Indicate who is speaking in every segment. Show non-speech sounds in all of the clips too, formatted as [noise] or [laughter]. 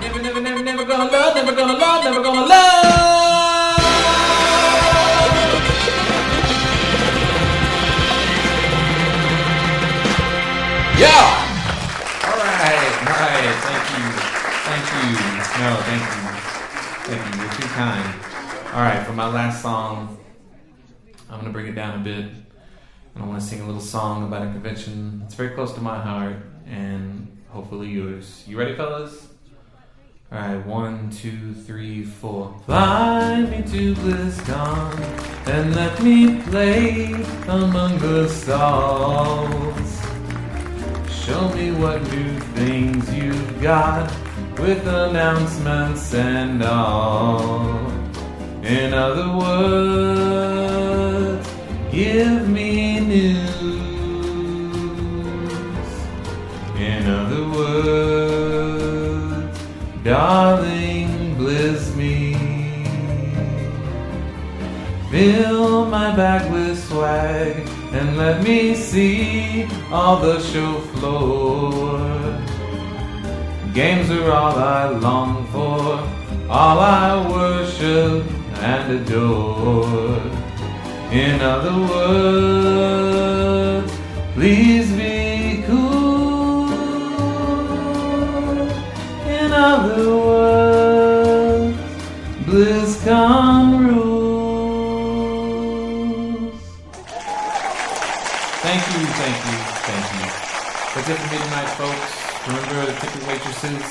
Speaker 1: never, never, never, never gonna love, never gonna love, never gonna love.
Speaker 2: Yeah.
Speaker 1: All right, all right. Thank you, thank you. No, thank you, thank you. You're too kind. All right, for my last song, I'm gonna bring it down a bit, and I want to sing a little song about a convention that's very close to my heart and hopefully yours. You ready, fellas? All right, one, two, three, four. Fly me to BlizzCon and let me play among the stars. Show me what new things you've got with announcements and all. In other words, give me news. In other words, darling, blizz me. Fill my bag with swag and let me see all the show floor. Games are all I long for, all I worship and adore. In other words, please be cool. In other words, BlizzCon rules. Thank you, thank you, thank you. That's it for me tonight, folks. Remember the ticket waitresses,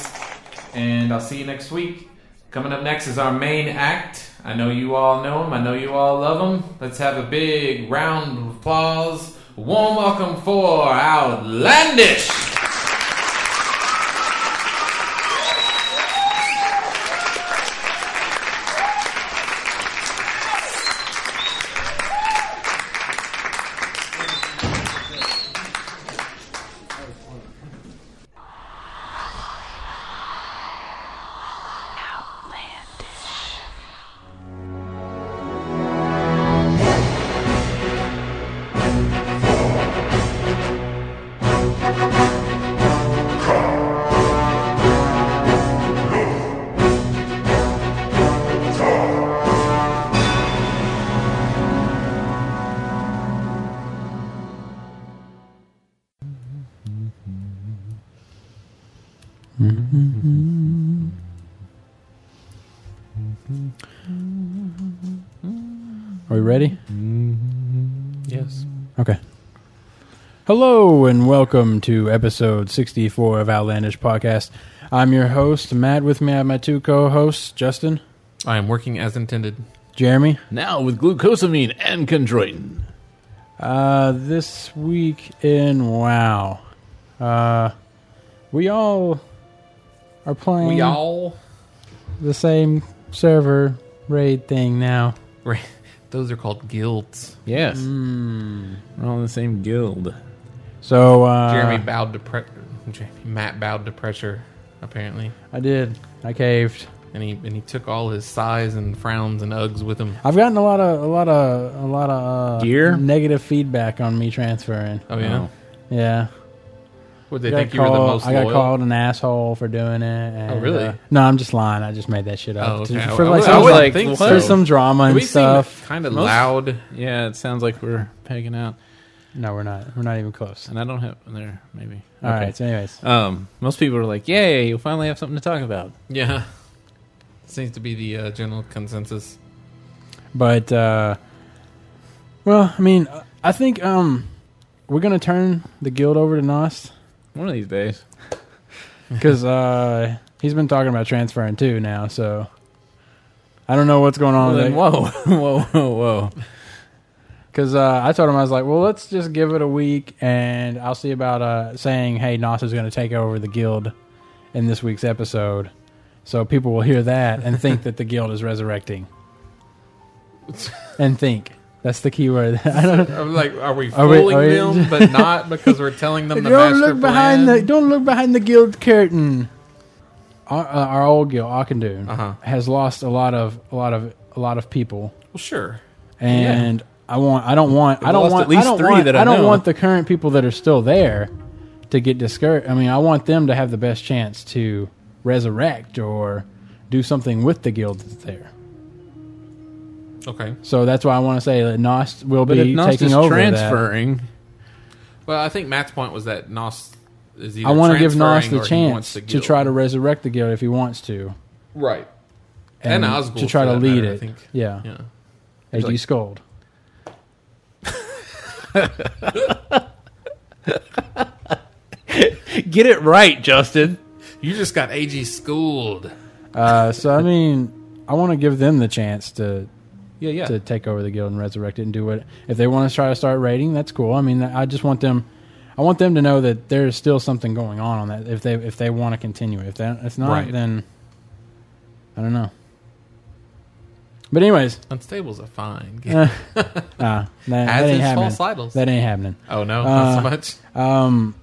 Speaker 1: and I'll see you next week. Coming up next is our main act. I know you all know him. I know you all love him. Let's have a big round of applause. Warm welcome for Outlandish.
Speaker 3: Are we ready?
Speaker 2: Mm-hmm.
Speaker 4: Yes.
Speaker 3: Okay. Hello and welcome to episode 64 of Outlandish Podcast. I'm your host, Matt. With me, I have my two co hosts, Justin,
Speaker 4: I am working as intended.
Speaker 3: Jeremy.
Speaker 2: Now with glucosamine and chondroitin.
Speaker 3: Uh, this week in WoW, uh, we all are playing
Speaker 4: all.
Speaker 3: the same server raid thing now.
Speaker 4: Right. Those are called guilds.
Speaker 2: Yes. We're all in the same guild.
Speaker 3: So, uh,
Speaker 4: Jeremy bowed to pre- Jeremy, Matt bowed to pressure, apparently,
Speaker 3: I did. I caved.
Speaker 4: and he and he took all his sighs and frowns and ugs with him.
Speaker 3: I've gotten a lot of a lot of a lot of uh,
Speaker 2: Gear?
Speaker 3: negative feedback on me transferring.
Speaker 4: Oh yeah.
Speaker 2: Oh.
Speaker 3: Yeah,
Speaker 4: Would they
Speaker 3: I got
Speaker 4: think you were the
Speaker 3: called-
Speaker 4: most
Speaker 3: I got
Speaker 4: loyal?
Speaker 3: called an asshole for doing it. and,
Speaker 4: Oh, really?
Speaker 3: uh, no, I'm just lying. I just made that shit up
Speaker 4: Oh,
Speaker 3: to-
Speaker 4: okay.
Speaker 3: for
Speaker 4: I
Speaker 3: like
Speaker 4: was-
Speaker 3: some,
Speaker 4: I was
Speaker 3: like,
Speaker 4: like, think
Speaker 2: so.
Speaker 3: for some drama and
Speaker 4: We
Speaker 3: stuff.
Speaker 4: seem [laughs] kind of
Speaker 2: Most-
Speaker 4: loud.
Speaker 2: Yeah, it sounds like we're pegging out,
Speaker 3: No, we're not. We're not even close.
Speaker 2: and I don't have there maybe.
Speaker 3: All right. So, anyways,
Speaker 2: Um, most people are like, "Yay, you'll finally have something to talk about."
Speaker 4: Yeah. Seems to be the uh, general consensus.
Speaker 3: but uh, well, I mean, uh, I think um, we're gonna turn the guild over to Nost
Speaker 2: One of these days.
Speaker 4: Mm-hmm.
Speaker 3: because uh, he's been talking about transferring too now. So I don't know what's going on.
Speaker 2: Well,
Speaker 3: with
Speaker 2: then, whoa, [laughs]
Speaker 3: that-
Speaker 2: whoa, whoa, whoa.
Speaker 3: Because uh, I told him, I was like, well, let's just give it a week and I'll see about uh, saying, hey, Nos is going to take over the guild in this week's episode. So people will hear that and think that the guild is resurrecting. and think. That's the key word. [laughs] I don't,
Speaker 4: I'm like, are we
Speaker 3: Are we-
Speaker 4: fooling
Speaker 3: are we-
Speaker 4: them, but not because we're
Speaker 3: [laughs]
Speaker 4: telling them the
Speaker 3: don't
Speaker 4: master
Speaker 3: look behind
Speaker 4: plan?
Speaker 3: the don't look behind the guild curtain. Our, uh, our old guild, Akandun,
Speaker 4: Uh-huh.
Speaker 3: has lost a lot of a lot of a lot of people.
Speaker 4: Well, sure.
Speaker 3: and I want I don't want I
Speaker 2: We've
Speaker 3: don't
Speaker 2: lost
Speaker 3: want
Speaker 2: at least
Speaker 3: I don't
Speaker 2: three
Speaker 3: want,
Speaker 2: that I
Speaker 3: I don't
Speaker 2: know.
Speaker 3: want the current people that are still there to get discouraged. I mean, I want them to have the best chance to resurrect or do something with the guild that's there.
Speaker 4: Okay.
Speaker 3: So that's why I want to say that Nost will
Speaker 1: But
Speaker 3: be
Speaker 1: if Nost
Speaker 3: taking
Speaker 1: is
Speaker 3: over. that.
Speaker 1: transferring, [laughs]
Speaker 4: Well, I think Matt's point was that Nos is either
Speaker 3: I want to give Nost
Speaker 4: transferring
Speaker 3: the
Speaker 4: or he wants
Speaker 3: chance
Speaker 4: the
Speaker 3: to
Speaker 4: guild.
Speaker 3: try to resurrect the guild if he wants to,
Speaker 4: right
Speaker 3: and,
Speaker 4: And Osgood,
Speaker 3: to try to
Speaker 4: for that
Speaker 3: lead
Speaker 4: matter, I
Speaker 3: it.
Speaker 4: think.
Speaker 3: Yeah,
Speaker 4: yeah.
Speaker 3: as
Speaker 4: Like-
Speaker 3: you scold.
Speaker 1: get it right, Justin.
Speaker 4: You just got AG schooled.
Speaker 3: Uh, so I mean, I want to give them the chance to
Speaker 4: Yeah, yeah.
Speaker 3: to take over the guild and resurrect it and do what if they want to try to start raiding that's cool i mean i just want them i want them to know that there's still something going on on that if they if they want to continue it. if that it's not
Speaker 4: Right.
Speaker 3: then i don't know but anyways [laughs]
Speaker 4: Unstable's a fine. game.
Speaker 3: uh, uh, that, that
Speaker 4: As
Speaker 3: ain't
Speaker 4: is
Speaker 3: happening
Speaker 4: false idols.
Speaker 3: that ain't happening
Speaker 4: oh no,
Speaker 3: Uh,
Speaker 4: not so much.
Speaker 3: um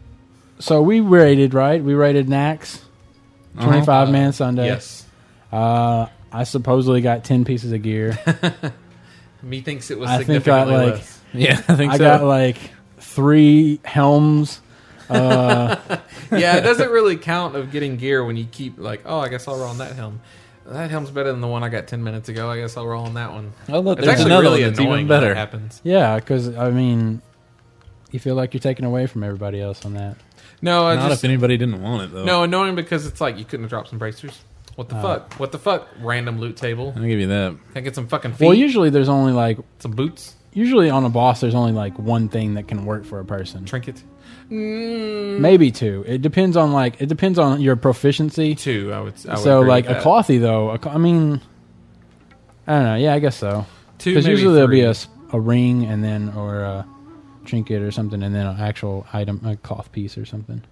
Speaker 3: so we raided right we raided nax 25 man sunday
Speaker 4: Uh-huh. Yes.
Speaker 3: uh i supposedly got 10 pieces of
Speaker 4: [laughs]
Speaker 3: gear
Speaker 4: Methinks it was
Speaker 3: I think I,
Speaker 4: significantly
Speaker 3: like-
Speaker 4: less.
Speaker 1: Yeah, I think
Speaker 3: I
Speaker 1: so.
Speaker 3: got like three helms. Uh,
Speaker 4: yeah, it doesn't really count of getting gear when you keep like, oh, I guess I'll roll on that helm. That helm's better than the one I got ten minutes ago. I guess I'll roll on that one.
Speaker 1: oh, look,
Speaker 4: It's
Speaker 1: there's
Speaker 4: actually
Speaker 1: another
Speaker 4: really
Speaker 1: one that's
Speaker 4: annoying
Speaker 1: even
Speaker 4: when that
Speaker 1: better.
Speaker 4: happens.
Speaker 3: yeah, because I mean, you feel like you're taken away from everybody else on that.
Speaker 4: No, I
Speaker 1: Not
Speaker 4: just
Speaker 1: if anybody didn't want it though.
Speaker 4: no annoying because it's like you couldn't have dropped some bracers. What
Speaker 3: Oh.
Speaker 4: the fuck? What the fuck? Random loot table.
Speaker 1: I'll give you that.
Speaker 4: Can I get some fucking feet?
Speaker 3: Well, usually there's only like
Speaker 4: some boots,
Speaker 3: usually on a boss there's only like one thing that can work for a person,
Speaker 4: trinket. Mm,
Speaker 3: maybe two. It depends on like it depends on your proficiency.
Speaker 4: two. I would. I would
Speaker 3: So
Speaker 4: agree
Speaker 3: like
Speaker 4: with
Speaker 3: a
Speaker 4: that.
Speaker 3: clothy though, a cl- I mean, I don't know. Yeah, I guess so.
Speaker 4: Two.
Speaker 3: Because
Speaker 4: maybe
Speaker 3: usually there'll be
Speaker 4: three.
Speaker 3: a, s- a ring and then or a trinket or something and then an actual item, a cloth piece or something.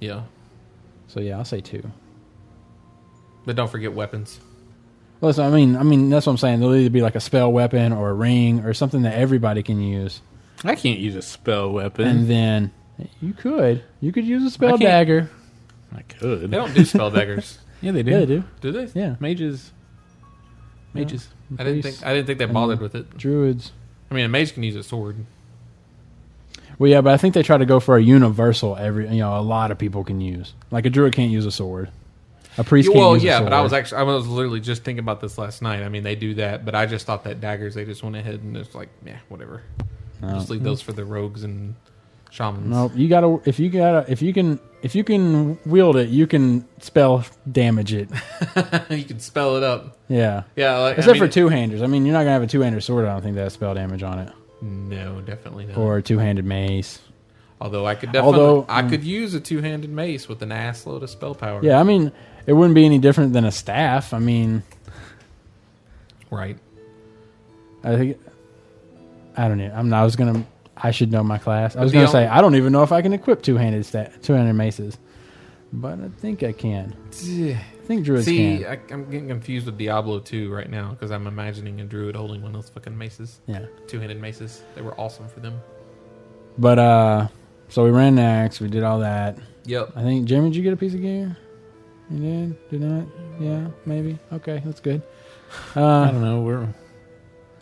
Speaker 4: yeah.
Speaker 3: So yeah, I'll say two.
Speaker 4: But don't forget
Speaker 3: [laughs]
Speaker 4: weapons.
Speaker 3: Listen, I mean, I mean, that's what I'm saying. There'll either be like a spell weapon or a ring or something that everybody can use,
Speaker 1: I can't use a spell weapon.
Speaker 4: Mm-hmm.
Speaker 3: and then you could you could use a
Speaker 1: I
Speaker 3: spell
Speaker 1: can't-
Speaker 3: dagger.
Speaker 1: I could.
Speaker 4: They don't do
Speaker 3: [laughs]
Speaker 4: spell daggers,
Speaker 1: [laughs] Yeah, they do.
Speaker 3: Yeah, they do.
Speaker 4: do they?
Speaker 3: Yeah,
Speaker 1: Mages. Mages.
Speaker 4: I didn't
Speaker 3: Priests
Speaker 4: think. I didn't think they
Speaker 3: and-
Speaker 4: bothered with it.
Speaker 3: druids.
Speaker 4: I mean, a mage can use a sword.
Speaker 3: Well, yeah, but I think they try to go for a universal. Every you know, a lot of people can use. Like a druid can't use a sword. A priest can't
Speaker 4: well,
Speaker 3: use a
Speaker 4: yeah,
Speaker 3: sword.
Speaker 4: but I was actually I was literally just thinking about this last night. I mean, they do that, but I just thought that daggers they just went ahead and it's like, yeah, whatever.
Speaker 3: No.
Speaker 4: Just leave those for the rogues and shamans.
Speaker 3: No, you gotta. If you gotta, if you can, if you can wield it, you can spell damage
Speaker 4: [laughs]
Speaker 3: it.
Speaker 4: [laughs] you can spell it up.
Speaker 3: Yeah.
Speaker 4: Yeah, like, I
Speaker 3: Except
Speaker 4: mean-
Speaker 3: for two handers. I mean, you're not gonna have a two handed sword. I don't think that has spell damage on it,
Speaker 4: No, definitely not.
Speaker 3: or a two handed mace.
Speaker 4: Although I could definitely,
Speaker 3: Although- mm.
Speaker 4: I could use a two-handed mace with an ass load of spell power.
Speaker 3: Yeah, I mean, it wouldn't be any different than a staff. I mean,
Speaker 4: right.
Speaker 3: I think I don't know. I'm not. I was gonna. I should know my class. I was
Speaker 4: the
Speaker 3: gonna say
Speaker 4: only-
Speaker 3: I don't even know if I can equip two handed sta two handed maces, but I think I can.
Speaker 4: See, uh,
Speaker 3: I think druids can.
Speaker 4: I, I'm getting confused with Diablo 2 right now because I'm imagining a druid holding one of those fucking maces,
Speaker 3: Yeah,
Speaker 4: two-handed maces. They were awesome for them.
Speaker 3: but uh, so we ran next. We did all that.
Speaker 4: Yep.
Speaker 3: I think Jeremy, did you get a piece of gear? You did? Did not? Yeah, maybe. Okay, that's good.
Speaker 1: I
Speaker 3: Uh,
Speaker 1: don't know. We're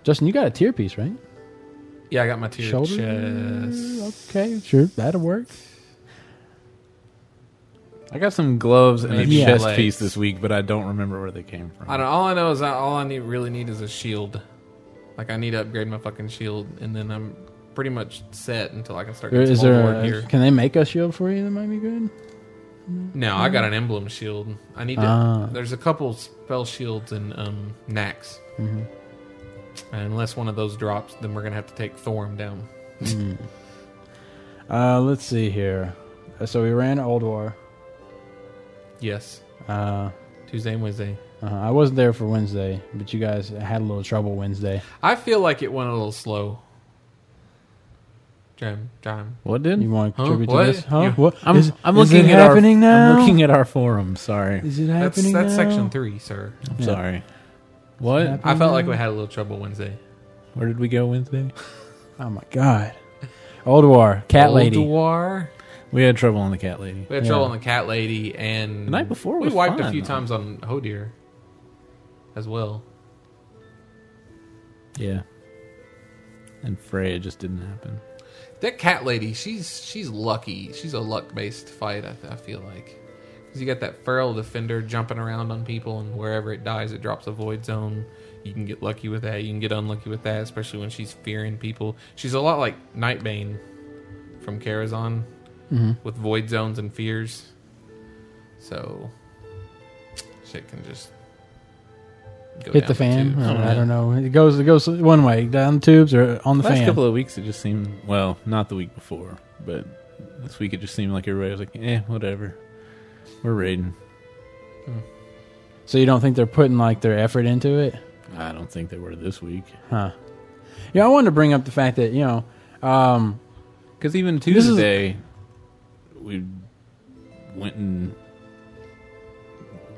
Speaker 3: Justin, you got a tier piece, right?
Speaker 4: Yeah, I got my tier
Speaker 3: Shoulder?
Speaker 4: chest.
Speaker 3: Okay, sure, that'll work.
Speaker 1: I got some gloves and a
Speaker 4: Maybe
Speaker 1: chest
Speaker 4: legs.
Speaker 1: piece this week, but I don't remember where they came from.
Speaker 4: I don't. All I know is I, all I need really need is a shield. Like I need to upgrade my fucking shield, and then I'm pretty much set until I can start. getting
Speaker 3: Is
Speaker 4: some
Speaker 3: there?
Speaker 4: more
Speaker 3: a-
Speaker 4: gear.
Speaker 3: can they make a shield for you? That might be good.
Speaker 4: No, I got an emblem shield. I need to.
Speaker 3: Ah.
Speaker 4: There's a couple spell shields and um, Nax.
Speaker 3: Mhm.
Speaker 4: And unless one of those drops, then we're gonna have to take Thorm down.
Speaker 3: Mm. Uh, let's see here. Uh, So we ran Old War.
Speaker 4: Yes,
Speaker 3: Uh,
Speaker 4: Tuesday and Wednesday.
Speaker 3: uh, I wasn't there for Wednesday, but you guys had a little trouble Wednesday.
Speaker 4: I feel like it went a little slow. Jam, jam.
Speaker 1: What did?
Speaker 3: You want to
Speaker 4: Huh?
Speaker 3: contribute
Speaker 4: What?
Speaker 3: to this? Huh?
Speaker 4: You-
Speaker 3: What?
Speaker 1: I'm,
Speaker 3: Is-
Speaker 1: I'm
Speaker 3: is
Speaker 1: looking
Speaker 3: it
Speaker 1: at
Speaker 3: happening
Speaker 1: our,
Speaker 3: now.
Speaker 1: I'm looking at our forum. Sorry,
Speaker 3: Is it
Speaker 4: That's
Speaker 3: happening
Speaker 4: that's
Speaker 3: now?
Speaker 4: section three, sir.
Speaker 1: I'm
Speaker 3: Yeah.
Speaker 1: sorry. What?
Speaker 3: Happening
Speaker 4: I felt
Speaker 3: now?
Speaker 4: like we had a little trouble Wednesday.
Speaker 1: Where did we go Wednesday?
Speaker 3: Oh my god. Old War, Cat Lady.
Speaker 4: War.
Speaker 1: We had trouble on the cat lady.
Speaker 4: We had
Speaker 3: Yeah.
Speaker 4: trouble on the cat lady, and
Speaker 1: The night before
Speaker 4: we
Speaker 1: was
Speaker 4: wiped a
Speaker 1: fine,
Speaker 4: few
Speaker 1: though.
Speaker 4: times on Hodir as well.
Speaker 1: Yeah. And Freya just didn't happen.
Speaker 4: That cat lady, she's she's lucky. She's a luck based fight. I, I feel like 'Cause you got that feral defender jumping around on people, and wherever it dies, it drops a void zone. You can get lucky with that. You can get unlucky with that, especially when she's fearing people. She's a lot like Nightbane from Karazhan
Speaker 3: Mm-hmm.
Speaker 4: with void zones and fears. So shit can just go
Speaker 3: Hit
Speaker 4: down
Speaker 3: the fan. Oh,
Speaker 4: tubes.
Speaker 3: or- I don't know. It goes it goes one way down the tubes or on the
Speaker 1: Last
Speaker 3: fan.
Speaker 1: couple of weeks, it just seemed well, not the week before, but this week it just seemed like everybody was like, "Eh, whatever, we're raiding."
Speaker 3: so you don't think they're putting like their effort into it?
Speaker 1: I don't think they were this week
Speaker 3: Huh. Yeah, I wanted to bring up the fact that, you know, um,
Speaker 1: because even
Speaker 3: This is-
Speaker 1: Tuesday we went and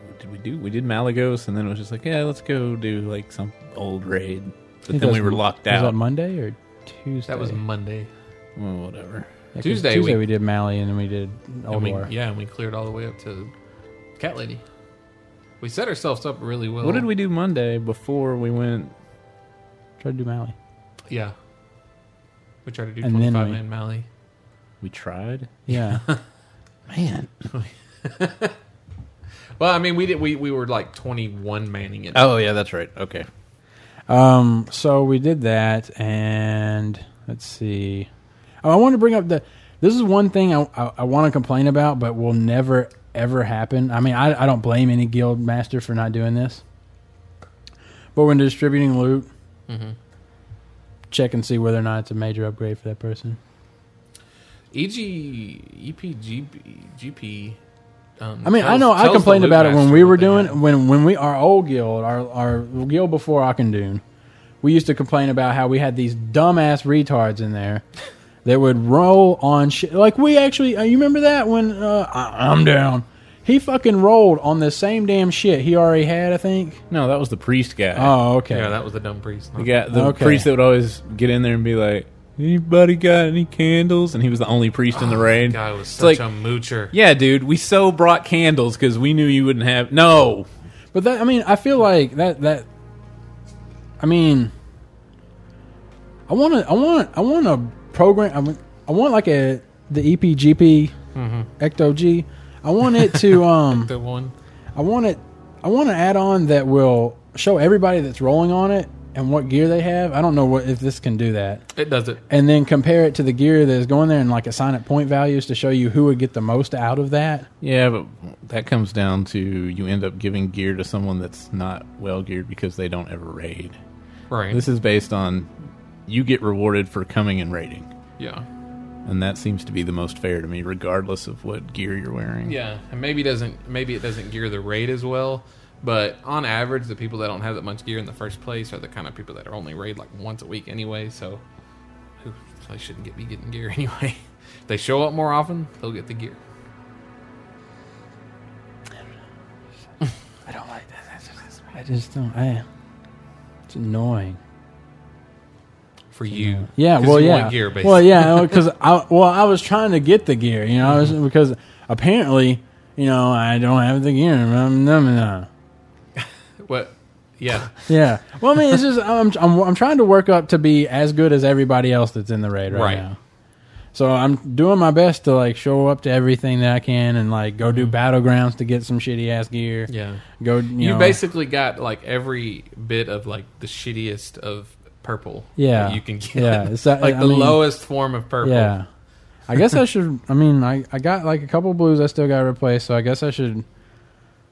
Speaker 1: what did we do we did Malagos, and then it was just like, "Yeah, let's go do like some old raid," but then
Speaker 3: think that
Speaker 1: we
Speaker 3: was-
Speaker 1: were locked
Speaker 3: was
Speaker 1: out.
Speaker 3: that Monday or Tuesday?
Speaker 4: That was Monday.
Speaker 1: well, whatever.
Speaker 3: Yeah, 'cause
Speaker 4: Tuesday
Speaker 3: Tuesday
Speaker 4: we-
Speaker 3: we, did Mally and then we did Old
Speaker 4: and we,
Speaker 3: War.
Speaker 4: Yeah, and we cleared all the way up to Cat Lady. We set ourselves up really well.
Speaker 1: What did we do Monday before we went?
Speaker 3: Try to do Mally.
Speaker 4: Yeah. We tried to do
Speaker 3: And then
Speaker 4: 25
Speaker 3: we-
Speaker 4: man Mally.
Speaker 1: We tried.
Speaker 4: [laughs]
Speaker 3: Yeah. Man.
Speaker 4: Well, I mean, we did. We, we were like 21 manning it.
Speaker 1: Oh yeah, that's right. Okay.
Speaker 3: Um, so we did that, and let's see. Oh, I want to bring up the. This is one thing I, I, I want to complain about, but will never ever happen. I mean, I, I don't blame any guild master for not doing this, but when distributing loot, check and see whether or not it's a major upgrade for that person.
Speaker 4: EG, E EPG, GP. Um,
Speaker 3: I mean, I
Speaker 4: tells-
Speaker 3: know I
Speaker 4: tells the
Speaker 3: complained about it when
Speaker 4: Lootmaster
Speaker 3: we
Speaker 4: what
Speaker 3: were
Speaker 4: they
Speaker 3: doing
Speaker 4: had.
Speaker 3: when when we our old guild, our our guild before Akandun, we used to complain about how we had these dumbass retards in there that would roll on shit. Like we actually, uh, you remember that when uh, I, I'm down, he fucking rolled on the same damn shit he already had. I think.
Speaker 1: No, that was the priest guy.
Speaker 3: Oh, okay.
Speaker 4: Yeah, that was the dumb priest.
Speaker 1: The guy, the
Speaker 3: Okay.
Speaker 1: priest that would always get in there and be like, "Anybody got any candles?" And he was the only priest in the raid.
Speaker 4: guy Oh, was
Speaker 1: It's like,
Speaker 4: such a moocher.
Speaker 1: yeah, dude, we so brought candles because we knew you wouldn't have. No,
Speaker 3: But that I mean, I feel like that that I mean I want to I want I want a program I, mean, I want like a the E EPGP Ecto G. I want it to [laughs] um
Speaker 4: The one.
Speaker 3: I want it I want to add on that will show everybody that's rolling on it and what gear they have. I don't know what if this can do that.
Speaker 4: It does it.
Speaker 3: And then compare it to the gear that is going there and like assign it point values to show you who would get the most out of that.
Speaker 1: yeah, but that comes down to you end up giving gear to someone that's not well geared because they don't ever raid.
Speaker 4: Right.
Speaker 1: This is based on you get rewarded for coming and raiding,
Speaker 4: yeah.
Speaker 1: and that seems to be the most fair to me, regardless of what gear you're wearing.
Speaker 4: Yeah, and maybe doesn't maybe it doesn't gear the raid as well, but on average, the people that don't have that much gear in the first place are the kind of people that are only raid like once a week anyway. So, who they shouldn't get be getting gear [laughs] anyway. if they show up more often, they'll get the gear.
Speaker 3: I don't like that. That's- that's- I just don't. I, it's annoying.
Speaker 4: For you,
Speaker 3: Yeah.
Speaker 4: 'Cause
Speaker 3: Well,
Speaker 4: you
Speaker 3: yeah.
Speaker 4: want gear, basically.
Speaker 3: well,
Speaker 4: [laughs]
Speaker 3: yeah. Because I well, I was trying to get the gear. You know, I was
Speaker 4: Mm-hmm.
Speaker 3: because apparently, you know, I don't have the gear. Um, no, no, no.
Speaker 4: What?
Speaker 3: [laughs]
Speaker 4: Yeah,
Speaker 3: Yeah. Well, I mean, it's just I'm, I'm I'm trying to work up to be as good as everybody else that's in the raid right,
Speaker 4: Right.
Speaker 3: now. So I'm doing my best to like show up to everything that I can and like go do battlegrounds to get some shitty ass gear.
Speaker 4: Mm-hmm. yeah.
Speaker 3: Go. You,
Speaker 4: You
Speaker 3: know,
Speaker 4: basically got like every bit of like the shittiest of purple.
Speaker 3: Yeah.
Speaker 4: that you can get.
Speaker 3: Yeah, it's that-
Speaker 4: [laughs] like
Speaker 3: I
Speaker 4: the
Speaker 3: mean-
Speaker 4: lowest form of purple.
Speaker 3: Yeah. I guess I should. I mean, I, I got like a couple blues I still got to replace, so I guess I should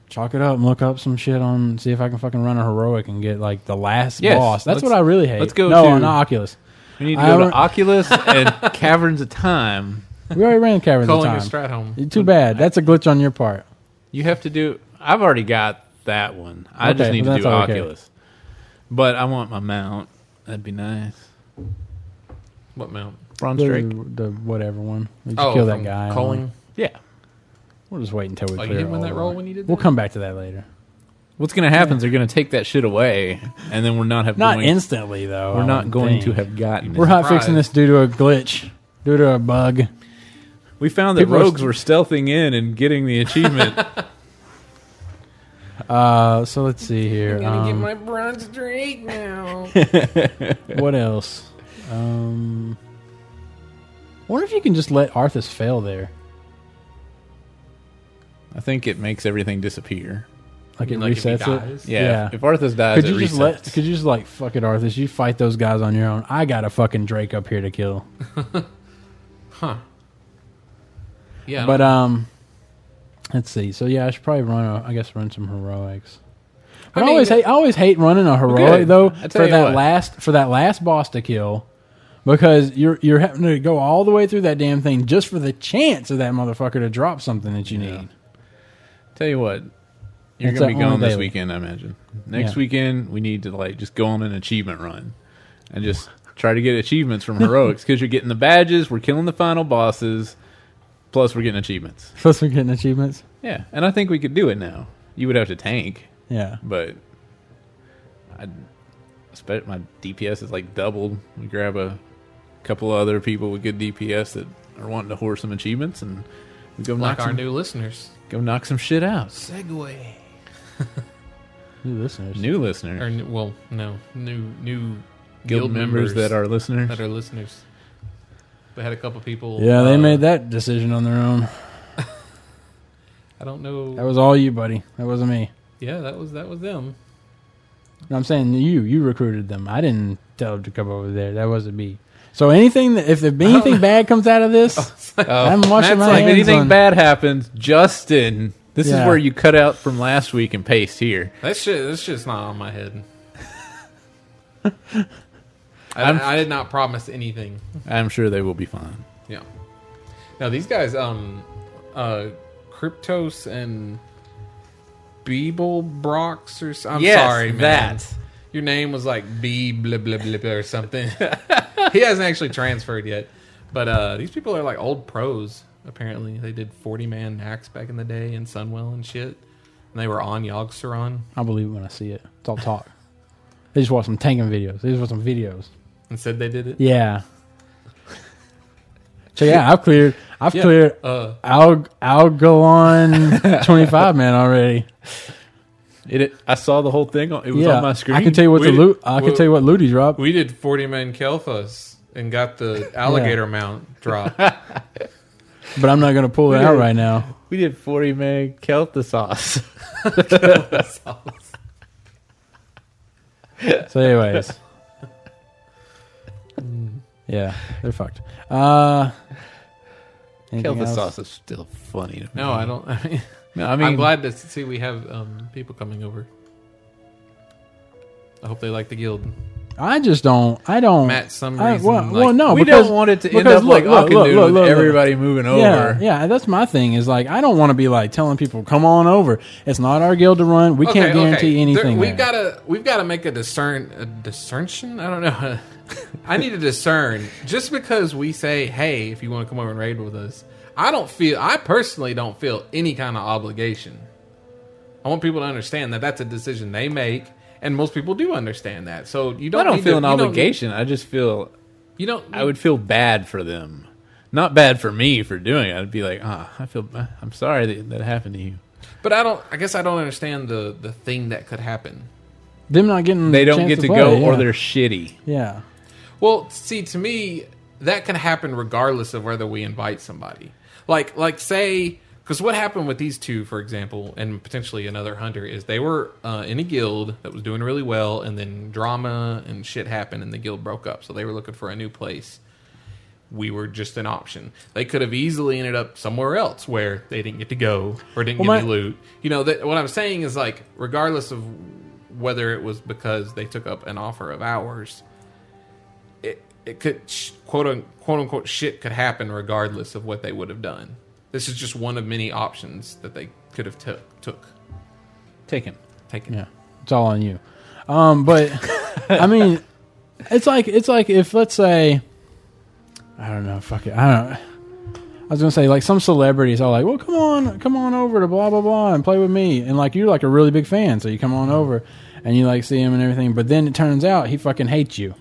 Speaker 3: chalk it up and look up some shit on, see if I can fucking run a heroic and get like the last
Speaker 1: Yes,
Speaker 3: boss. That's
Speaker 1: let's-
Speaker 3: what I really hate.
Speaker 1: let's go
Speaker 3: No,
Speaker 1: to-
Speaker 3: not Oculus.
Speaker 1: We need to
Speaker 3: I
Speaker 1: go
Speaker 3: don't-
Speaker 1: to Oculus and [laughs] Caverns of Time.
Speaker 3: We already ran Caverns of
Speaker 4: calling your
Speaker 3: Time.
Speaker 4: strat home.
Speaker 3: Too bad. That's a glitch on your part.
Speaker 1: You have to do. I've already got that one. I
Speaker 3: Okay,
Speaker 1: just need
Speaker 3: well,
Speaker 1: to do
Speaker 3: that's okay.
Speaker 1: Oculus. But I want my mount. That'd be nice.
Speaker 4: What mount?
Speaker 1: Braun
Speaker 3: The,
Speaker 1: Strike. Oh,
Speaker 3: the whatever one. We just kill that
Speaker 4: from
Speaker 3: guy.
Speaker 4: Calling.
Speaker 1: Yeah.
Speaker 3: We'll just wait until we
Speaker 4: Oh, you
Speaker 3: clear
Speaker 4: didn't win
Speaker 3: all
Speaker 4: that
Speaker 3: of
Speaker 4: roll
Speaker 3: it.
Speaker 4: when you did.
Speaker 3: We'll
Speaker 4: that?
Speaker 3: come back to that later.
Speaker 1: What's going to happen is they're going to take that shit away, and then we're not have
Speaker 3: Not
Speaker 1: going,
Speaker 3: instantly though.
Speaker 1: We're
Speaker 3: I
Speaker 1: not
Speaker 3: wouldn't
Speaker 1: going to
Speaker 3: think.
Speaker 1: have gotten.
Speaker 3: We're
Speaker 1: it.
Speaker 3: hot fixing
Speaker 4: surprised.
Speaker 3: this due to a glitch, due to a bug.
Speaker 1: We found that
Speaker 3: people are
Speaker 1: rogues
Speaker 3: st-
Speaker 1: were stealthing in and getting
Speaker 3: [laughs]
Speaker 1: the achievement.
Speaker 3: Uh, so let's see here. Um,
Speaker 4: bronze
Speaker 3: [laughs]
Speaker 4: drink now.
Speaker 3: what else? Um, I wonder if you can just let Arthas fail there.
Speaker 1: I think it makes everything disappear.
Speaker 3: Like
Speaker 4: You
Speaker 3: it
Speaker 4: mean, like, if he
Speaker 3: resets it.
Speaker 4: dies?
Speaker 1: Yeah. If, if Arthas dies,
Speaker 3: could
Speaker 1: it
Speaker 3: you just
Speaker 1: resets.
Speaker 3: let? Could you just like fuck it, Arthas? You fight those guys on your own. I got a fucking Drake up here to kill.
Speaker 4: Huh. Yeah.
Speaker 3: But um, let's see. So yeah, I should probably run. A, I guess run some heroics. I,
Speaker 4: I mean-
Speaker 3: always hate. I always hate running a heroic
Speaker 1: good.
Speaker 3: though
Speaker 1: I tell
Speaker 3: for
Speaker 1: you
Speaker 3: that
Speaker 1: what.
Speaker 3: last for that last boss to kill, because you're you're having to go all the way through that damn thing just for the chance of that motherfucker to drop something that you
Speaker 1: Yeah.
Speaker 3: need.
Speaker 1: Tell you what, you're
Speaker 3: It's
Speaker 1: gonna be
Speaker 3: a- on a
Speaker 1: gone this
Speaker 3: daily.
Speaker 1: weekend. I imagine next
Speaker 3: Yeah.
Speaker 1: weekend we need to like just go on an achievement run and just try to get achievements from heroics because you're getting the badges. We're killing the final bosses, plus we're getting achievements.
Speaker 3: Plus, we're getting achievements.
Speaker 1: Yeah, and I think we could do it now. You would have to tank,
Speaker 3: Yeah,
Speaker 1: but I expect my DPS is like doubled. We grab a couple of other people with good DPS that are wanting to hoard some achievements and. we
Speaker 3: um,
Speaker 1: Go knock,
Speaker 4: like our
Speaker 1: some,
Speaker 4: new listeners.
Speaker 1: go knock some shit out.
Speaker 4: Segway.
Speaker 3: new listeners.
Speaker 1: New listener.
Speaker 4: Or new, well, no, new new
Speaker 1: guild members, that are listeners.
Speaker 4: that are listeners. We had a couple people.
Speaker 3: yeah, they
Speaker 4: uh,
Speaker 3: made that decision on their own.
Speaker 4: I don't know.
Speaker 3: That was all you, buddy. That wasn't me.
Speaker 4: yeah, that was that was them.
Speaker 3: No, I'm saying you. You recruited them. I didn't tell them to come over there. That wasn't me. So anything that
Speaker 1: [laughs]
Speaker 3: if
Speaker 1: Oh.
Speaker 3: anything bad comes out of this, [laughs] I'm
Speaker 1: Matt's
Speaker 3: washing my
Speaker 1: Oh, like,
Speaker 3: hands.
Speaker 1: if anything
Speaker 3: on-
Speaker 1: bad happens, Justin. This
Speaker 3: Yeah.
Speaker 1: is where you cut out from last week and paste here.
Speaker 4: That shit. That's just not on
Speaker 3: [laughs]
Speaker 4: my head. I,
Speaker 1: I'm-
Speaker 4: I did not promise anything.
Speaker 1: I'm sure they will be fine.
Speaker 4: Yeah. Now these guys, um, uh, Kryptos and Beeble Brox or s- I'm
Speaker 1: Yes,
Speaker 4: sorry, man.
Speaker 1: that.
Speaker 4: Your name was like B blah blah blah, blah or something. [laughs] he hasn't actually transferred yet, but uh, these people are like old pros. Apparently, they did forty man hacks back in the day in Sunwell and shit, and they were on Yogg-Saron.
Speaker 3: I believe it when I see it. It's all talk. they just watch some tanking videos. They just watch some videos.
Speaker 4: and said they did it.
Speaker 3: Yeah. So yeah, I've cleared. I've
Speaker 4: Yeah.
Speaker 3: cleared.
Speaker 4: Uh,
Speaker 3: I'll I'll
Speaker 1: [laughs]
Speaker 3: go on 25 man already.
Speaker 1: It, I saw the whole thing. On, it was
Speaker 3: Yeah,
Speaker 1: on my screen.
Speaker 3: I can tell you what
Speaker 4: We
Speaker 3: the
Speaker 4: did-
Speaker 3: loot. I can
Speaker 4: well-
Speaker 3: tell you what Looty dropped.
Speaker 4: we did forty man Kelthas and
Speaker 1: [laughs]
Speaker 4: got the alligator mount drop.
Speaker 3: but I'm not gonna pull it out
Speaker 1: did.
Speaker 3: right now.
Speaker 1: We did 40 meg Kelta sauce. [laughs]
Speaker 3: So, anyways,
Speaker 1: [laughs]
Speaker 3: yeah, they're fucked. Uh, anything
Speaker 1: Kelta
Speaker 3: else?
Speaker 1: sauce is still funny. to me.
Speaker 4: No, I don't. I mean,
Speaker 1: No, I
Speaker 4: I
Speaker 1: mean,
Speaker 4: am glad to see we have um, people coming over. I hope they like the guild.
Speaker 3: I just don't. I don't.
Speaker 4: Matt, some
Speaker 3: I-
Speaker 4: reason,
Speaker 3: well-
Speaker 4: like,
Speaker 3: well, no,
Speaker 1: we
Speaker 3: because-
Speaker 1: don't want it to end
Speaker 3: because
Speaker 1: up
Speaker 3: look,
Speaker 1: like
Speaker 3: look,
Speaker 1: Akinu
Speaker 3: look, look,
Speaker 1: with
Speaker 3: look.
Speaker 1: everybody moving over.
Speaker 3: Yeah, yeah, that's my thing. Is like I don't want to be like telling people, "Come on over." It's not our guild to run. We can't guarantee
Speaker 4: There-
Speaker 3: anything.
Speaker 4: we've
Speaker 3: there.
Speaker 4: got to we've got to make a discern a discerntion. I don't know. [laughs] I need to discern just because we say, "Hey, if you want to come over and raid with us," I don't feel. I personally don't feel any kind of obligation. I want people to understand that that's a decision they make, and most people do understand that. So you don't.
Speaker 1: I don't
Speaker 4: need
Speaker 1: feel
Speaker 4: to-
Speaker 1: an
Speaker 4: you don't-
Speaker 1: obligation. I just feel
Speaker 4: You don't.
Speaker 1: I would feel bad for them. Not bad for me for doing it. I'd be like, ah, I feel, I'm sorry that, that happened to you.
Speaker 4: But I don't. I guess I don't understand the the thing that could happen.
Speaker 3: them not getting.
Speaker 1: They
Speaker 3: the
Speaker 1: don't
Speaker 3: chance
Speaker 1: get to
Speaker 3: play,
Speaker 1: go
Speaker 3: yeah.
Speaker 1: or they're shitty.
Speaker 3: yeah.
Speaker 4: Well, see, to me, that can happen regardless of whether we invite somebody. Like, like say, because what happened with these two, for example, and potentially another hunter, is they were uh, in a guild that was doing really well, and then drama and shit happened, and the guild broke up. So they were looking for a new place. We were just an option. They could have easily ended up somewhere else where they didn't get to go or didn't
Speaker 3: Well,
Speaker 4: get
Speaker 3: my-
Speaker 4: any loot. You know, that, what I'm saying is like, regardless of whether it was because they took up an offer of ours, it it could sh- quote unquote, quote unquote shit could happen regardless of what they would have done. This is just one of many options that they could have took took
Speaker 1: Take him.
Speaker 4: taken.
Speaker 3: Yeah, it's all on you. Um, but I mean,
Speaker 4: [laughs]
Speaker 3: it's like it's like if let's say, I don't know, fuck it, I don't. I was gonna say like some celebrities are like, well, come on, come on over to blah blah blah and play with me, and like you're like a really big fan, so you come
Speaker 4: Mm-hmm.
Speaker 3: on over, and you like see him and everything, but then it turns out he fucking hates you,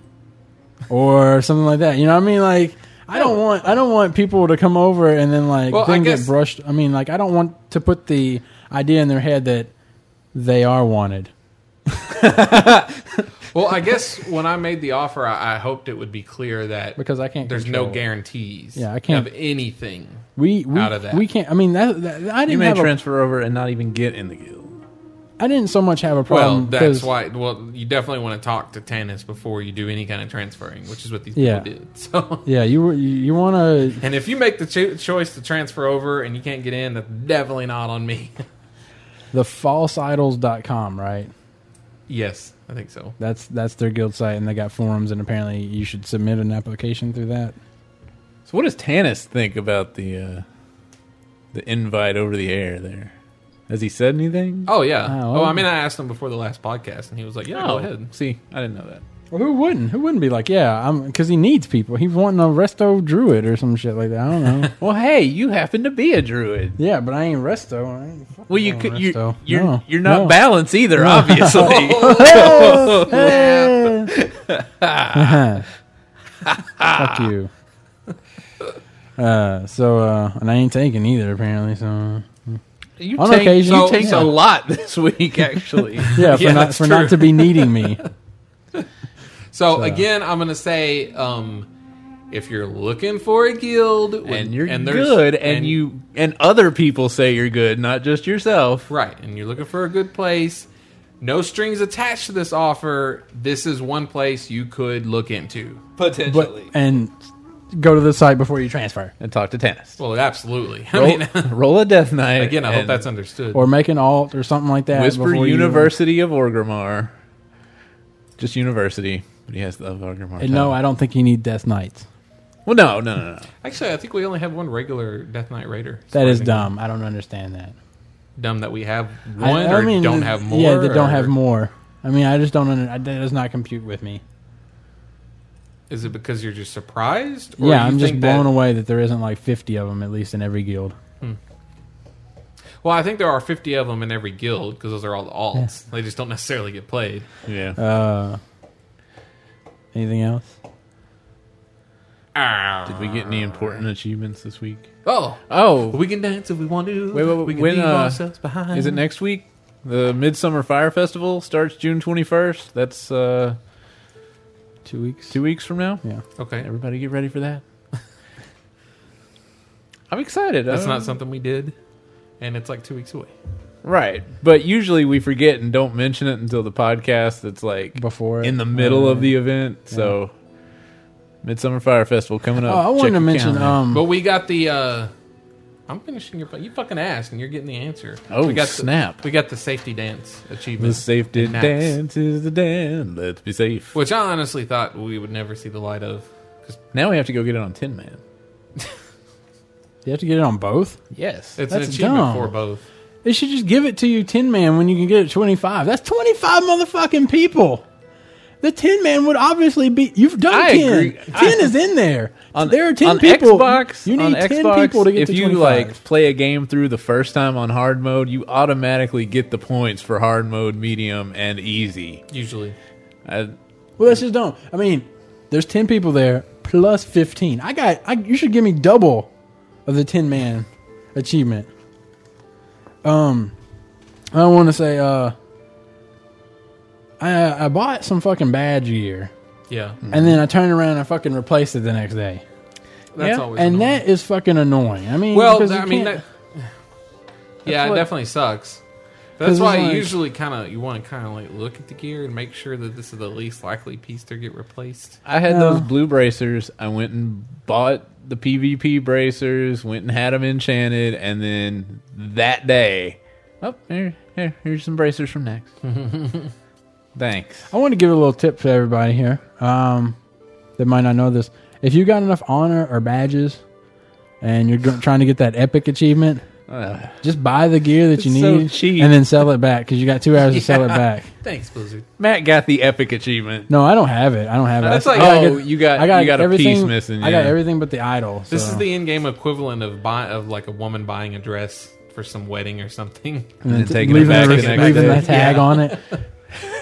Speaker 3: or something like that. You know what I mean? Like. I don't want I don't want people to come over and then like
Speaker 4: Well, I
Speaker 3: then
Speaker 4: guess-
Speaker 3: get brushed. I mean, like I don't want to put the idea in their head that they are wanted.
Speaker 4: Well, I guess
Speaker 3: [laughs]
Speaker 4: when I made the offer, I, I hoped it would be clear that
Speaker 3: because I can't.
Speaker 4: there's no
Speaker 3: control it.
Speaker 4: guarantees.
Speaker 3: Yeah, I can't-
Speaker 4: of anything.
Speaker 3: We we,
Speaker 4: Out of that.
Speaker 3: we can't. I mean, that, that I
Speaker 1: You
Speaker 3: didn't
Speaker 1: may
Speaker 3: have. A,
Speaker 1: transfer over and not even get in the guild.
Speaker 3: I didn't so much have a
Speaker 4: Well,
Speaker 3: problem.
Speaker 4: that's
Speaker 3: 'cause-
Speaker 4: why. Well, you definitely want to talk to Tannis before you do any kind of transferring, which is what these
Speaker 3: Yeah.
Speaker 4: people did. [laughs] So,
Speaker 3: Yeah, you were- you, you want to
Speaker 4: and if you make the cho- choice to transfer over and you can't get in, that's definitely not on me. [laughs]
Speaker 3: the falseidols.com, right?
Speaker 4: yes, I think so.
Speaker 3: That's that's their guild site, and they got forums, and apparently you should submit an application through that.
Speaker 1: So, what does Tanis think about the uh, the invite over the air? There, has he said anything?
Speaker 4: Oh yeah.
Speaker 3: Oh,
Speaker 4: Oh, I
Speaker 3: okay. Oh,
Speaker 4: mean, I asked him before the last podcast, and he was like, "Yeah, go ahead."
Speaker 1: See, I didn't know that.
Speaker 3: Well, who wouldn't? Who wouldn't be like, yeah, I'm because he needs people. He's wanting a resto druid or some shit like that.
Speaker 1: [laughs]
Speaker 3: I don't know.
Speaker 1: Well, hey, you happen to be a druid.
Speaker 3: yeah, but I ain't resto. I ain't fucking
Speaker 1: Well, you
Speaker 3: no
Speaker 1: could you
Speaker 3: resto.
Speaker 1: you're
Speaker 3: No,
Speaker 1: you're not
Speaker 3: no. Oh,
Speaker 1: balanced either,
Speaker 3: [laughs]
Speaker 1: obviously.
Speaker 4: [laughs]
Speaker 3: Eh. [laughs] Fuck you. Uh, so uh, and I ain't taking either apparently. So
Speaker 1: [laughs] you
Speaker 3: On
Speaker 1: take,
Speaker 3: occasion,
Speaker 1: you
Speaker 3: so-
Speaker 1: take
Speaker 3: yeah.
Speaker 1: a lot this week, actually.
Speaker 3: [laughs] yeah, for
Speaker 4: [laughs] Yeah,
Speaker 3: not
Speaker 4: that's
Speaker 3: for not
Speaker 4: true.
Speaker 3: to be needing
Speaker 4: [laughs]
Speaker 3: me.
Speaker 4: So, again, I'm gonna say, um, if you're looking for a guild
Speaker 1: and you're
Speaker 4: there's-
Speaker 1: good, and, you and other people say you're good, not just yourself.
Speaker 4: right, and you're looking for a good place. No strings attached to this offer. This is one place you could look into.
Speaker 3: but
Speaker 1: Potentially,
Speaker 3: and go to the site before you transfer
Speaker 1: and talk to Tannis.
Speaker 4: Well, absolutely. [laughs] I
Speaker 1: Roll, [laughs]
Speaker 4: mean,
Speaker 1: roll a death knight
Speaker 4: again, I hope
Speaker 1: and
Speaker 4: that's understood.
Speaker 3: or make an alt or something like that.
Speaker 1: Whisper
Speaker 3: before you-
Speaker 1: University of Orgrimmar. Just University, but he has the of
Speaker 4: Uh,
Speaker 1: Orgrimmar.
Speaker 3: And Uh, no,
Speaker 1: title.
Speaker 3: I don't think you need Death Knights.
Speaker 1: well, no, no, no, no.
Speaker 4: Actually, I think we only have one regular Death Knight Raider.
Speaker 3: That is
Speaker 4: Surprisingly.
Speaker 3: dumb. I don't understand that.
Speaker 4: Dumb that we have
Speaker 3: I-
Speaker 4: one
Speaker 3: I
Speaker 4: or
Speaker 3: mean,
Speaker 4: don't
Speaker 3: th-
Speaker 4: have more.
Speaker 3: Yeah, they don't have
Speaker 4: or-
Speaker 3: more. I mean, I just don't. Under, I- that does not compute with me.
Speaker 4: Is it because you're just surprised?
Speaker 3: yeah,
Speaker 4: you
Speaker 3: I'm just
Speaker 4: think
Speaker 3: blown
Speaker 4: that-
Speaker 3: away that there isn't like 50 of them at least in every guild.
Speaker 4: Well, I think there are 50 of them in every guild because those are all the alts. They just don't necessarily get played.
Speaker 1: Yeah,
Speaker 3: Uh, anything else?
Speaker 1: did we get any important achievements this week?
Speaker 4: Oh,
Speaker 1: Oh,
Speaker 4: we can dance if we want to.
Speaker 1: Wait, wait, wait,
Speaker 4: we can
Speaker 1: when,
Speaker 4: leave
Speaker 1: uh,
Speaker 4: ourselves behind.
Speaker 1: Is it next week? The Midsummer Fire Festival starts June 21st. That's uh,
Speaker 3: Two weeks.
Speaker 1: two weeks from now.
Speaker 4: Okay,
Speaker 1: Everybody get ready for that. [laughs] I'm excited.
Speaker 4: that's
Speaker 1: I'm-
Speaker 4: not something we did, and it's like two weeks away.
Speaker 1: Right. But usually we forget and don't mention it until the podcast that's like
Speaker 3: Before it.
Speaker 1: in the middle
Speaker 3: Uh,
Speaker 1: of the event. So, Midsummer Fire Festival coming
Speaker 3: Oh,
Speaker 1: up.
Speaker 3: I wanted
Speaker 1: Check
Speaker 3: to
Speaker 1: your
Speaker 3: mention.
Speaker 1: calendar.
Speaker 3: Um,
Speaker 4: But we got the. uh I'm finishing your. You fucking asked, and you're getting the answer.
Speaker 1: Oh,
Speaker 4: we got
Speaker 1: snap.
Speaker 4: The, we got the safety dance achievement.
Speaker 1: the safe did
Speaker 4: and that's-
Speaker 1: dance is the dance. Let's be safe.
Speaker 4: which I honestly thought we would never see the light of.
Speaker 1: Now we have to go get it on Tin Man.
Speaker 3: you have to get it on both.
Speaker 1: Yes.
Speaker 4: It's
Speaker 3: That's
Speaker 4: an achievement
Speaker 3: dumb.
Speaker 4: for both.
Speaker 3: They should just give it to you, Tin Man, when you can get it 25. That's 25 motherfucking people. The Tin Man would obviously be. You've done
Speaker 1: I
Speaker 3: 10.
Speaker 1: agree.
Speaker 3: 10 is in there.
Speaker 1: [laughs] on
Speaker 3: there are 10
Speaker 1: on
Speaker 3: people.
Speaker 1: Xbox,
Speaker 3: you need
Speaker 1: on
Speaker 3: 10
Speaker 1: Xbox,
Speaker 3: people to get
Speaker 1: if
Speaker 3: to
Speaker 1: you
Speaker 3: 25.
Speaker 1: like play a game through the first time on hard mode, you automatically get the points for hard mode, medium, and easy.
Speaker 4: Usually,
Speaker 1: I,
Speaker 3: well, that's just dumb. I mean, there's 10 people there plus 15. I got. I, you should give me double of the Tin Man achievement. Um, I want to say, uh, I, I bought some fucking badge gear.
Speaker 4: yeah.
Speaker 1: Mm.
Speaker 3: and then I turned around and I fucking replaced it the next day.
Speaker 4: That's
Speaker 1: Yeah,
Speaker 4: always
Speaker 3: and
Speaker 4: annoying.
Speaker 3: that is fucking annoying. I mean,
Speaker 4: Well,
Speaker 3: because
Speaker 4: th-
Speaker 3: you
Speaker 4: I mean,
Speaker 3: can't-
Speaker 4: that, yeah, it
Speaker 1: what-
Speaker 4: definitely sucks. But
Speaker 3: 'Cause
Speaker 4: that's why
Speaker 3: it's like-
Speaker 4: usually kind of you want to kind of like look at the gear and make sure that this is the least likely piece to get replaced.
Speaker 1: I had
Speaker 3: No.
Speaker 1: those blue bracers. I went and bought the PvP bracers, went and had them enchanted, and then that day, oh, here, here, here's some bracers from next. Thanks.
Speaker 3: I want to give a little tip to everybody here um, that might not know this. If you got enough honor or badges, and you're gr- trying to get that epic achievement,
Speaker 1: Ugh.
Speaker 3: just buy the gear that you
Speaker 1: It's so
Speaker 3: need
Speaker 1: cheap.
Speaker 3: and then sell it back because you got two hours to sell it
Speaker 4: Yeah.
Speaker 3: back.
Speaker 4: Thanks, Blizzard.
Speaker 1: Matt got the epic achievement.
Speaker 3: No, I don't have it. I don't have it.
Speaker 4: That's
Speaker 3: I,
Speaker 4: like-
Speaker 3: I gotta
Speaker 1: oh, you got- you got a piece missing,
Speaker 3: I got
Speaker 1: yeah.
Speaker 3: everything but the idol.
Speaker 4: This
Speaker 1: Uh.
Speaker 3: so-
Speaker 4: is the in-game equivalent of buy of like a woman buying a dress for some wedding or
Speaker 1: [laughs]
Speaker 4: something.
Speaker 3: and
Speaker 1: then
Speaker 3: t-
Speaker 1: taking it
Speaker 3: leaving
Speaker 1: back
Speaker 3: the,
Speaker 4: the next
Speaker 3: leaving
Speaker 4: day.
Speaker 3: the tag
Speaker 4: Yeah.
Speaker 3: on it,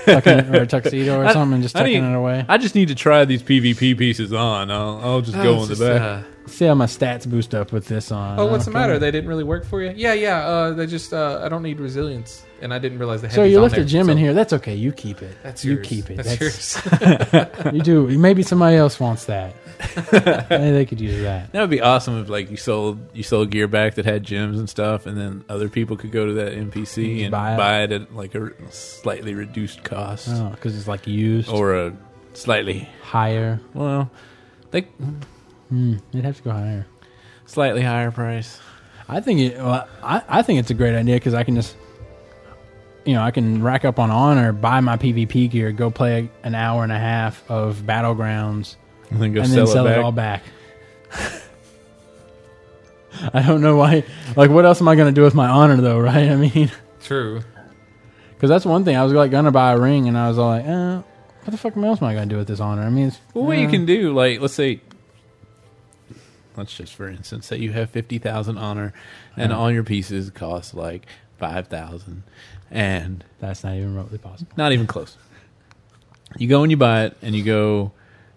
Speaker 3: tucking, or a tuxedo
Speaker 1: [laughs]
Speaker 3: or
Speaker 1: I-
Speaker 3: something, and just
Speaker 1: I
Speaker 3: tucking
Speaker 1: need-
Speaker 3: it away.
Speaker 1: I just need to try these PvP pieces on. I'll, I'll just go
Speaker 4: It's
Speaker 1: on the
Speaker 4: just,
Speaker 1: back.
Speaker 4: uh,
Speaker 3: See how my stats boost up with this on.
Speaker 4: oh, what's the
Speaker 3: Okay.
Speaker 4: matter? They didn't really work for you. Yeah, yeah. Uh, they just uh, I don't need resilience. and I didn't realize they had.
Speaker 3: So
Speaker 4: these
Speaker 3: you
Speaker 4: on
Speaker 3: left a
Speaker 4: there,
Speaker 3: gem
Speaker 4: so
Speaker 3: in here. That's okay. You keep it.
Speaker 4: That's
Speaker 3: you
Speaker 4: yours.
Speaker 3: keep it.
Speaker 4: That's, yours. [laughs]
Speaker 3: you do. Maybe somebody else wants that. Maybe they could use that.
Speaker 1: That would be awesome if like you sold you sold gear back that had gems and stuff, and then other people could go to that NPC and
Speaker 3: buy
Speaker 1: buy
Speaker 3: it.
Speaker 1: it. at like a slightly reduced cost
Speaker 3: Oh, because it's like used or
Speaker 1: or a slightly
Speaker 3: higher.
Speaker 1: well, they
Speaker 3: Hmm, it'd have to go higher.
Speaker 1: slightly higher price.
Speaker 3: I think it. Well, I, I think it's a great idea because I can just, you know, I can rack up on honor, buy my PvP gear, go play an hour and a half of battlegrounds,
Speaker 1: And then go
Speaker 3: and
Speaker 1: sell,
Speaker 3: then sell
Speaker 1: it,
Speaker 3: it,
Speaker 1: back.
Speaker 3: all back. [laughs] I don't know why. Like, what else am I going to do with my honor, though? Right? [laughs] I mean,
Speaker 4: True.
Speaker 3: because that's one thing. I was like going to buy a ring, and I was all like, eh, what the fuck else am I going to do with this honor? I mean, it's, uh,
Speaker 1: Well, what you can do, like let's say, let's just for instance say you have fifty thousand honor, and all your pieces cost like five thousand, and
Speaker 3: that's not even remotely possible.
Speaker 1: Not even close. You go and you buy it, and you go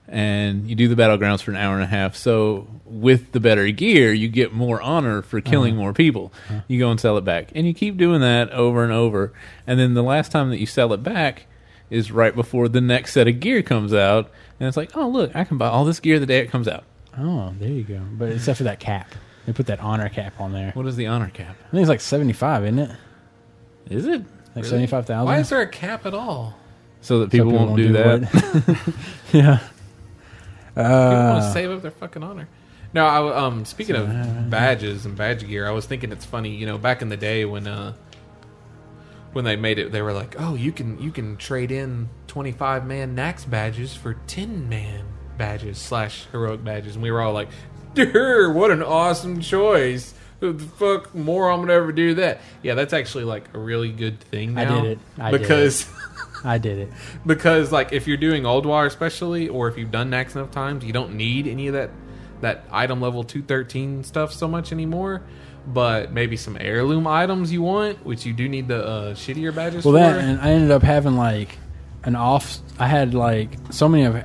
Speaker 1: and you do the battlegrounds for an hour and a half. So with the better gear, you get more honor for killing more people. You go and sell it back, and you keep doing that over and over. And then the last time that you sell it back is right before the next set of gear comes out, and it's like, oh look, I can buy all this gear the day it comes out.
Speaker 3: Oh, there you go. But except for that cap, they put that honor cap on there.
Speaker 1: What is the honor cap?
Speaker 3: I think it's like seventy-five, isn't it?
Speaker 1: Is it
Speaker 3: Like
Speaker 4: Really?
Speaker 3: seventy-five thousand.
Speaker 4: Why is there a cap at all?
Speaker 1: so that people, won't, do, that?
Speaker 3: that. [laughs] yeah.
Speaker 4: People want
Speaker 3: Uh,
Speaker 4: to save up their fucking honor. No, I w um, speaking of badges and badge gear, I was thinking it's funny. You know, back in the day when uh, when they made it, they were like, "Oh, you can you can trade in twenty five man Nax badges for ten man badges slash heroic badges," and we were all like, "Durr, what an awesome choice." Who the fuck more I'm gonna ever do that? Yeah, that's actually like a really good thing
Speaker 3: I
Speaker 4: now.
Speaker 3: did it. I did it.
Speaker 4: because
Speaker 3: I did it.
Speaker 4: because like if you're doing old wire especially or if you've done Nax enough times you don't need any of that that item level 213 stuff so much anymore but maybe some heirloom items you want which you do need the uh, shittier badges
Speaker 3: Well,
Speaker 4: for
Speaker 3: that and I ended up having like an off. I had like so many of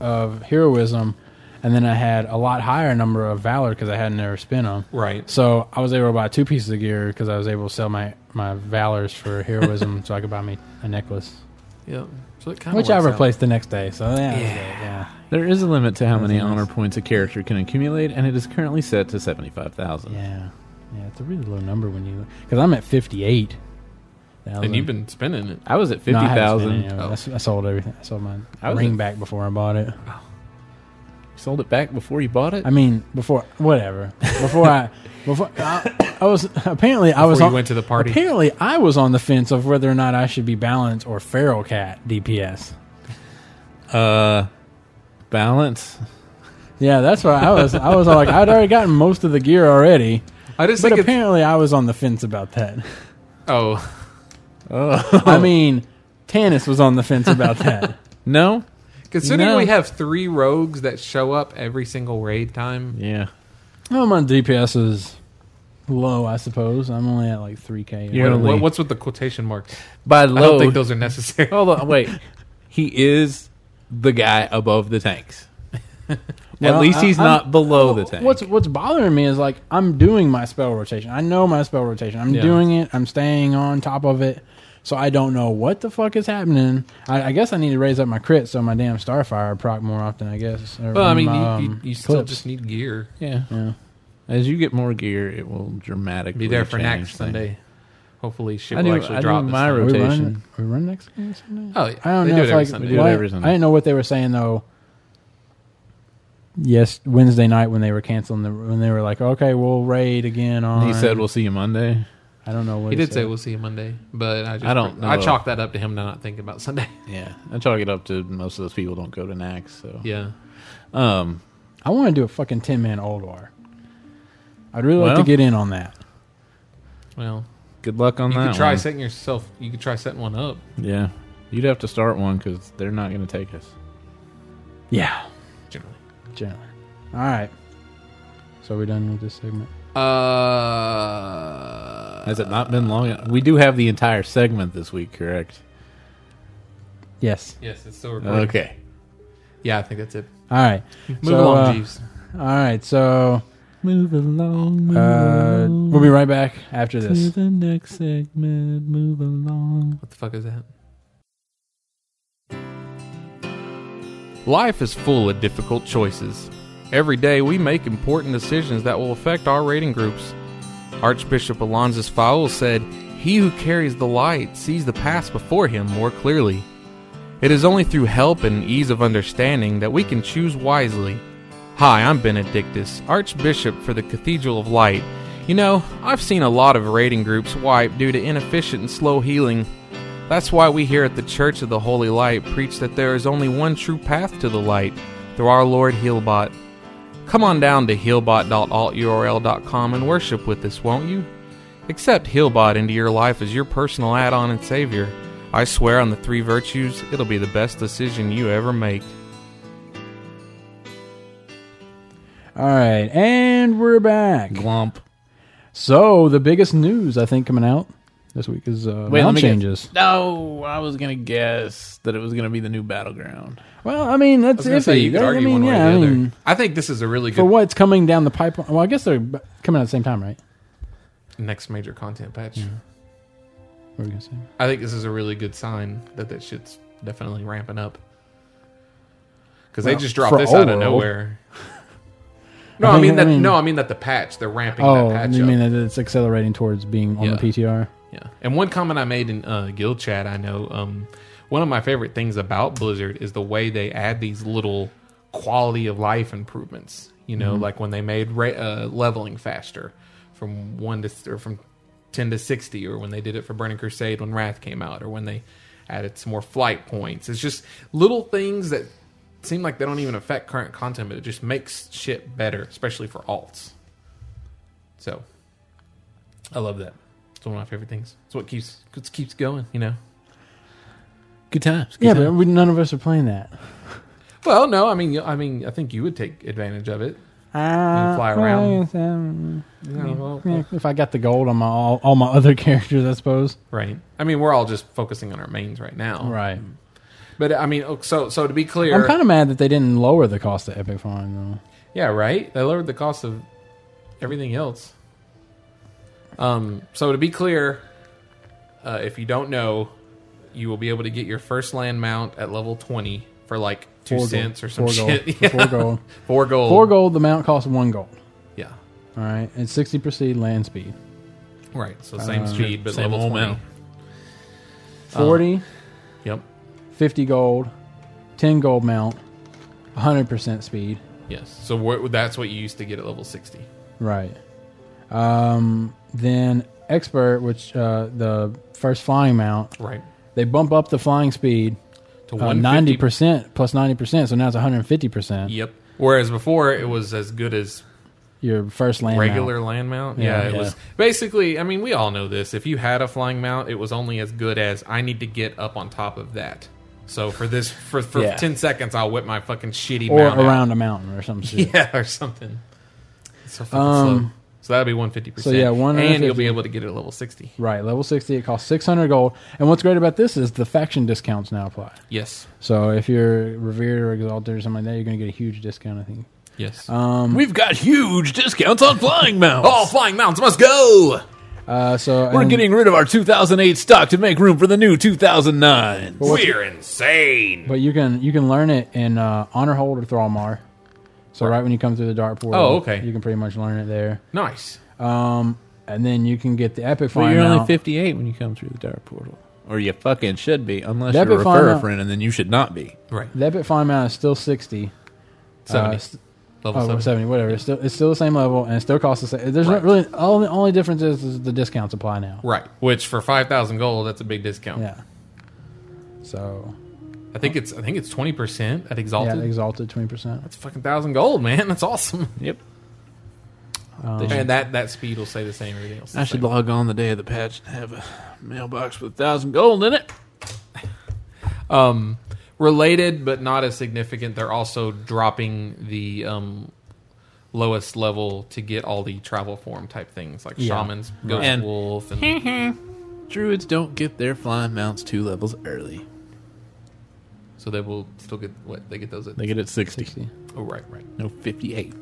Speaker 3: of heroism, and then I had a lot higher number of valor because I hadn't ever spent them.
Speaker 4: right
Speaker 3: So I was able to buy two pieces of gear because I was able to sell my my valors for heroism, so I could buy me a necklace,
Speaker 4: yeah so it kind
Speaker 3: which I replaced the next day. So yeah, yeah. yeah.
Speaker 1: [laughs] There is a limit to how many
Speaker 3: nice.
Speaker 1: honor points a character can accumulate, and it is currently set to seventy-five thousand.
Speaker 3: Yeah, yeah, it's a really low number when you because I'm at fifty eight.
Speaker 4: and you've been spending it
Speaker 1: I was at
Speaker 3: no,
Speaker 1: fifty
Speaker 3: I haven't spent
Speaker 1: thousand.
Speaker 3: any of it.
Speaker 4: Oh.
Speaker 3: I s- I, sold everything. I sold my
Speaker 1: How is
Speaker 3: ring
Speaker 1: it?
Speaker 3: back before I bought it.
Speaker 1: Sold it back before you bought it.
Speaker 3: I mean, before whatever. Before
Speaker 4: [laughs]
Speaker 3: I, before I, I was apparently I was
Speaker 4: Before you
Speaker 3: on,
Speaker 4: went to the party.
Speaker 3: Apparently, I was on the fence of whether or not I should be balanced or feral cat DPS.
Speaker 1: uh, balance.
Speaker 3: Yeah, that's why I was. I was like, I'd already gotten most of the gear already,
Speaker 4: i just
Speaker 3: but
Speaker 4: think it's,
Speaker 3: apparently, I was on the fence about
Speaker 4: [laughs]
Speaker 3: that.
Speaker 4: oh [laughs]
Speaker 3: I mean, Tannis was on the fence about that.
Speaker 4: [laughs]
Speaker 1: No.
Speaker 4: considering
Speaker 1: No.
Speaker 4: we have three rogues that show up every single raid time
Speaker 1: Yeah.
Speaker 3: Well, my DPS is low, I suppose. I'm only at like 3K.
Speaker 1: You're
Speaker 4: What-
Speaker 1: Really?
Speaker 4: what's with the quotation marks
Speaker 1: By
Speaker 4: i don't
Speaker 1: low.
Speaker 4: think those are necessary [laughs]
Speaker 1: hold on. Wait. [laughs] he is the guy above the tanks.
Speaker 4: [laughs]
Speaker 3: Well,
Speaker 1: At least
Speaker 3: I-
Speaker 1: he's
Speaker 3: I'm-
Speaker 1: not below the tank.
Speaker 3: What's what's bothering me is like I'm doing my spell rotation. I know my spell rotation. I'm
Speaker 1: Yeah.
Speaker 3: doing it. I'm staying on top of it. So I don't know what the fuck is happening. I, I guess I need to raise up my crit so my damn starfire proc more often. I guess. Or
Speaker 4: well i mean
Speaker 3: my,
Speaker 4: you, you,
Speaker 3: um,
Speaker 4: you still
Speaker 3: clips.
Speaker 4: just need gear
Speaker 1: yeah.
Speaker 3: Yeah.
Speaker 1: As you get more gear, it will dramatically
Speaker 4: be there for next
Speaker 1: change things.
Speaker 4: Sunday. Hopefully, shit
Speaker 1: I
Speaker 4: will
Speaker 1: do-
Speaker 4: actually
Speaker 1: I do
Speaker 4: drop. this
Speaker 1: my
Speaker 4: time.
Speaker 1: rotation.
Speaker 3: We run, we run next game Sunday?
Speaker 4: Oh, yeah.
Speaker 3: I don't
Speaker 4: they
Speaker 3: know if
Speaker 4: do it every
Speaker 3: like
Speaker 4: Sunday.
Speaker 1: They do it
Speaker 3: what-
Speaker 1: every Sunday.
Speaker 3: I didn't know what they were saying though. Yes, Wednesday night when they were canceling the when they were like, okay, we'll raid again on.
Speaker 1: He said, "We'll see you Monday."
Speaker 3: I don't know what
Speaker 4: He did say
Speaker 3: said.
Speaker 4: we'll see you Monday, but I just
Speaker 1: I don't
Speaker 4: I
Speaker 1: know.
Speaker 4: chalk that up to him to not thinking about
Speaker 1: [laughs]
Speaker 4: Sunday.
Speaker 1: Yeah, I chalk it up to most of those people don't go to NACS. So
Speaker 4: yeah,
Speaker 1: um,
Speaker 3: I want to do a fucking ten man old war. I'd really like to
Speaker 1: Well.
Speaker 3: get in on that.
Speaker 4: well,
Speaker 1: good luck on
Speaker 4: you
Speaker 1: that.
Speaker 4: could try
Speaker 1: one.
Speaker 4: setting yourself. You could try setting one up.
Speaker 1: Yeah. You'd have to start one because they're not going to take us.
Speaker 3: Yeah,
Speaker 4: Generally,
Speaker 3: generally. All right. So we're done with this segment.
Speaker 4: uh,
Speaker 1: Has it not been long? We do have the entire segment this week, correct?
Speaker 3: Yes.
Speaker 4: yes, it's still recording.
Speaker 1: Okay.
Speaker 4: Yeah, I think that's it.
Speaker 3: All right.
Speaker 4: Move
Speaker 3: So,
Speaker 4: along,
Speaker 3: uh,
Speaker 4: Jeeves.
Speaker 3: All right. So
Speaker 1: Move along. Move
Speaker 3: Uh,
Speaker 1: along
Speaker 3: we'll be right back after
Speaker 1: to
Speaker 3: this.
Speaker 1: the next segment. Move along.
Speaker 4: What the fuck is that? Life is full of difficult choices. Every day we make important decisions that will affect our rating groups. Archbishop Alonzus Fowl said, He who carries the light sees the past before him more clearly. It is only through help and ease of understanding that we can choose wisely. Hi, I'm Benedictus, Archbishop for the Cathedral of Light. You know, I've seen a lot of raiding groups wipe due to inefficient and slow healing. That's why we here at the Church of the Holy Light preach that there is only one true path to the light through our Lord Healbot. Come on down to healbot.alturl.com and worship with us, won't you? Accept Healbot into your life as your personal add on and savior. I swear on the three virtues, it'll be the best decision you ever make.
Speaker 3: All right, and we're back.
Speaker 1: Glump.
Speaker 3: So the biggest news I think coming out this week is uh, mount changes.
Speaker 1: Guess. No, I was gonna guess that it was gonna be the new battleground.
Speaker 3: Well, I mean that's iffy. That- I mean, yeah, I mean,
Speaker 4: I think this is a really
Speaker 3: for
Speaker 4: good
Speaker 3: what's coming down the pipeline. Well, I guess they're b- coming out at the same time, right?
Speaker 4: next major content patch.
Speaker 3: What were we gonna say?
Speaker 4: I think this is a really good sign that that shit's definitely ramping up. Because
Speaker 3: Well,
Speaker 4: they just dropped
Speaker 3: for
Speaker 4: this out
Speaker 3: Old
Speaker 4: of
Speaker 3: World. [laughs]
Speaker 4: nowhere. No,
Speaker 3: I
Speaker 4: I
Speaker 3: mean-
Speaker 4: mean that.
Speaker 3: I mean-
Speaker 4: no, I mean that the patch. They're ramping
Speaker 3: Oh,
Speaker 4: that patch
Speaker 3: you
Speaker 4: up.
Speaker 3: mean that it's accelerating towards being on
Speaker 4: Yeah.
Speaker 3: the PTR?
Speaker 4: Yeah. And one comment I made in uh, Guild Chat, I know, um, one of my favorite things about Blizzard is the way they add these little quality of life improvements. You know, like when they made ra- uh, leveling faster from one to or from ten to sixty, or when they did it for Burning Crusade when Wrath came out, or when they added some more flight points. It's just little things that seem like they don't even affect current content, but it just makes shit better, especially for alts. So I love that. It's one of my favorite things. It's what keeps it keeps going, you know.
Speaker 1: Good times. Good
Speaker 3: Yeah,
Speaker 1: times.
Speaker 3: but we, none of us are playing that.
Speaker 4: Well, no, I mean, you- I mean, I think you would take advantage of it.
Speaker 3: Ah,
Speaker 4: fly around.
Speaker 3: um,
Speaker 4: Yeah, well,
Speaker 3: yeah, if I got the gold on my all, all my [laughs] other characters, I suppose.
Speaker 4: right. I mean, we're all just focusing on our mains right now,
Speaker 3: Right.
Speaker 4: But I mean, oh, so so to be clear,
Speaker 3: I'm kind of mad that they didn't lower the cost of Epic Farm
Speaker 4: yeah, right. They lowered the cost of everything else. Um. So to be clear, uh, if you don't know, you will be able to get your first land mount at level twenty for like two
Speaker 3: Four gold.
Speaker 4: cents or some
Speaker 3: Four gold.
Speaker 4: shit. [laughs] Yeah.
Speaker 3: Four gold.
Speaker 4: Four gold.
Speaker 3: though. Four gold. The mount costs one gold.
Speaker 4: Yeah.
Speaker 3: All right, and 60 percent land speed.
Speaker 4: Right. So same
Speaker 3: Uh,
Speaker 4: speed, but
Speaker 1: Same
Speaker 4: level
Speaker 1: old
Speaker 4: 20.
Speaker 1: mount.
Speaker 4: Oh.
Speaker 3: 40,
Speaker 4: Yep.
Speaker 3: 50 gold, 10 gold mount, 100 percent speed.
Speaker 4: Yes. So what, that's what you used to get at level 60.
Speaker 3: Right. Um, then expert, which uh, the first flying mount,
Speaker 4: Right.
Speaker 3: they bump up the flying speed
Speaker 4: To
Speaker 3: Uh, ninety percent plus ninety percent. So now it's one hundred fifty percent.
Speaker 4: Yep. Whereas before it was as good as
Speaker 3: Your first land mount.
Speaker 4: regular land mount.
Speaker 3: Yeah,
Speaker 4: Yeah, it
Speaker 3: yeah.
Speaker 4: was basically, I mean, we all know this. If you had a flying mount, it was only as good as I need to get up on top of that. So for this, for, for
Speaker 3: Yeah.
Speaker 4: 10 seconds, I'll whip my fucking shitty
Speaker 3: or
Speaker 4: mount. out. [laughs]
Speaker 3: around a mountain or some shit.
Speaker 4: Yeah, or something. It's so fucking slow.
Speaker 3: Um,
Speaker 4: So that'll be 150%.
Speaker 3: so yeah,
Speaker 4: And you'll
Speaker 3: 150.
Speaker 4: be able to get it at level 60.
Speaker 3: Right, level sixty. It costs six hundred gold. And what's great about this is the faction discounts now apply.
Speaker 4: Yes.
Speaker 3: So
Speaker 4: So
Speaker 3: if you're revered or exalted or something like that, you're going to get a huge discount. I think.
Speaker 4: Yes.
Speaker 3: Um,
Speaker 1: We've got huge discounts on flying
Speaker 3: [laughs] Oh,
Speaker 1: mounts.
Speaker 4: All flying mounts must go!
Speaker 3: Uh, so
Speaker 1: We're
Speaker 3: and-
Speaker 1: getting rid of our 2008 stock to make room for the new 2009.
Speaker 4: We're insane!
Speaker 3: But you can you can learn it in uh, honor hold or Thralmar. So right. when you come through the dark portal,
Speaker 4: Oh, okay.
Speaker 3: you can pretty much learn it there.
Speaker 4: Nice.
Speaker 3: Um, and then you can get the epic
Speaker 1: But
Speaker 3: flying
Speaker 1: you're only
Speaker 3: mount.
Speaker 1: 58 when you come through the dark portal. Or you fucking should be, unless
Speaker 3: That'd
Speaker 1: you're
Speaker 3: be
Speaker 1: a
Speaker 3: fine,
Speaker 1: refer
Speaker 3: though.
Speaker 1: a friend, and then you should not be.
Speaker 4: Right.
Speaker 3: The epic flying mount is still sixty.
Speaker 4: Seventy.
Speaker 3: Uh, st-
Speaker 4: level
Speaker 3: oh,
Speaker 4: seven.
Speaker 3: 70, whatever. It's still it's still the same level, and it still costs the same. There's
Speaker 4: Right.
Speaker 3: not really all the only difference is, is the discounts apply now.
Speaker 4: Right. Which for five thousand gold, that's a big discount.
Speaker 3: Yeah. So
Speaker 4: I think it's I think it's twenty percent at
Speaker 3: yeah,
Speaker 4: exalted.
Speaker 3: exalted twenty percent.
Speaker 4: that's fucking thousand gold, man. That's awesome.
Speaker 1: Yep.
Speaker 4: and that that speed will stay the same. Everything else. is
Speaker 1: I
Speaker 4: the
Speaker 1: should
Speaker 4: same.
Speaker 1: log on the day of the patch and have a mailbox with a thousand gold in it.
Speaker 4: Um, related but not as significant. They're also dropping the um lowest level to get all the travel form type things like
Speaker 3: Yeah.
Speaker 4: shamans, ghost
Speaker 1: And-
Speaker 4: wolf,
Speaker 1: [laughs]
Speaker 4: and
Speaker 1: Druids don't get their flying mounts two levels early.
Speaker 4: so they will still get what they get those at.
Speaker 1: They get it 60.
Speaker 3: Sixty.
Speaker 4: oh right, right.
Speaker 1: No, 58.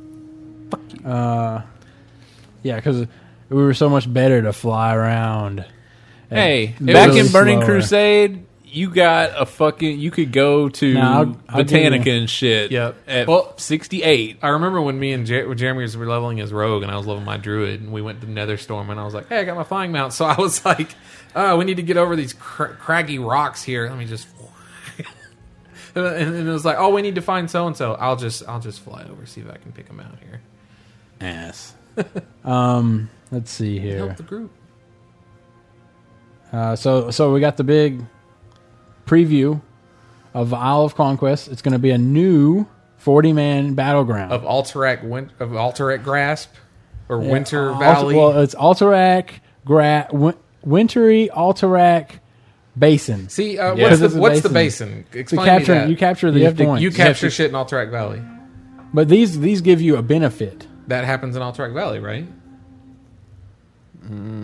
Speaker 3: Uh, yeah, because we were so much better to fly around. and
Speaker 1: Hey,
Speaker 3: really
Speaker 1: back in Burning
Speaker 3: slower.
Speaker 1: Crusade, you got a fucking. You could go to
Speaker 3: No, I'll- I'll give
Speaker 1: Botanica
Speaker 3: you-
Speaker 1: and shit.
Speaker 4: Yep.
Speaker 1: At
Speaker 4: Well-
Speaker 1: sixty-eight.
Speaker 4: I remember when me and Jer- Jeremy was leveling his rogue, and I was leveling my druid, and we went to Nether Storm, and I was like, "Hey, I got my flying mount." [laughs] So I was like, "Oh, we need to get over these cr- craggy rocks here. Let me just." [laughs] and, and it was like, "Oh, we need to find so and so. I'll just, I'll just fly over, see if I can pick him out here.
Speaker 1: Ass.
Speaker 3: [laughs] Um, let's see here.
Speaker 4: Help the group."
Speaker 3: Uh, so so we got the big preview of Isle of Conquest. It's going to be a new 40 man battleground.
Speaker 4: of Alterac win- of Alterac Grasp or
Speaker 3: Yeah,
Speaker 4: Winter
Speaker 3: Alt-
Speaker 4: Valley.
Speaker 3: well, it's Alterac, Gra- Win- Wintry Alterac Basin.
Speaker 4: See, uh,
Speaker 3: Yeah.
Speaker 4: what's,
Speaker 3: Because
Speaker 4: the,
Speaker 3: it's a
Speaker 4: what's the
Speaker 3: basin.
Speaker 4: basin?
Speaker 3: To
Speaker 4: Explain
Speaker 3: capture,
Speaker 4: me that.
Speaker 3: you capture
Speaker 1: You
Speaker 3: these
Speaker 1: have to-
Speaker 3: points,
Speaker 4: You
Speaker 1: have
Speaker 4: capture
Speaker 1: to-
Speaker 4: shit in Alterac Valley.
Speaker 3: but these these give you a benefit.
Speaker 4: That happens in Alterac Valley, right?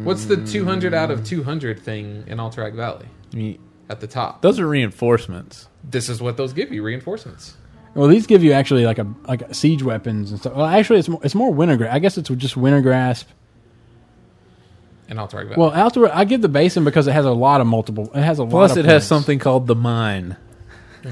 Speaker 4: What's the 200 out of 200 thing in Alterac Valley
Speaker 1: I mean,
Speaker 4: at the top?
Speaker 1: those are reinforcements.
Speaker 4: This is what those give you reinforcements.
Speaker 3: Well, these give you actually like a like a siege weapons and stuff. Well, actually, it's more, it's more winter grasp. I guess it's just winter grasp.
Speaker 4: In Alterac Valley.
Speaker 3: Well, Alterac, I give the basin because it has a lot of multiple. It has a lot.
Speaker 1: Plus,
Speaker 3: of
Speaker 1: it has
Speaker 3: points.
Speaker 1: something called the mine.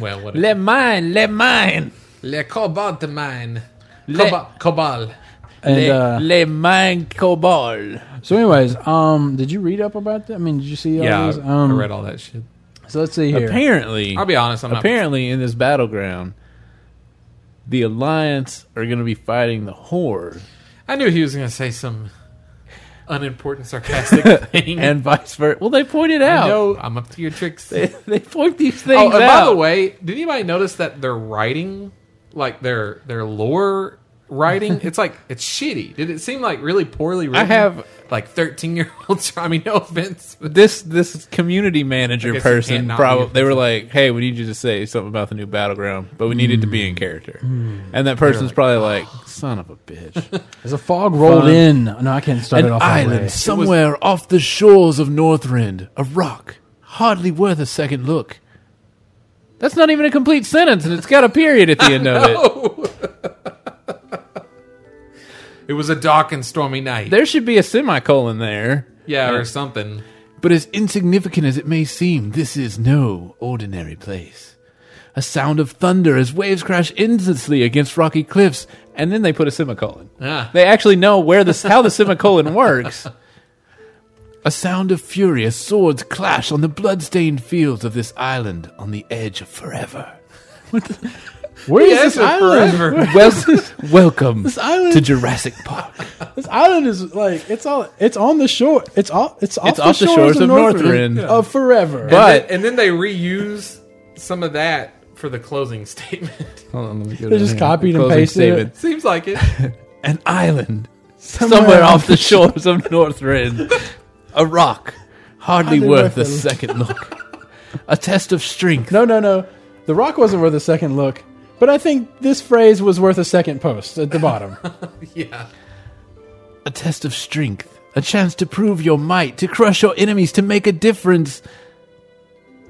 Speaker 4: well what
Speaker 1: Le mine, le mine,
Speaker 4: Le Cobalt Mine.
Speaker 1: Le-
Speaker 4: Cobal. Cobal.
Speaker 3: And
Speaker 1: le,
Speaker 3: uh,
Speaker 1: le mine cobalt.
Speaker 3: So, anyways, um, did you read up about that? I mean, did you see all
Speaker 4: Yeah,
Speaker 3: these?
Speaker 4: I-
Speaker 3: Um,
Speaker 4: I read all that shit.
Speaker 3: So let's see here.
Speaker 1: Apparently,
Speaker 4: I'll be honest, I'm not.
Speaker 1: apparently in this battleground, the alliance are going to be fighting the horde,
Speaker 4: I knew he was going to say some
Speaker 1: [laughs]
Speaker 4: unimportant sarcastic thing.
Speaker 1: and vice versa. Well, they pointed
Speaker 4: I
Speaker 1: out.
Speaker 4: know I'm up to your tricks.
Speaker 1: [laughs] They, they point these things
Speaker 4: oh, and
Speaker 1: out.
Speaker 4: by the way, did anybody notice that their writing, like their their lore
Speaker 1: [laughs]
Speaker 4: writing, it's like it's shitty. Did it seem like really poorly written?
Speaker 1: have-
Speaker 4: like 13 year [laughs] olds. I mean, no offense.
Speaker 1: [laughs]
Speaker 4: But
Speaker 1: this this community manager
Speaker 4: guess it can't
Speaker 1: person
Speaker 4: not
Speaker 1: probably
Speaker 4: be-
Speaker 1: they were like, "Hey, we need you to say something about the new battleground, but we needed to be in character." And that person's probably Hmm. like, "Oh." "Son of a [laughs] bitch!"
Speaker 3: There's a fog rolled
Speaker 1: Fun.
Speaker 3: in. No, I can't start
Speaker 1: An
Speaker 3: it off.
Speaker 1: island
Speaker 3: Islands.
Speaker 1: somewhere off the shores of Northrend, a rock hardly worth a second look. That's not even a complete sentence, and it's got a period at the end of
Speaker 4: [laughs]
Speaker 1: it.
Speaker 4: It was a dark and stormy night.
Speaker 1: There should be a semicolon there.
Speaker 4: yeah, or something.
Speaker 1: But as insignificant as it may seem, this is no ordinary place. A sound of thunder as waves crash endlessly against rocky cliffs, and then they put a semicolon.
Speaker 4: Ah.
Speaker 1: They actually know where this how the semicolon works. A sound of fury as swords clash on the blood-stained fields of this island on the edge of forever.
Speaker 3: Where is
Speaker 4: Yeah,
Speaker 3: this
Speaker 4: it's a
Speaker 3: island?
Speaker 4: forever.
Speaker 1: Wel-
Speaker 3: [laughs]
Speaker 1: welcome
Speaker 3: island-
Speaker 1: to Jurassic Park.
Speaker 3: This island is like it's all it's on the shore. It's all it's off, the, shores of, Northrend,
Speaker 1: Northrend.
Speaker 3: of forever.
Speaker 1: But-
Speaker 4: and, then, and then they reuse some of that for the closing [laughs] statement.
Speaker 1: Hold on, let me go
Speaker 3: They just copied and pasted it.
Speaker 4: Seems like
Speaker 1: [laughs]
Speaker 4: it.
Speaker 1: An island
Speaker 3: Somewhere
Speaker 1: somewhere, off the shores of Northrend. A rock, hardly
Speaker 3: Hardly
Speaker 1: worth a
Speaker 3: worth a look.
Speaker 1: second look. A test of strength.
Speaker 3: no, no, no. The rock wasn't worth a second look. But I think this phrase was worth a second post at the bottom.
Speaker 4: yeah.
Speaker 1: A test of strength. A chance to prove your might, to crush your enemies, to make a difference.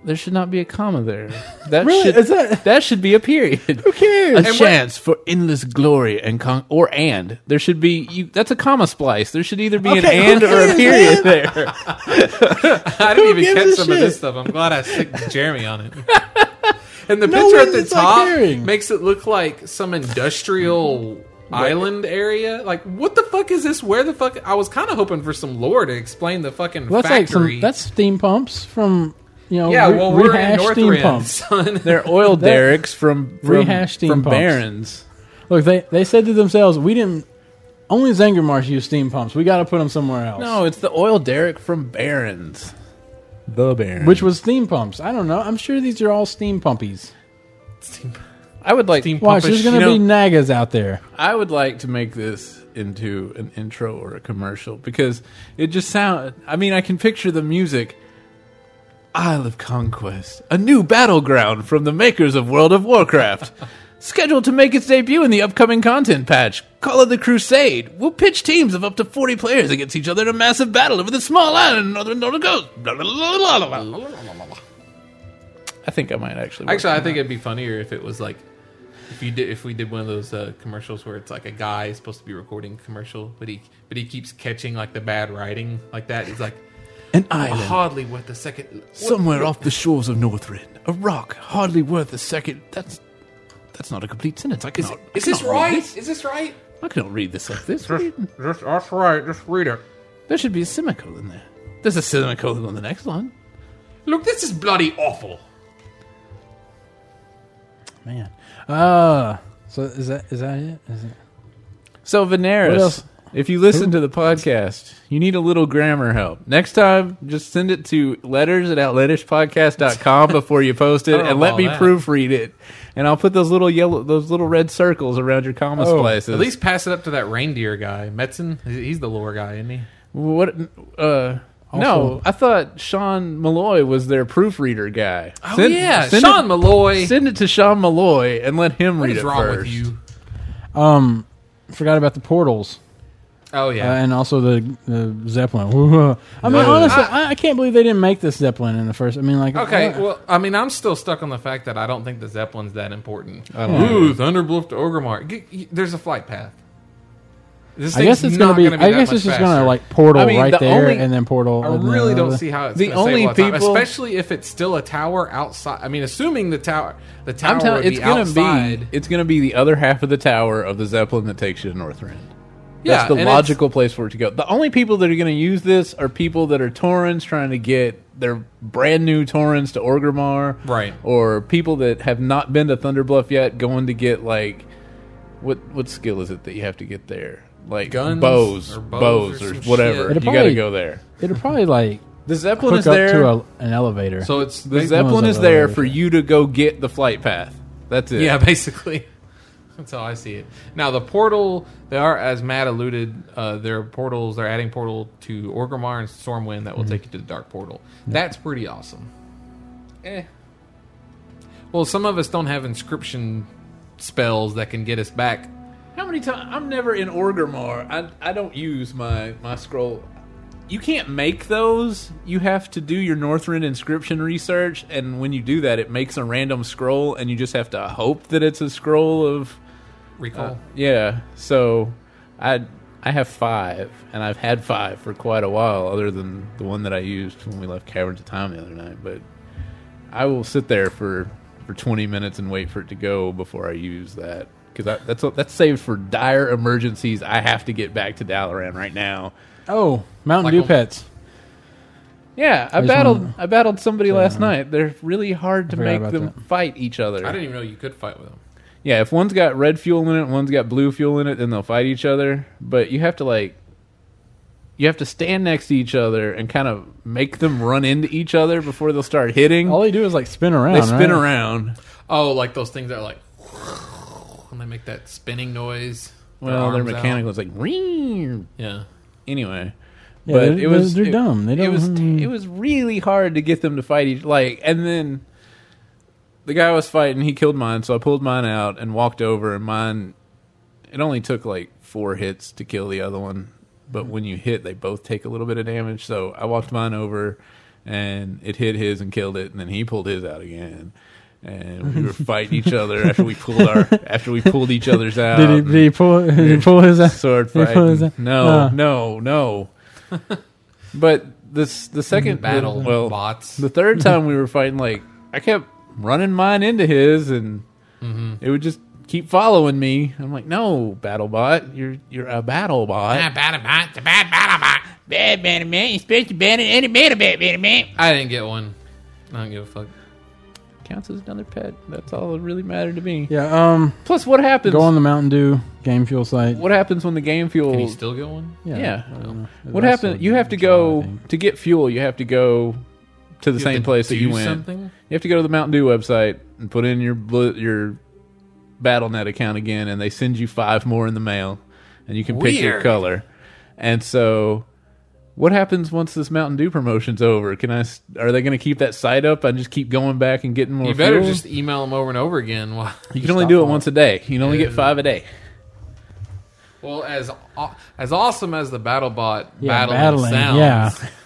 Speaker 1: There should not be a comma there. That
Speaker 3: Really?
Speaker 1: should
Speaker 3: Is that-
Speaker 1: should be a period.
Speaker 3: Who cares?
Speaker 1: A chance for endless glory and con- or and there should be you, that's a comma splice. There should either be an
Speaker 3: Okay,
Speaker 1: and or a
Speaker 3: okay,
Speaker 1: period there.
Speaker 4: I didn't
Speaker 3: Who
Speaker 4: even
Speaker 3: gives
Speaker 4: catch
Speaker 3: a
Speaker 4: some of this
Speaker 3: shit?
Speaker 4: stuff. I'm glad I sticked Jeremy
Speaker 3: [laughs]
Speaker 4: on it. And the
Speaker 3: No
Speaker 4: picture
Speaker 3: one
Speaker 4: at the
Speaker 3: is, like,
Speaker 4: top
Speaker 3: caring.
Speaker 4: makes it look like some industrial island area. Like, what the fuck is this? Where the fuck? I was kind of hoping for some lore to explain the fucking
Speaker 3: Well, that's like
Speaker 4: factory.
Speaker 3: some that's steam pumps from you know
Speaker 4: yeah.
Speaker 3: re-
Speaker 4: well, we're in
Speaker 3: rehash steam
Speaker 4: Northrend,
Speaker 3: pumps.
Speaker 4: son.
Speaker 1: They're
Speaker 3: [laughs]
Speaker 1: oil derricks from from,
Speaker 3: Rehash steam
Speaker 1: from
Speaker 3: pumps.
Speaker 1: barons.
Speaker 3: Look, they, they said to themselves, we didn't. Only Zangermarsh used steam pumps. We got to put them somewhere else.
Speaker 1: No, it's the oil derrick from barons. The barons.
Speaker 3: Which was steam pumps. I don't know. I'm sure these are all steam pumpies.
Speaker 4: Steam-
Speaker 1: I would like.
Speaker 4: steam
Speaker 3: Watch,
Speaker 4: pumpish,
Speaker 3: there's going
Speaker 1: you
Speaker 3: to
Speaker 1: know-
Speaker 3: be nagas out there.
Speaker 1: I would like to make this into an intro or a commercial because it just sound. I mean, I can picture the music. Isle of Conquest, a new battleground from the makers of World of Warcraft. Scheduled to make its debut in the upcoming content patch, Call of the Crusade. We'll pitch teams of up to 40 players against each other in a massive battle over the small island in northern Northern Coast. Blah, blah, blah, blah, blah, blah, blah, blah, blah. I think I might actually. work
Speaker 4: [laughs] Actually, I
Speaker 1: on
Speaker 4: think it'd be funnier if it was like If you did, if we did one of those uh, commercials where it's like a guy is supposed to be recording a commercial, but he but he keeps catching like the bad writing like that. He's like
Speaker 1: An
Speaker 4: hardly what the second. what-
Speaker 1: somewhere off the shores of Northrend. A rock hardly worth a second. That's that's not a complete sentence. I
Speaker 4: Is,
Speaker 1: cannot.
Speaker 4: is
Speaker 1: I
Speaker 4: this
Speaker 1: cannot read
Speaker 4: right?
Speaker 1: this.
Speaker 4: Is this right?
Speaker 1: I cannot read this like this.
Speaker 4: Just, that's right. Just read it.
Speaker 1: There should be a semicolon there. There's a semicolon on the next line.
Speaker 4: Look, this is bloody awful.
Speaker 3: Man.
Speaker 4: Ah.
Speaker 3: Uh so is that is that it? Is it?
Speaker 1: So
Speaker 3: What
Speaker 1: Veneris,
Speaker 3: else?
Speaker 1: if you listen to the podcast, you need a little grammar help. Next time, just send it to letters at
Speaker 4: [laughs]
Speaker 1: outlettishpodcast.com before you post it
Speaker 4: don't know
Speaker 1: and let
Speaker 4: about
Speaker 1: me
Speaker 4: that.
Speaker 1: proofread it. And I'll put those little yellow those little red circles around your comma
Speaker 3: Oh,
Speaker 1: places.
Speaker 4: At least pass it up to that reindeer guy, Metzen. He- He's the lore guy, isn't he?
Speaker 1: What? Uh, no, I thought Sean Malloy was their proofreader guy.
Speaker 4: Oh yeah, Sean
Speaker 1: it,
Speaker 4: Malloy.
Speaker 1: Send it to Sean Malloy and let him
Speaker 4: what
Speaker 1: read
Speaker 4: is
Speaker 1: it
Speaker 4: wrong
Speaker 1: first.
Speaker 4: with you?
Speaker 3: Um forgot about the portals.
Speaker 4: Oh
Speaker 3: Uh,
Speaker 4: yeah,
Speaker 3: and also the, the Zeppelin. [laughs] I mean, honestly, I, I can't believe they didn't make this Zeppelin in the first. I mean, like,
Speaker 4: Ah. Okay,
Speaker 3: uh,
Speaker 4: well, I mean, I'm still stuck on the fact that I don't think the Zeppelin's that important.
Speaker 1: I don't
Speaker 4: Ooh, Thunderbluff to Orgrimmar. G- y- There's a flight path. This
Speaker 3: I guess
Speaker 4: thing's
Speaker 3: it's gonna
Speaker 4: not
Speaker 3: be.
Speaker 4: gonna
Speaker 3: I
Speaker 4: that
Speaker 3: guess
Speaker 4: much
Speaker 3: it's just
Speaker 4: faster.
Speaker 3: gonna like portal
Speaker 1: I mean,
Speaker 3: right
Speaker 1: the
Speaker 3: there
Speaker 1: only-
Speaker 3: and then portal.
Speaker 4: I
Speaker 3: and then
Speaker 4: really don't
Speaker 3: another.
Speaker 4: see how it's
Speaker 1: The
Speaker 4: gonna save
Speaker 1: only
Speaker 4: a lot of time,
Speaker 1: people-
Speaker 4: especially if it's still a tower outside. I mean, assuming the tower, the tower
Speaker 1: I'm telling
Speaker 4: would
Speaker 1: it's
Speaker 4: be
Speaker 1: gonna
Speaker 4: outside.
Speaker 1: be it's gonna be the other half of the tower of the Zeppelin that takes you to Northrend.
Speaker 4: yeah,
Speaker 1: That's the
Speaker 4: and it's-
Speaker 1: logical place for it to go. The only people that are going to use this are people that are Torrens trying to get their brand new Torrens to Orgrimmar,
Speaker 4: Right.
Speaker 1: Or people that have not been to Thunderbluff yet, going to get like what what skill is it that you have to get there? Like
Speaker 4: Guns
Speaker 1: bows,
Speaker 4: or
Speaker 1: bows,
Speaker 4: bows
Speaker 1: or,
Speaker 4: or some
Speaker 1: whatever.
Speaker 4: shit.
Speaker 1: You got
Speaker 3: It'll
Speaker 1: to
Speaker 3: probably-
Speaker 1: go there.
Speaker 3: It'll probably like
Speaker 1: The Zeppelin
Speaker 3: hook
Speaker 1: is
Speaker 3: up
Speaker 1: there.
Speaker 3: to a, an elevator.
Speaker 4: So it's
Speaker 1: the
Speaker 4: basically-
Speaker 1: Zeppelin
Speaker 3: one's
Speaker 1: is
Speaker 3: a
Speaker 1: there
Speaker 3: elevator.
Speaker 1: for you to go get the flight path. That's it.
Speaker 4: Yeah, [laughs] basically. That's how I see it. Now the portal, they are as Matt alluded, uh, they're portals. They're adding portal to Orgrimmar and Stormwind that will
Speaker 1: Mm-hmm.
Speaker 4: take you to the Dark Portal. That's pretty awesome. Eh. Well, some of us don't have inscription spells that can get us back.
Speaker 1: How many times? I'm never in Orgrimmar. I, I don't use my, my scroll. You can't make those. You have to do your Northrend inscription research, and when you do that, it makes a random scroll, and you just have to hope that it's a scroll of.
Speaker 4: Recall.
Speaker 1: Yeah. So, I I have five, and I've had five for quite a while, other than the one that I used when we left Caverns of Time the other night. But I will sit there for for 20 minutes and wait for it to go before I use that because that's that's saved for dire emergencies. I have to get back to Dalaran right now.
Speaker 3: oh, Mountain
Speaker 4: Like
Speaker 3: Dew pets.
Speaker 1: Yeah, I
Speaker 3: just
Speaker 1: battled
Speaker 3: wanna-
Speaker 1: I battled somebody last night. They're really hard to
Speaker 3: uh, forgot
Speaker 1: make
Speaker 3: about
Speaker 1: them fight each other.
Speaker 4: I didn't even know you could fight with them.
Speaker 1: Yeah, if one's got red fuel in it, and one's got blue fuel in it, then they'll fight each other. But you have to like, you have to stand next to each other and kind of make them run into each other before they'll start hitting.
Speaker 3: All they do is like spin around.
Speaker 1: they spin
Speaker 3: right?
Speaker 1: around.
Speaker 4: Oh, like those things that are like, [laughs] and they make that spinning noise. their
Speaker 1: Well, their
Speaker 4: arms out.
Speaker 1: mechanical is like, "Ring."
Speaker 4: Yeah.
Speaker 1: anyway.
Speaker 3: Yeah,
Speaker 1: but
Speaker 3: they're-
Speaker 1: it was
Speaker 3: they're
Speaker 1: it-
Speaker 3: dumb. They
Speaker 1: it
Speaker 3: don't-
Speaker 1: was it was really hard to get them to fight each like and then the guy I was fighting, he killed mine, so I pulled mine out and walked over and mine it only took like four hits to kill the other one. But when you hit they both take a little bit of damage, so I walked mine over and it hit his and killed it and then he pulled his out again. And
Speaker 3: [laughs]
Speaker 1: we were fighting each other after we pulled our after we pulled each other's out.
Speaker 3: Did he,
Speaker 1: and-
Speaker 3: did he pull? Did he pull his? ass?
Speaker 1: sword
Speaker 3: He
Speaker 1: fight.
Speaker 3: pulls it-
Speaker 1: No,
Speaker 3: Uh.
Speaker 1: no,
Speaker 4: [laughs]
Speaker 1: no. but this the second
Speaker 4: Battle
Speaker 1: Well,
Speaker 4: bots. [laughs]
Speaker 1: the third time we were fighting, like I kept running mine into his, and
Speaker 4: Mm-hmm.
Speaker 1: it would just keep following me. I'm like, no, battle bot, you're you're a battle bot. Bad man, man, you supposed to ban any man, bad man, man.
Speaker 4: I didn't get one. I don't give a fuck.
Speaker 1: Counts as another pet. That's all that really mattered to me.
Speaker 3: Yeah. Um.
Speaker 1: Plus, what happens?
Speaker 3: Go on the Mountain Dew game fuel site.
Speaker 1: What happens when the game fuel?
Speaker 4: Can you still get one?
Speaker 1: Yeah.
Speaker 3: I don't know.
Speaker 1: What
Speaker 3: That's
Speaker 1: happened?
Speaker 3: a-
Speaker 1: You have to
Speaker 3: that's a lot,
Speaker 1: go
Speaker 3: I think.
Speaker 1: to get fuel. You have to go to the
Speaker 4: You have
Speaker 1: same
Speaker 4: to
Speaker 1: place that
Speaker 4: do
Speaker 1: you went.
Speaker 4: something?
Speaker 1: You have to go to the Mountain Dew website and put in your bl- your BattleNet account again, and they send you five more in the mail, and you can pick your
Speaker 4: Weird.
Speaker 1: color. And so, what happens once this Mountain Dew promotion's over? Can I? s- Are they going to keep that site up? I just keep going back and getting more.
Speaker 4: You better
Speaker 1: fuel?
Speaker 4: just email them over and over again. Why-
Speaker 1: You can only do it once a day. You can only get five a day.
Speaker 4: Well, as aw- as awesome as the BattleBot
Speaker 3: Yeah,
Speaker 4: battling,
Speaker 3: battling.
Speaker 4: sounds,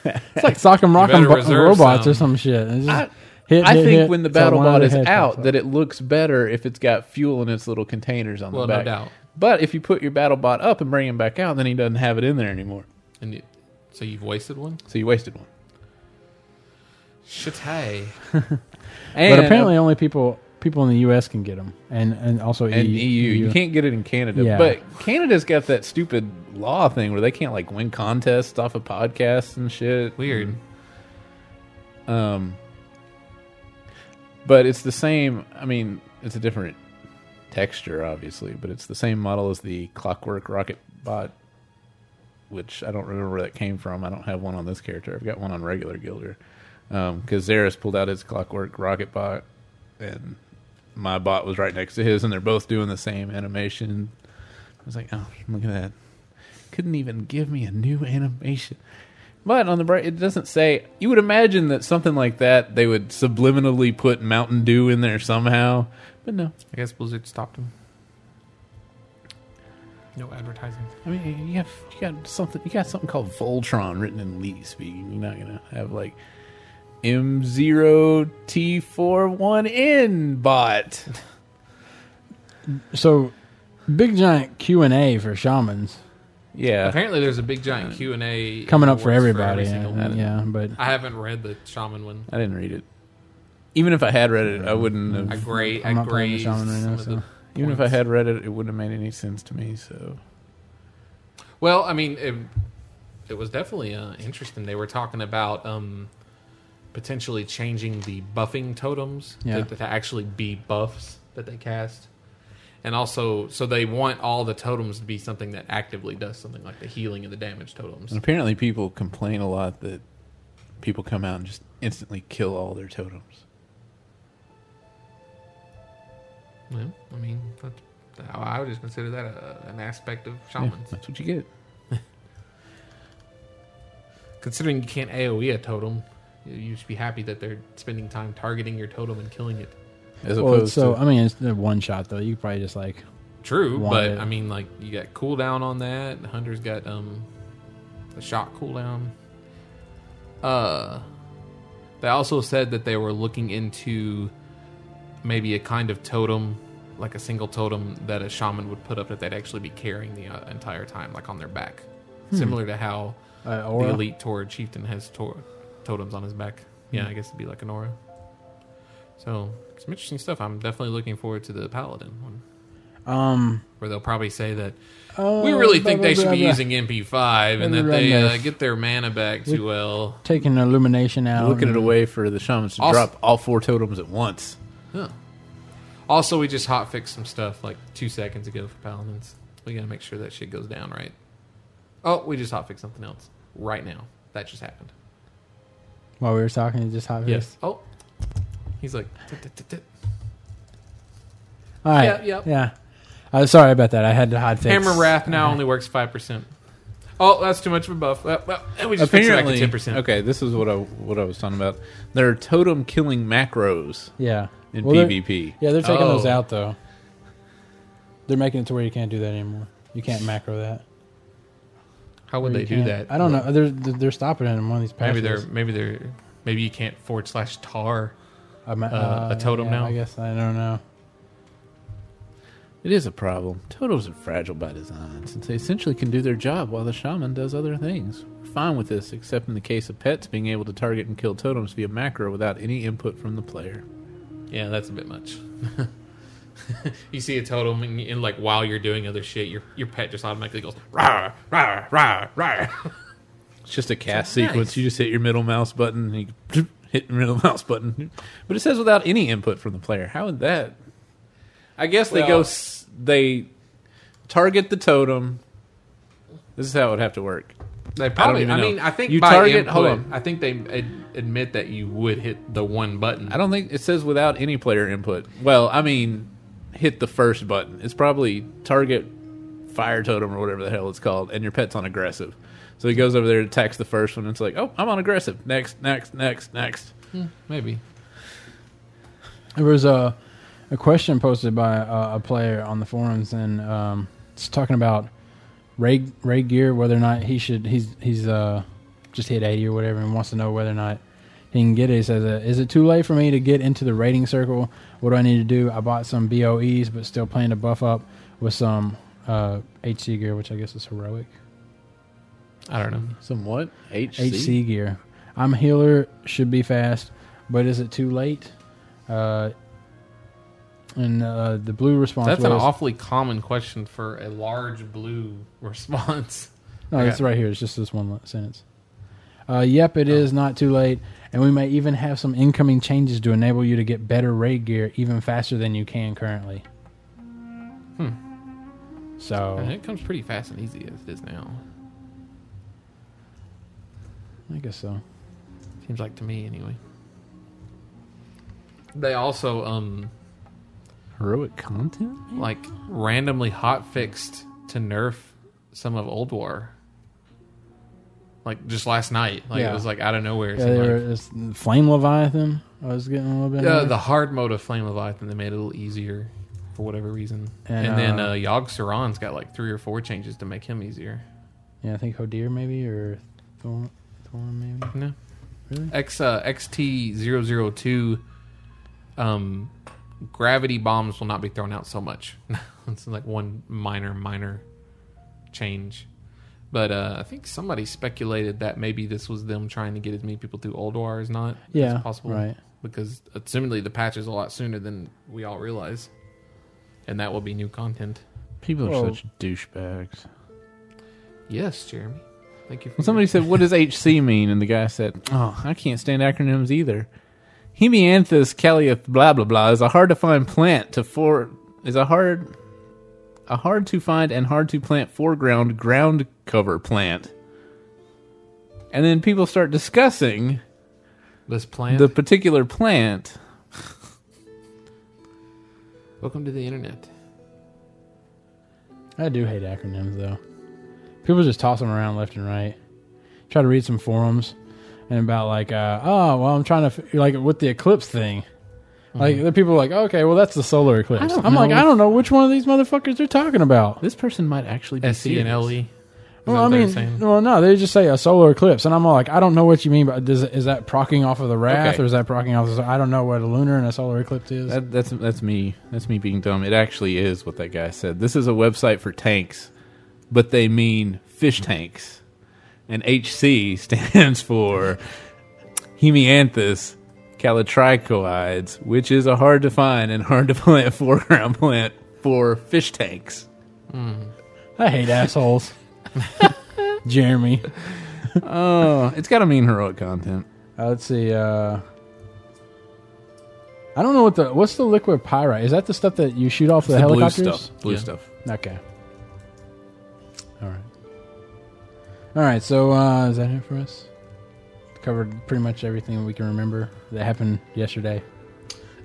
Speaker 3: Yeah. [laughs] It's like Sock'em Rock'em
Speaker 4: better
Speaker 3: bo-
Speaker 4: reserve
Speaker 3: robots
Speaker 4: some.
Speaker 3: or some shit. It's just-
Speaker 1: I-
Speaker 3: Hit,
Speaker 1: I
Speaker 3: hit,
Speaker 1: think
Speaker 3: hit,
Speaker 1: when the
Speaker 3: till
Speaker 1: battle
Speaker 3: one of
Speaker 1: bot
Speaker 3: their
Speaker 1: is
Speaker 3: heads pops
Speaker 1: out,
Speaker 3: up.
Speaker 1: that it looks better if it's got fuel in its little containers on
Speaker 4: Well,
Speaker 1: the
Speaker 4: no
Speaker 1: back.
Speaker 4: doubt.
Speaker 1: But if you put your battle bot up and bring him back out, then he doesn't have it in there anymore.
Speaker 4: And you, so you've wasted one.
Speaker 1: So you wasted one.
Speaker 4: Shit, hey.
Speaker 1: And,
Speaker 3: but apparently, only people people in the U.S. can get them, and and also
Speaker 1: and
Speaker 3: E-
Speaker 1: EU, you can't get it in Canada.
Speaker 3: Yeah.
Speaker 1: But Canada's got that stupid law thing where they can't like win contests off of podcasts and shit.
Speaker 4: Weird.
Speaker 1: Um, but it's the same. I mean, it's a different texture, obviously, but it's the same model as the Clockwork Rocket Bot, which I don't remember where that came from. I don't have one on this character. I've got one on regular Gilder because Zaris pulled out his Clockwork Rocket Bot, and my bot was right next to his, and they're both doing the same animation. I was like, oh, look at that! Couldn't even give me a new animation. But on the bright, it doesn't say. You would imagine that something like that, they would subliminally put Mountain Dew in there somehow. But no,
Speaker 4: I guess Blizzard stopped him. No advertising.
Speaker 1: I mean you got you got something you got something called Voltron written in Lee speaking. You're not gonna have like M zero T 41 N bot.
Speaker 3: So, big giant Q and A for shamans
Speaker 1: Yeah,
Speaker 4: Apparently, there's a big giant Q and A
Speaker 3: coming up for everybody.
Speaker 4: single
Speaker 3: and-
Speaker 4: one.
Speaker 3: yeah, but
Speaker 4: I haven't read the shaman one.
Speaker 1: I didn't read it. Even if I had read it, I wouldn't
Speaker 4: I
Speaker 1: have.
Speaker 4: gra-
Speaker 3: I'm
Speaker 4: I
Speaker 3: not playing the
Speaker 4: grazed
Speaker 3: shaman right
Speaker 4: some
Speaker 3: now,
Speaker 4: of the
Speaker 3: so-
Speaker 1: Even if I
Speaker 4: points.
Speaker 1: had read it, it wouldn't have made any sense to me. So
Speaker 4: Well, I mean, it, it was definitely uh, interesting. They were talking about um, potentially changing the buffing totems
Speaker 3: Yeah.
Speaker 4: to, to actually be buffs that they cast. And also, so they want all the totems to be something that actively does something like the healing and the damage totems.
Speaker 1: And apparently, people complain a lot that people come out and just instantly kill all their totems.
Speaker 4: Well, I mean, that's, I would just consider that a, an aspect of shamans.
Speaker 1: that's what you get.
Speaker 4: Considering you can't AoE a totem, you- you should be happy that they're spending time targeting your totem and killing it.
Speaker 1: As
Speaker 3: well,
Speaker 1: opposed
Speaker 3: so
Speaker 1: to
Speaker 3: I mean, it's the one shot though. You could probably just like
Speaker 4: True,
Speaker 3: want
Speaker 4: but
Speaker 3: it.
Speaker 4: I mean, like you got cooldown on that. Hunter's got um, the shot cooldown. Uh, they also said that they were looking into maybe a kind of totem, like a single totem that a shaman would put up that they'd actually be carrying the uh, entire time, like on their back, similar to how
Speaker 3: uh,
Speaker 4: the
Speaker 3: aura.
Speaker 4: elite Torah chieftain has tor- totems on his back.
Speaker 3: Hmm.
Speaker 4: Yeah, I guess it'd be like an aura. So some interesting stuff. I'm definitely looking forward to the paladin one
Speaker 3: Um,
Speaker 4: where they'll probably say that
Speaker 3: oh,
Speaker 4: we really
Speaker 3: blah,
Speaker 4: think
Speaker 3: blah,
Speaker 4: they should
Speaker 3: blah,
Speaker 4: be
Speaker 3: blah.
Speaker 4: using MP5 and that
Speaker 3: Run
Speaker 4: they
Speaker 3: there.
Speaker 4: uh, get their mana back too well.
Speaker 3: taking illumination out.
Speaker 1: looking at
Speaker 3: and-
Speaker 1: a way for the shamans to
Speaker 4: Also-
Speaker 1: drop all four totems at once.
Speaker 4: Huh. Also, we just hot fixed some stuff like two seconds ago for Paladins. We gotta make sure that shit goes down right. Oh, we just hot fixed something else right now. That just happened.
Speaker 3: while we were talking, it just happened.
Speaker 4: Oh, he's like, "Tut, tut, tut, tut."
Speaker 3: All right.
Speaker 4: Yep, yep.
Speaker 3: Yeah. Uh, sorry about that. I had to hot fix.
Speaker 4: hammer wrath
Speaker 1: Uh-huh.
Speaker 4: now only works five percent. Oh, that's too much of a buff. Uh, well, and we just fixed it back to
Speaker 1: Apparently,
Speaker 4: ten percent.
Speaker 1: okay, this is what I what I was talking about. There are totem killing macros
Speaker 3: Yeah.
Speaker 1: in
Speaker 3: Well, they're-
Speaker 1: PvP.
Speaker 3: Yeah, they're taking those
Speaker 4: Oh.
Speaker 3: out though. They're making it to where you can't do that anymore. You can't macro that.
Speaker 4: How would
Speaker 3: Or
Speaker 4: they
Speaker 3: you
Speaker 4: do
Speaker 3: can't-
Speaker 4: that?
Speaker 3: I don't know. They're they're they're stopping it in one of these patches.
Speaker 4: Maybe they're maybe they're maybe you can't forward slash tar.
Speaker 3: I'm, uh,
Speaker 4: uh, a totem
Speaker 3: yeah,
Speaker 4: now?
Speaker 3: I guess I don't know.
Speaker 1: It is a problem. Totems are fragile by design, since they essentially can do their job while the shaman does other things. We're fine with this, except in the case of pets being able to target and kill totems via macro without any input from the player.
Speaker 4: Yeah, that's a bit much. [laughs] you see a totem, and, and like while you're doing other shit, your your pet just automatically goes rah rah rah rah.
Speaker 1: It's just a cast
Speaker 4: Nice.
Speaker 1: sequence. You just hit your middle mouse button and you [laughs] hit your middle mouse button. But it says without any input from the player. How would that? I guess they go.
Speaker 4: Well-
Speaker 1: s- They target the totem. This is how it would have to work.
Speaker 4: They probably.
Speaker 1: even
Speaker 4: I,
Speaker 1: know.
Speaker 4: mean, I think
Speaker 1: You
Speaker 4: by
Speaker 1: target-
Speaker 4: input,
Speaker 1: hold on.
Speaker 4: I think they ad- admit that you would hit the one button.
Speaker 1: I don't think it says without any player input. Well, I mean, hit the first button. It's probably target fire totem or whatever the hell it's called, and your pet's on aggressive. So he goes over there and attacks the first one. And it's like, oh, I'm on aggressive. Next, next, next, next.
Speaker 4: Maybe.
Speaker 3: There was a a question posted by a, a player on the forums, and um, it's talking about Ray Ray Gear whether or not he should he's he's uh just hit eighty or whatever, and wants to know whether or not he can get it. He says, uh, "Is it too late for me to get into the rating circle? What do I need to do? I bought some BOEs, but still plan to buff up with some uh, HC gear, which I guess is heroic.
Speaker 4: I don't know.
Speaker 1: Some what? HC?
Speaker 3: HC gear. I'm a healer, should be fast, but is it too late? Uh, and uh, the blue response
Speaker 4: That's an
Speaker 3: was-
Speaker 4: awfully common question for a large blue [laughs] response.
Speaker 3: No, it's right here. It's just this one sentence. Uh, yep, it is not too late, and we may even have some incoming changes to enable you to get better raid gear even faster than you can currently. Hmm.
Speaker 4: And
Speaker 3: So
Speaker 4: it comes pretty fast and easy as it is now.
Speaker 3: I guess so.
Speaker 4: Seems like to me, anyway. They also um
Speaker 1: Heroic content?
Speaker 4: like randomly hotfixed to nerf some of Old War. Like just last night, like
Speaker 3: Yeah.
Speaker 4: it was like out of nowhere. it
Speaker 3: Yeah,
Speaker 4: seemed
Speaker 3: they
Speaker 4: like.
Speaker 3: were, it's Flame Leviathan. I was getting a little bit.
Speaker 4: Yeah,
Speaker 3: nervous.
Speaker 4: the hard mode of Flame Leviathan they made it a little easier for whatever reason.
Speaker 3: And,
Speaker 4: And, then
Speaker 3: uh,
Speaker 4: uh, Yogg Saron's got like three or four changes to make him easier.
Speaker 3: yeah, I think Hodir maybe or Thorn, Thorn maybe.
Speaker 4: No.
Speaker 3: Really?
Speaker 4: X uh, XT002 um gravity bombs will not be thrown out so much. [laughs] it's like one minor minor change. But uh, I think somebody speculated that maybe this was them trying to get as many people through Old War as not
Speaker 3: Yeah,
Speaker 4: as possible.
Speaker 3: right.
Speaker 4: Because uh, assumedly the patch is a lot sooner than we all realize. And that will be new content.
Speaker 1: People are
Speaker 3: Whoa.
Speaker 1: such douchebags.
Speaker 4: Yes, Jeremy. Thank you for
Speaker 1: When somebody
Speaker 4: your-
Speaker 1: said, "What does HC mean?" and the guy said, "Oh, I can't stand acronyms either." Hemianthus callioth blah blah blah is a hard to find plant to for is a hard a hard to find and hard to plant foreground ground cover plant. And then people start discussing
Speaker 4: this plan.
Speaker 1: the particular plant.
Speaker 4: Welcome to the internet.
Speaker 3: I do hate acronyms though. People just toss them around left and right. Try to read some forums and about like, uh, oh, well, I'm trying to f-, like with the eclipse thing. Like the people are like, okay, well, that's the solar eclipse.
Speaker 1: Mm-hmm. don't
Speaker 3: I'm like,
Speaker 1: know.
Speaker 3: I don't know which one of these motherfuckers they're talking about.
Speaker 1: This person might actually be
Speaker 4: S C and L
Speaker 1: serious.
Speaker 4: E.
Speaker 3: Well, I mean, well, no, they just say a solar eclipse, and I'm like, I don't know what you mean. But does, is that procking off of the wrath,
Speaker 4: Okay.
Speaker 3: or is that procking off? Of, I don't know what a lunar and a solar eclipse is.
Speaker 1: That, that's that's me. That's me being dumb. It actually is what that guy said. This is a website for tanks, but they mean fish tanks, and HC [laughs] stands for Hemianthus calatricoides, which is a hard to find and hard to plant foreground plant for fish tanks.
Speaker 3: I
Speaker 1: [laughs]
Speaker 3: hate assholes. [laughs] Jeremy.
Speaker 1: Oh, it's got to mean heroic content.
Speaker 3: Uh, let's see. Uh, I don't know what the what's the liquid pyrite. Is that the stuff that you shoot off the,
Speaker 1: It's blue
Speaker 3: helicopters?
Speaker 1: stuff. Blue
Speaker 4: Yeah.
Speaker 1: stuff.
Speaker 3: Okay. All right. All right. So uh, is that it for us? Covered pretty much everything we can remember that happened yesterday.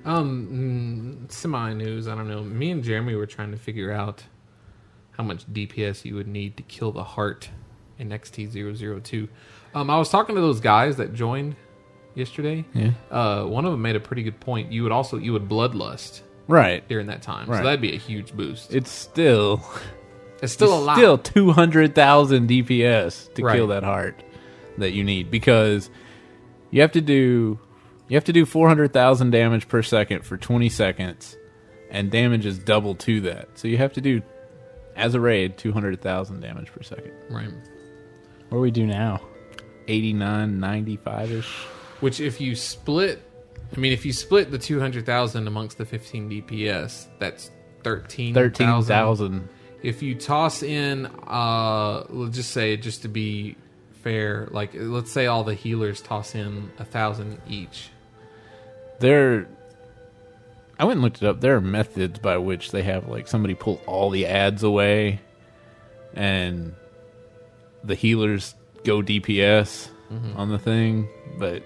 Speaker 4: Um, semi news. I don't know. Me and Jeremy were trying to figure out how much DPS you would need to kill the heart in XT002. Um, I was talking to those guys that joined yesterday.
Speaker 1: Yeah.
Speaker 4: Uh, one of them made a pretty good point. You would also you would bloodlust
Speaker 1: Right.
Speaker 4: during that time,
Speaker 1: Right.
Speaker 4: so that'd be a huge boost.
Speaker 1: It's still
Speaker 4: It's still a
Speaker 1: It's
Speaker 4: lot.
Speaker 1: Still 200,000 DPS to
Speaker 4: Right.
Speaker 1: kill that heart that you need because you have to do you have to do 400,000 damage per second for 20 seconds and damage is double to that. So you have to do as a raid 200,000 damage per second.
Speaker 4: right.
Speaker 3: What do we do now?
Speaker 1: 89 95ish.
Speaker 4: Which, if you split, I mean, if you split the two hundred thousand amongst the fifteen DPS, that's thirteen
Speaker 1: 13,000.
Speaker 4: if you toss in uh let's just say just to be fair like let's say all the healers toss in a thousand each
Speaker 1: They're I went and looked it up. There are methods by which they have like somebody pull all the ads away, and the healers go DPS
Speaker 4: Mm-hmm.
Speaker 1: on the thing. But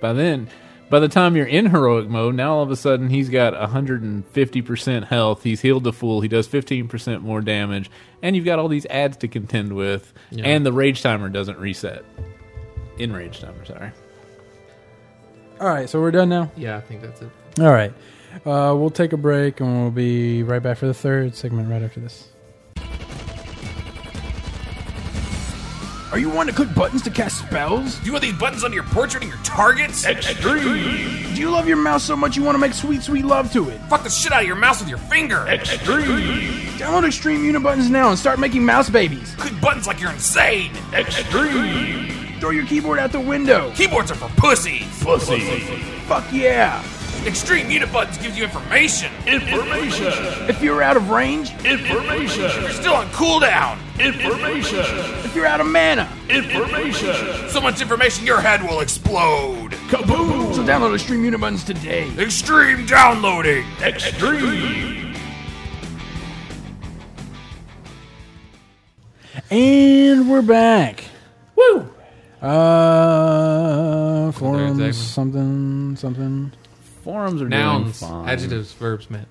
Speaker 1: by then, by the time you're in heroic mode, now all of a sudden he's got 150% health. He's healed the fool. He does 15% more damage, and you've got all these ads to contend with,
Speaker 4: Yeah.
Speaker 1: and the rage timer doesn't reset. In rage timer, sorry.
Speaker 3: All right. So we're done now.
Speaker 4: yeah i think that's it
Speaker 3: All right. Uh, we'll take a break and we'll be right back for the third segment right after this.
Speaker 5: Are you wanting to click buttons to cast spells?
Speaker 6: Do you want these buttons on your portrait and your targets?
Speaker 5: Do you love your mouse so much you want to make sweet, sweet love to it?
Speaker 6: Fuck the shit out of your mouse with your finger.
Speaker 5: Download Extreme Unibuttons now and start making mouse babies.
Speaker 6: Click buttons like you're insane.
Speaker 5: Throw your keyboard out the window.
Speaker 6: Keyboards are for pussies.
Speaker 5: Fuck yeah!
Speaker 6: Extreme Unibuttons gives you information.
Speaker 5: If you're out of range,
Speaker 6: You're still on cooldown.
Speaker 5: if you're out of mana,
Speaker 6: So much information, your head will explode.
Speaker 5: so download Extreme Unibuttons today.
Speaker 6: Extreme downloading.
Speaker 3: And we're back.
Speaker 4: Woo!
Speaker 3: Uh,
Speaker 4: Exactly.
Speaker 3: forums, something, something.
Speaker 1: Forums are
Speaker 4: Nouns,
Speaker 1: doing fine.
Speaker 4: adjectives, verbs, man.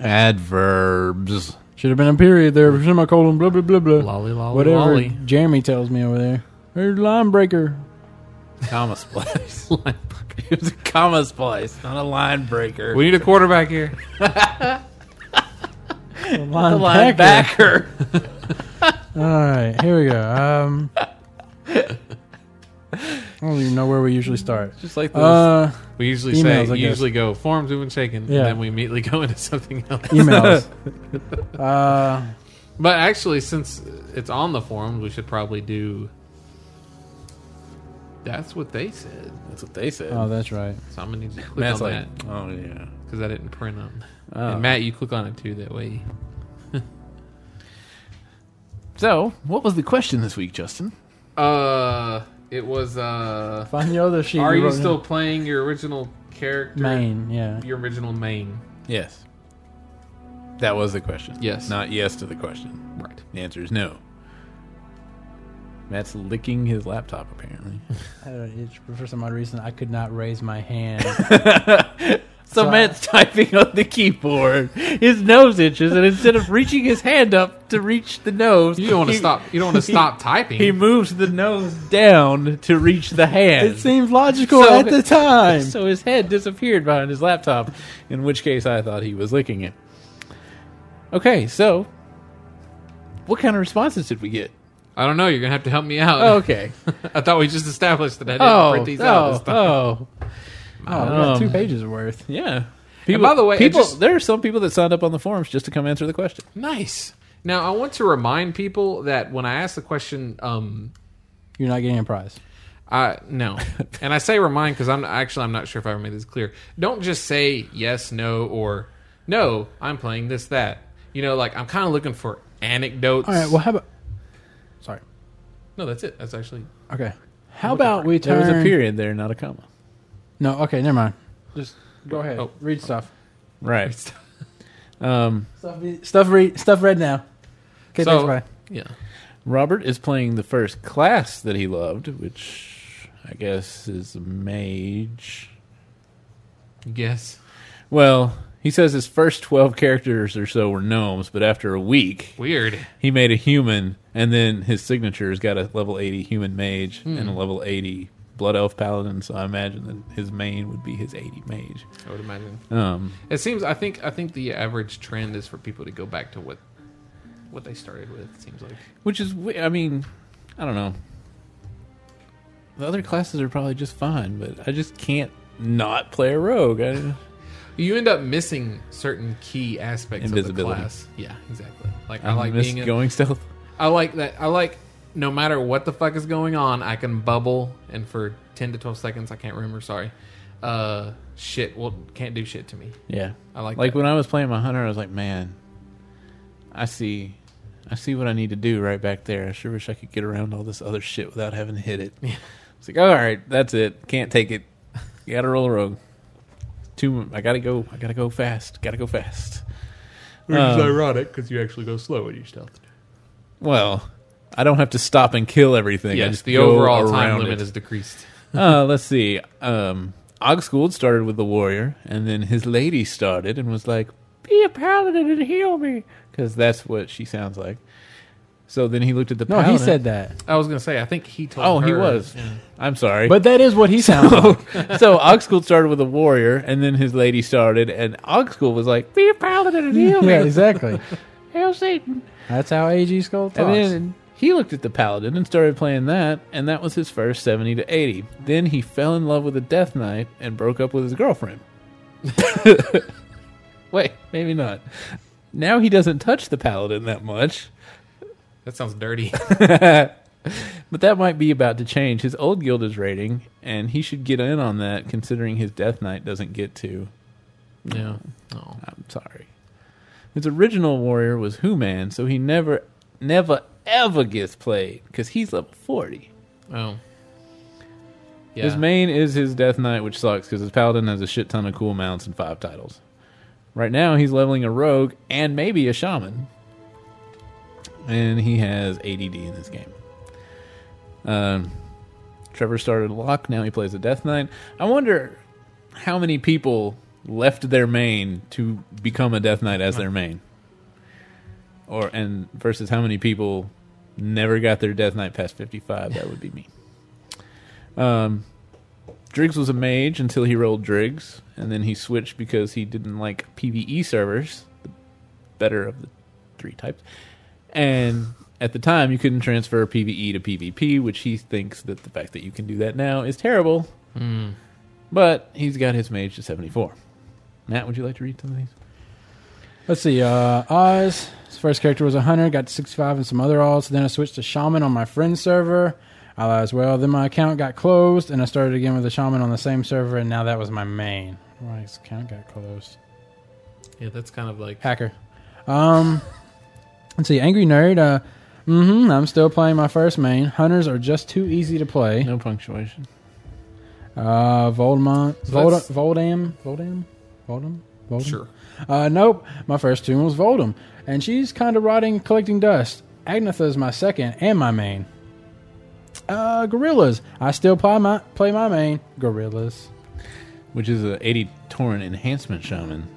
Speaker 1: adverbs.
Speaker 3: Should have been a period there, semicolon, blah, blah, blah, blah.
Speaker 4: Lolly, lolly,
Speaker 3: Whatever
Speaker 4: lolly. [laughs]
Speaker 3: Jeremy tells me over there. There's line breaker.
Speaker 1: Comma [laughs] splice. it was a comma splice, not a line breaker.
Speaker 4: We need a quarterback here.
Speaker 1: a
Speaker 3: Line
Speaker 1: line backer.
Speaker 3: [laughs] All right, here we go. Um, I don't even know where we usually start.
Speaker 4: Just like those.
Speaker 3: Uh,
Speaker 4: we usually
Speaker 3: emails, I
Speaker 4: say,
Speaker 3: guess.
Speaker 4: you usually go forms moving shaken,
Speaker 3: Yeah.
Speaker 4: and then we immediately [laughs] go into something else.
Speaker 3: emails. uh,
Speaker 4: [laughs] But actually, since it's on the forums, we should probably do. That's what they said.
Speaker 1: That's what they said.
Speaker 3: oh, that's right.
Speaker 4: So I'm gonna need to click
Speaker 1: Matt's
Speaker 4: on
Speaker 1: like,
Speaker 4: that
Speaker 1: oh yeah.
Speaker 4: because I didn't print them.
Speaker 1: Oh.
Speaker 4: And Matt, you click on it too. That way,
Speaker 1: So, what was the question this week, Justin?
Speaker 4: uh, it was uh,
Speaker 3: Find the other sheet.
Speaker 4: are
Speaker 3: we
Speaker 4: you
Speaker 3: wrote
Speaker 4: still playing your original character?
Speaker 3: in. main? Yeah.
Speaker 4: Your original main.
Speaker 1: Yes. That was the question.
Speaker 4: Yes.
Speaker 1: Not yes to the question.
Speaker 4: Right.
Speaker 1: The answer is no. Matt's licking his laptop apparently.
Speaker 3: I don't- it's- For some odd reason, I could not raise my hand.
Speaker 1: [laughs] So
Speaker 3: So-
Speaker 1: Matt's typing on the keyboard. His nose itches, and instead of reaching his hand up to reach the nose,
Speaker 4: You don't want to
Speaker 1: he-
Speaker 4: stop. You don't want to stop typing.
Speaker 1: He moves the nose down to reach the hand.
Speaker 3: [laughs] it seemed logical
Speaker 1: So-
Speaker 3: at the time.
Speaker 1: So his head disappeared behind his laptop, in which case I thought he was licking it. Okay, so what kind of responses did we
Speaker 4: [laughs]
Speaker 1: get?
Speaker 4: I don't know. You're gonna have to help me out.
Speaker 1: Oh, okay.
Speaker 4: [laughs] I thought we just established that I
Speaker 1: [laughs]
Speaker 4: didn't
Speaker 1: oh,
Speaker 4: print these out.
Speaker 1: oh,
Speaker 4: This time.
Speaker 1: oh,
Speaker 3: Oh, we got two
Speaker 1: Um,
Speaker 3: pages worth.
Speaker 1: yeah.
Speaker 4: And by the way, it
Speaker 1: people,
Speaker 4: just-
Speaker 1: there are some people that signed up on the forums just to come answer the question.
Speaker 4: Nice. Now I want to remind people that when I ask the question, um,
Speaker 3: You're not getting a prize.
Speaker 4: I
Speaker 3: [laughs]
Speaker 4: no, and I say remind because I'm actually I'm not sure if I ever made this clear. Don't just say yes, no, or no. I'm playing this, that. You know, like I'm kind of looking for anecdotes.
Speaker 3: All right. Well, how about? Sorry.
Speaker 4: no, that's it. That's actually
Speaker 3: Okay. How
Speaker 4: Oh,
Speaker 3: about we
Speaker 1: There
Speaker 3: turn?
Speaker 1: was a period there, not a comma.
Speaker 3: No. Okay. Never mind. Just go ahead.
Speaker 4: Oh.
Speaker 3: Read stuff.
Speaker 1: Right. Um,
Speaker 3: Stuff. Stuff. Read. Stuff. Read now. Okay.
Speaker 4: So-
Speaker 3: thanks, bye.
Speaker 4: yeah.
Speaker 1: Robert is playing the first class that he loved, which I guess is a mage.
Speaker 4: Yes,
Speaker 1: Well, he says his first 12 characters or so were gnomes, but after a week,
Speaker 4: weird.
Speaker 1: he made a human, and then his signature's got a level 80 human mage
Speaker 4: Hmm.
Speaker 1: and a level 80 blood elf paladin, so I imagine that his main would be his 80 mage.
Speaker 4: I would imagine.
Speaker 1: Um,
Speaker 4: It seems. I think. I think the average trend is for people to go back to what what they started with. It seems like.
Speaker 1: which is, we- I mean, I don't know. The other classes are probably just fine, but I just can't not play a rogue. I,
Speaker 4: You end up missing certain key aspects of the
Speaker 1: Invisibility.
Speaker 4: class. Yeah, exactly. Like i
Speaker 1: I
Speaker 4: like
Speaker 1: miss
Speaker 4: being a,
Speaker 1: going [laughs] stealth.
Speaker 4: I like that. I like no matter what the fuck is going on, I can bubble and for ten to twelve seconds, I can't remember. Sorry, uh, shit. Well, can't do shit to me.
Speaker 1: Yeah,
Speaker 4: I like
Speaker 1: like
Speaker 4: that.
Speaker 1: when I was playing my hunter, I was like, man, I see, I see what I need to do right back there. I sure wish I could get around all this other shit without having to hit it. It's like, all right, that's it. Can't take it. You gotta roll a rogue. Two. I gotta go. I gotta go fast. Gotta go fast.
Speaker 4: Which
Speaker 1: is Um,
Speaker 4: ironic because you actually go slow when you stealth.
Speaker 1: Well, I don't have to stop and kill everything. I
Speaker 4: Yes,
Speaker 1: just
Speaker 4: the
Speaker 1: go
Speaker 4: overall time
Speaker 1: around
Speaker 4: limit
Speaker 1: it.
Speaker 4: is decreased.
Speaker 1: uh, let's see. Um, Oxgold started with the warrior, and then his lady started and was like, "Be a paladin and heal me," because that's what she sounds like. So then he looked at the
Speaker 3: No,
Speaker 1: paladin.
Speaker 3: he said that.
Speaker 4: I was gonna say. I think he told.
Speaker 1: "Oh, he
Speaker 4: her-
Speaker 1: was." I'm sorry,
Speaker 3: But that is [laughs] what he sounds
Speaker 1: [laughs]
Speaker 3: like.
Speaker 1: so Oxgold started with a warrior, and then his lady started, and Oxgold was like,
Speaker 3: [laughs]
Speaker 1: "Be a paladin and heal me,
Speaker 3: yeah, exactly.
Speaker 1: hail Satan."
Speaker 3: That's how AG Skull talks.
Speaker 1: And then He looked at the paladin and started playing that, and that was his first 70 to 80. Then he fell in love with a death knight and broke up with his girlfriend. Wait, maybe not. Now he doesn't touch the paladin that much,
Speaker 4: That sounds
Speaker 1: [laughs]
Speaker 4: dirty.
Speaker 1: but that might be about to change. His old guild is rating, and he should get in on that considering his death knight doesn't get to.
Speaker 4: yeah. Oh.
Speaker 1: I'm sorry. His original warrior was Who Man, so he never, never, ever gets played because he's level 40.
Speaker 4: Oh. Yeah.
Speaker 1: His main is his Death Knight, which sucks because his Paladin has a shit ton of cool mounts and five titles. Right now, he's leveling a Rogue and maybe a Shaman. And he has ADD in this game. Um, Trevor started Lock, now he plays a Death Knight. I wonder how many people left their main to become a Death Knight as their main. Or and versus how many people never got their Death Knight past fifty five, that would be me. Driggs was a mage until he rolled Driggs, and then he switched because he didn't like PvE servers, the better of the three types. And at the time, you couldn't transfer PvE to PvP, which he thinks that the fact that you can do that now is terrible. But he's got his mage to 74. Matt, would you like to read some of these?
Speaker 3: Let's see. Uh, Oz, his first character was a hunter, got to 65 and some other alts. Then I switched to shaman on my friend's server. I lied as well. Then my account got closed, and I started again with a shaman on the same server, and now that was my main. My account got closed.
Speaker 4: yeah, that's kind of like
Speaker 3: Hacker. Um, let's see. Angry nerd. Uh, mm-hmm. I'm still playing my first main. Hunters are just too easy to play.
Speaker 1: No punctuation.
Speaker 3: Uh, Voldemont. Vold-
Speaker 4: that's-
Speaker 3: Voldam. Voldam. Voldam. Voldam.
Speaker 4: sure.
Speaker 3: Uh, nope. My first tune was Voldem, and she's kind of rotting, collecting dust. Agnetha is my second and my main. Uh, gorillas. I still play my play my main gorillas.
Speaker 1: Which is a 80 Torrent enhancement shaman.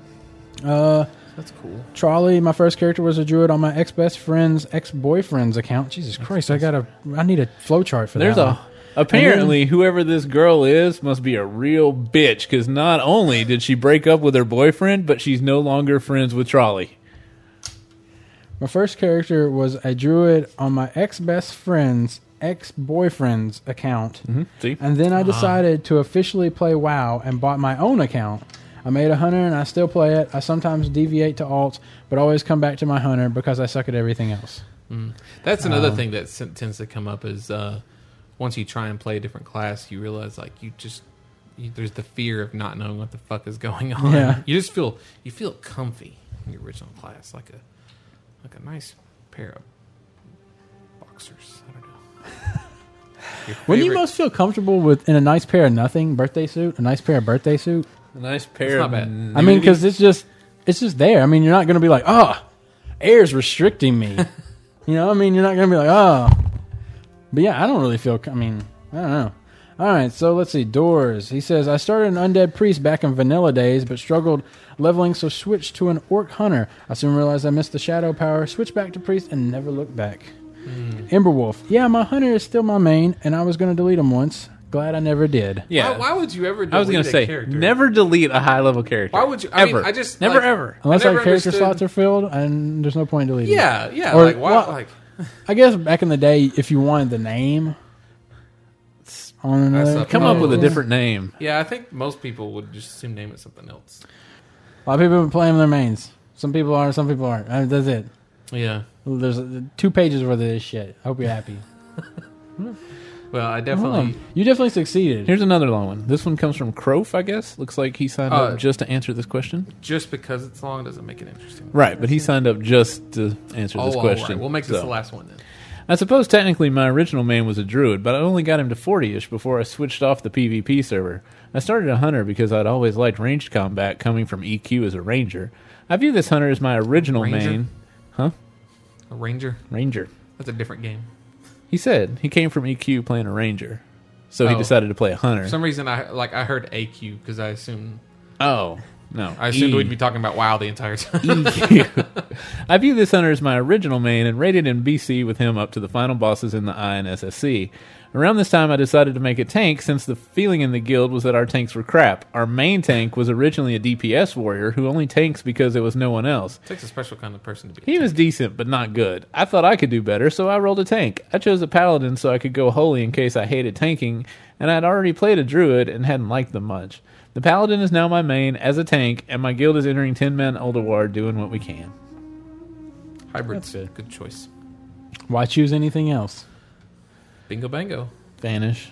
Speaker 3: Uh,
Speaker 4: That's cool.
Speaker 3: Trolley. My first character was a druid on my ex best friend's ex boyfriend's account. Jesus Christ! I gotta. I need a flowchart for
Speaker 1: There's
Speaker 3: that.
Speaker 1: a.
Speaker 3: one.
Speaker 1: Apparently, whoever this girl is must be a real bitch because not only did she break up with her boyfriend, but she's no longer friends with Trolley.
Speaker 3: My first character was a druid on my ex best friend's ex boyfriend's account.
Speaker 1: See?
Speaker 3: And then I decided to officially play WoW and bought my own account. I made a hunter and I still play it. I sometimes deviate to alts, but always come back to my hunter because I suck at everything else.
Speaker 4: That's another
Speaker 3: Um,
Speaker 4: thing that sen- tends to come up is uh, once you try and play a different class, you realize like you just you, there's the fear of not knowing what the fuck is going [laughs] on.
Speaker 3: Yeah.
Speaker 4: You just feel you feel comfy in your original class, like a like a nice pair of boxers. I don't know.
Speaker 3: [laughs]
Speaker 4: Your
Speaker 3: When do you
Speaker 4: favorite-
Speaker 3: most feel comfortable with in a nice pair of nothing birthday suit, a nice pair of birthday suit?
Speaker 1: A nice pair
Speaker 4: not
Speaker 1: of.
Speaker 4: bad.
Speaker 1: n-
Speaker 3: I mean, because it's just it's just there. I mean, you're not going to be like, oh, air's restricting
Speaker 4: [laughs]
Speaker 3: me. you know, I mean, you're not going to be like, oh. But yeah, I don't really feel. I mean, I don't know. All right, so let's see. Doors. He says, I started an undead priest back in vanilla days, but struggled leveling, so switched to an orc hunter. I soon realized I missed the shadow power, switched back to priest, and never looked back.
Speaker 4: Hmm.
Speaker 3: Emberwolf. Yeah, my hunter is still my main, and I was going to delete him once. Glad I never did.
Speaker 1: yeah.
Speaker 4: Why, why would you ever?
Speaker 1: I was going to say,
Speaker 4: delete a character?
Speaker 1: never delete a high level character.
Speaker 4: Why would you- I mean,
Speaker 1: ever.
Speaker 4: I just,
Speaker 1: Never,
Speaker 4: like-
Speaker 1: ever.
Speaker 3: Unless
Speaker 4: I
Speaker 3: our
Speaker 4: never
Speaker 3: character
Speaker 4: understood-
Speaker 3: slots are filled, and there's no point in deleting. them.
Speaker 4: Yeah, yeah.
Speaker 3: Or-
Speaker 4: like why?
Speaker 3: well-
Speaker 4: like
Speaker 3: I guess back in the day, if you wanted the name on another,
Speaker 4: up-
Speaker 1: Come up with a
Speaker 3: Yeah.
Speaker 1: different name.
Speaker 4: yeah, I think most people would just assume name it something else.
Speaker 3: a lot of people have been playing their mains. Some people are, some people aren't. Uh, That's it.
Speaker 4: Yeah.
Speaker 3: There's uh, two pages worth of this shit. I hope you're
Speaker 4: [laughs]
Speaker 3: happy.
Speaker 4: Well, I
Speaker 3: Um,
Speaker 4: definitely.
Speaker 3: you definitely succeeded.
Speaker 1: Here's another long one. This one comes from Croaf, I guess. Looks like he signed
Speaker 4: Uh,
Speaker 1: up just to answer this question.
Speaker 4: just because it's long doesn't make it interesting. Oh,
Speaker 1: Right, but he signed up just to answer this
Speaker 4: all right.
Speaker 1: question.
Speaker 4: We'll make this
Speaker 1: So-
Speaker 4: the last one then.
Speaker 1: I suppose technically my original main was a druid, but I only got him to 40 ish before I switched off the PvP server. I started a hunter because I'd always liked ranged combat coming from EQ as a ranger. I view this hunter as my original
Speaker 4: Ranger?
Speaker 1: main. Huh?
Speaker 4: A ranger.
Speaker 1: Ranger.
Speaker 4: That's a different game.
Speaker 1: He said he came from EQ playing a ranger. So he
Speaker 4: Oh.
Speaker 1: decided to play a hunter.
Speaker 4: For some reason, I like I heard AQ because I assume
Speaker 1: oh. No.
Speaker 4: I assumed
Speaker 1: E.
Speaker 4: we'd be talking about WoW the entire time. [laughs]
Speaker 1: I view this hunter as my original main and rated in BC with him up to the final bosses in the I and SSC. Around this time, I decided to make a tank since the feeling in the guild was that our tanks were crap. Our main tank was originally a DPS warrior who only tanks because there was no one else.
Speaker 4: takes a special kind of person to be.
Speaker 1: He was decent, but not good. I thought I could do better, so I rolled a tank. I chose a paladin so I could go holy in case I hated tanking, and I'd already played a druid and hadn't liked them much. The paladin is now my main as a tank, and my guild is entering 10 man Eldawar doing what we can.
Speaker 4: Hybrid's good. good choice.
Speaker 3: Why choose anything else?
Speaker 4: Bingo bango.
Speaker 1: Vanish.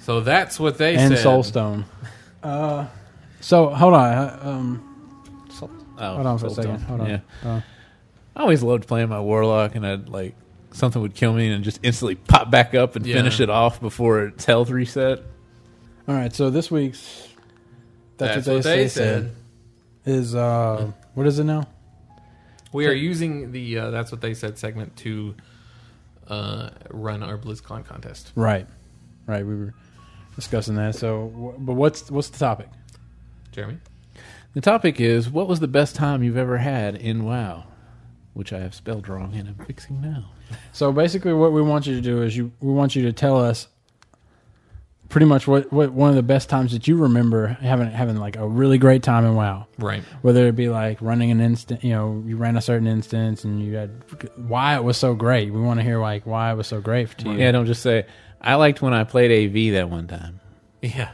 Speaker 4: So that's what they
Speaker 3: and
Speaker 4: said. [laughs]
Speaker 3: Soulstone. Uh, so hold on. uh, Um,
Speaker 1: Oh,
Speaker 3: Hold on for a
Speaker 1: hold
Speaker 3: second. Hold on.
Speaker 1: Yeah.
Speaker 3: Uh,
Speaker 1: I always loved playing my warlock, and I'd like something would kill me and just instantly pop back up and
Speaker 4: Yeah.
Speaker 1: finish it off before its health reset.
Speaker 3: all right. So this week's.
Speaker 4: That's, what they, said.
Speaker 3: Is uh, what is it now?
Speaker 4: We are using the uh, "That's What They Said" segment to uh, run our BlizzCon contest.
Speaker 3: Right, right. We were discussing that. So, wh- but what's what's the topic?
Speaker 4: Jeremy,
Speaker 1: The topic is what was the best time you've ever had in WoW, which I have spelled wrong and I'm fixing now.
Speaker 3: So basically, what we want you to do is you we want you to tell us pretty much what, what one of the best times that you remember having having like a really great time in WoW.
Speaker 4: right?
Speaker 3: Whether it be like running an instant, you know, you ran a certain instance and you had why it was so great. We want to hear like why it was so great to you.
Speaker 1: Yeah, don't just say I liked when I played AV that one time.
Speaker 4: Yeah.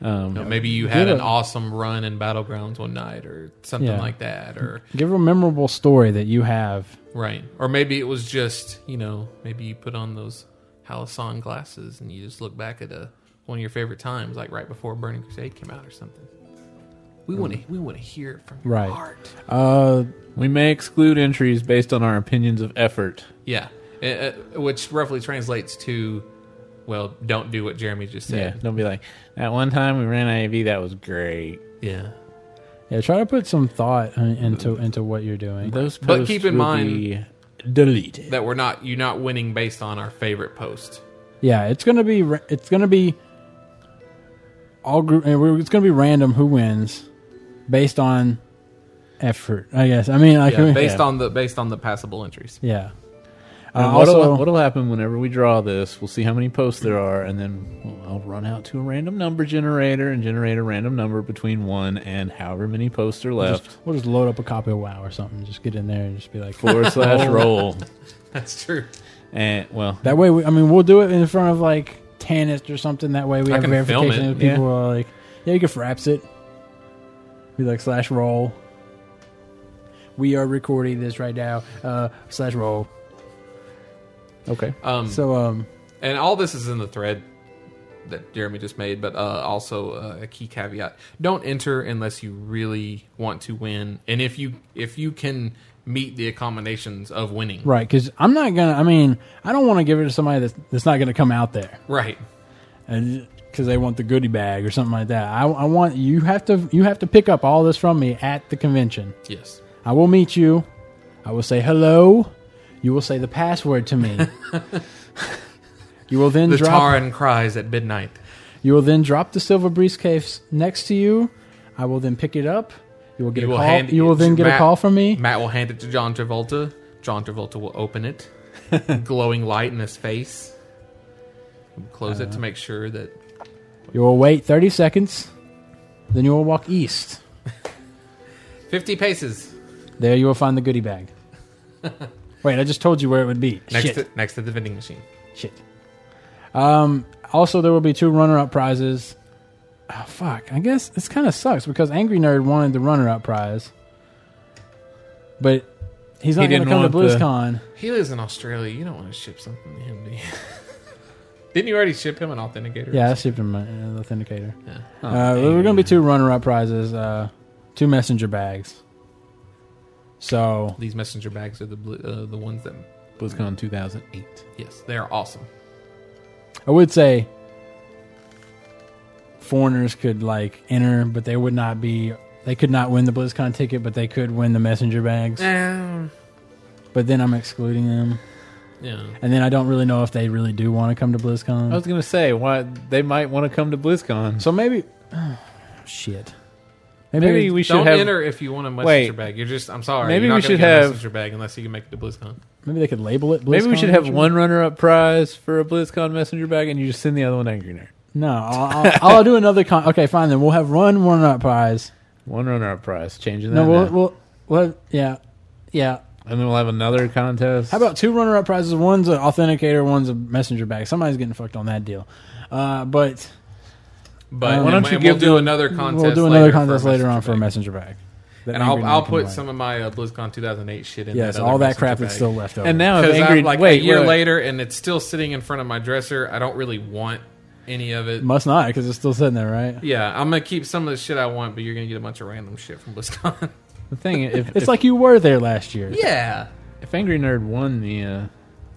Speaker 1: Um,
Speaker 4: No, maybe you had
Speaker 3: Get
Speaker 4: an
Speaker 3: a-
Speaker 4: awesome run in battlegrounds one night, or something
Speaker 3: Yeah.
Speaker 4: like that, or
Speaker 3: Give a memorable story that you have.
Speaker 4: right, or maybe it was just you know maybe you put on those Halisson glasses and you just look back at a, one of your favorite times, like right before Burning Crusade came out or something. We want to we want to hear it from your
Speaker 3: Mm. Right.
Speaker 4: heart.
Speaker 3: Uh,
Speaker 1: We may exclude entries based on our opinions of effort.
Speaker 4: Yeah, Uh, uh, which roughly translates to, well, don't do what Jeremy just
Speaker 1: Yeah,
Speaker 4: said.
Speaker 1: don't be like that one time we ran AV that was great.
Speaker 4: Yeah,
Speaker 3: yeah, try to put some thought in- into into what you're doing.
Speaker 1: Those posts
Speaker 4: But keep in
Speaker 1: will
Speaker 4: mind-
Speaker 1: be deleted.
Speaker 4: that we're not you're not winning based on our
Speaker 3: [laughs]
Speaker 4: favorite post.
Speaker 3: Yeah, it's gonna be ra- it's gonna be all group. and we're- It's gonna be random who wins based on effort. I guess. I mean, like [laughs]
Speaker 4: Yeah, based
Speaker 3: yeah.
Speaker 4: on the based on the passable entries.
Speaker 3: yeah. Uh,
Speaker 1: And
Speaker 3: also,
Speaker 1: what'll, what'll happen whenever we draw this, we'll see how many posts there are, and then well, I'll run out to a random number generator and generate a random number between one and however many posts are
Speaker 3: we'll
Speaker 1: left.
Speaker 3: just, we'll just load up a copy of WoW or something. Just get in there and just be like, [laughs]
Speaker 1: forward slash roll.
Speaker 4: That's true.
Speaker 1: And, well,
Speaker 3: that way. We, I mean, we'll do it in front of like Tanist or something. That way, we
Speaker 4: I
Speaker 3: have
Speaker 4: can film
Speaker 3: verification.
Speaker 4: it,
Speaker 3: and people are like, yeah, you can fraps it. Be like slash roll. We are recording this right now. Uh, slash roll.
Speaker 1: okay.
Speaker 4: Um,
Speaker 3: So um.
Speaker 4: and all this is in the thread that Jeremy just made, but uh, also uh, a key caveat: don't enter unless you really want to win, and if you if you can meet the accommodations of winning.
Speaker 3: Right, because I'm not gonna. I mean, I don't want to give it to somebody that's, that's not gonna come out there,
Speaker 4: Right.
Speaker 3: because they want the goodie bag or something like that. I, I want you have to you have to pick up all this from me at the convention.
Speaker 4: Yes.
Speaker 3: I will meet you. I will say hello. You will say the password to
Speaker 4: [laughs]
Speaker 3: me. you will then
Speaker 4: The
Speaker 3: drop.
Speaker 4: Taran cries at midnight.
Speaker 3: You will then drop the silver briefcase next to you. I will then pick it up. You will get
Speaker 4: You
Speaker 3: a
Speaker 4: will
Speaker 3: call.
Speaker 4: hand-
Speaker 3: you will then get a
Speaker 4: Matt-
Speaker 3: call from me.
Speaker 4: Matt will hand it to John Travolta. John Travolta will
Speaker 3: [laughs]
Speaker 4: open it, glowing light in his face. He'll Close
Speaker 3: Uh-huh.
Speaker 4: it to make sure that
Speaker 3: You will wait thirty seconds. Then you will walk east.
Speaker 4: fifty paces
Speaker 3: There you will find the goodie
Speaker 4: [laughs]
Speaker 3: bag. Wait, I just told you where it would be.
Speaker 4: next
Speaker 3: Shit.
Speaker 4: to, next to the vending machine.
Speaker 3: Shit. Um, also, there will be two runner up prizes. Oh, fuck. I guess this kind of sucks because Angry Nerd wanted the runner up prize. But he's not
Speaker 1: He
Speaker 3: going to
Speaker 1: didn't
Speaker 3: come to
Speaker 1: want the-
Speaker 3: BlizzCon.
Speaker 4: He lives in Australia. You don't want to ship something to him, do you? [laughs] Didn't you already ship him an authenticator? Oh.
Speaker 3: Yeah, I shipped him an authenticator.
Speaker 4: Yeah.
Speaker 3: uh, there are going to be two runner up prizes, uh, two messenger bags. So,
Speaker 4: These messenger bags are the bl- uh, the ones that.
Speaker 1: BlizzCon 2008.
Speaker 4: Yes, they are awesome.
Speaker 3: I would say foreigners could like enter, but they would not be. They could not win the BlizzCon ticket, but they could win the messenger bags.
Speaker 4: Um,
Speaker 3: But then I'm excluding them,
Speaker 4: yeah.
Speaker 3: and then I don't really know if they really do want to come to
Speaker 1: I
Speaker 3: BlizzCon.
Speaker 1: was going to say why they might want to come to BlizzCon.
Speaker 3: So maybe [sighs] shit.
Speaker 1: Maybe we should
Speaker 4: Don't
Speaker 1: have.
Speaker 4: enter if you want a messenger
Speaker 1: Wait.
Speaker 4: bag. You're just. I'm sorry.
Speaker 1: Maybe
Speaker 4: you're not
Speaker 1: we
Speaker 4: gonna
Speaker 1: should
Speaker 4: get a
Speaker 1: have-
Speaker 4: messenger bag unless you can make it to BlizzCon.
Speaker 3: Maybe they could label it.
Speaker 1: Maybe we
Speaker 3: BlizzCon
Speaker 1: should have
Speaker 3: Messenger?
Speaker 1: one runner-up prize for a BlizzCon messenger bag, and you just send the other one to Angry Nerd.
Speaker 3: No, I'll, I'll, [laughs] I'll do another. Con- okay, fine. Then we'll have one one up prize. uh,
Speaker 1: One runner-up prize, changing that,
Speaker 3: No, we'll,
Speaker 1: now.
Speaker 3: we'll we'll yeah, yeah.
Speaker 1: and then we'll have another contest.
Speaker 3: How about two runner-up prizes? One's an authenticator, one's a messenger bag. Somebody's getting fucked on that deal. Uh, but
Speaker 4: But
Speaker 3: why
Speaker 1: don't
Speaker 4: and
Speaker 1: you
Speaker 4: we'll
Speaker 1: give
Speaker 4: do
Speaker 1: them-
Speaker 4: another contest.
Speaker 3: we'll do another
Speaker 4: later
Speaker 3: contest
Speaker 4: for a
Speaker 3: later on
Speaker 4: messenger
Speaker 3: for a
Speaker 4: bag.
Speaker 3: messenger bag. That
Speaker 4: And
Speaker 3: Angry
Speaker 4: I'll
Speaker 3: Nerd
Speaker 4: I'll
Speaker 3: can
Speaker 4: put
Speaker 3: buy.
Speaker 4: some of my uh, BlizzCon 2008 shit in.
Speaker 3: yes,
Speaker 4: that
Speaker 3: all
Speaker 4: other
Speaker 3: that
Speaker 4: messenger
Speaker 3: crap that's
Speaker 4: bag.
Speaker 3: still left over.
Speaker 1: and now if
Speaker 4: Because
Speaker 1: Angry
Speaker 4: I'm like
Speaker 1: wait
Speaker 4: a year
Speaker 1: wait.
Speaker 4: later, and it's still sitting in front of my dresser. I don't really want any of it.
Speaker 3: must not because it's still sitting there, right?
Speaker 4: yeah, I'm gonna keep some of the shit I want, but you're gonna get a bunch of random shit from BlizzCon. [laughs]
Speaker 1: the thing if,
Speaker 3: [laughs] It's
Speaker 1: if,
Speaker 3: like you were there last year.
Speaker 4: yeah,
Speaker 1: if Angry Nerd won the uh,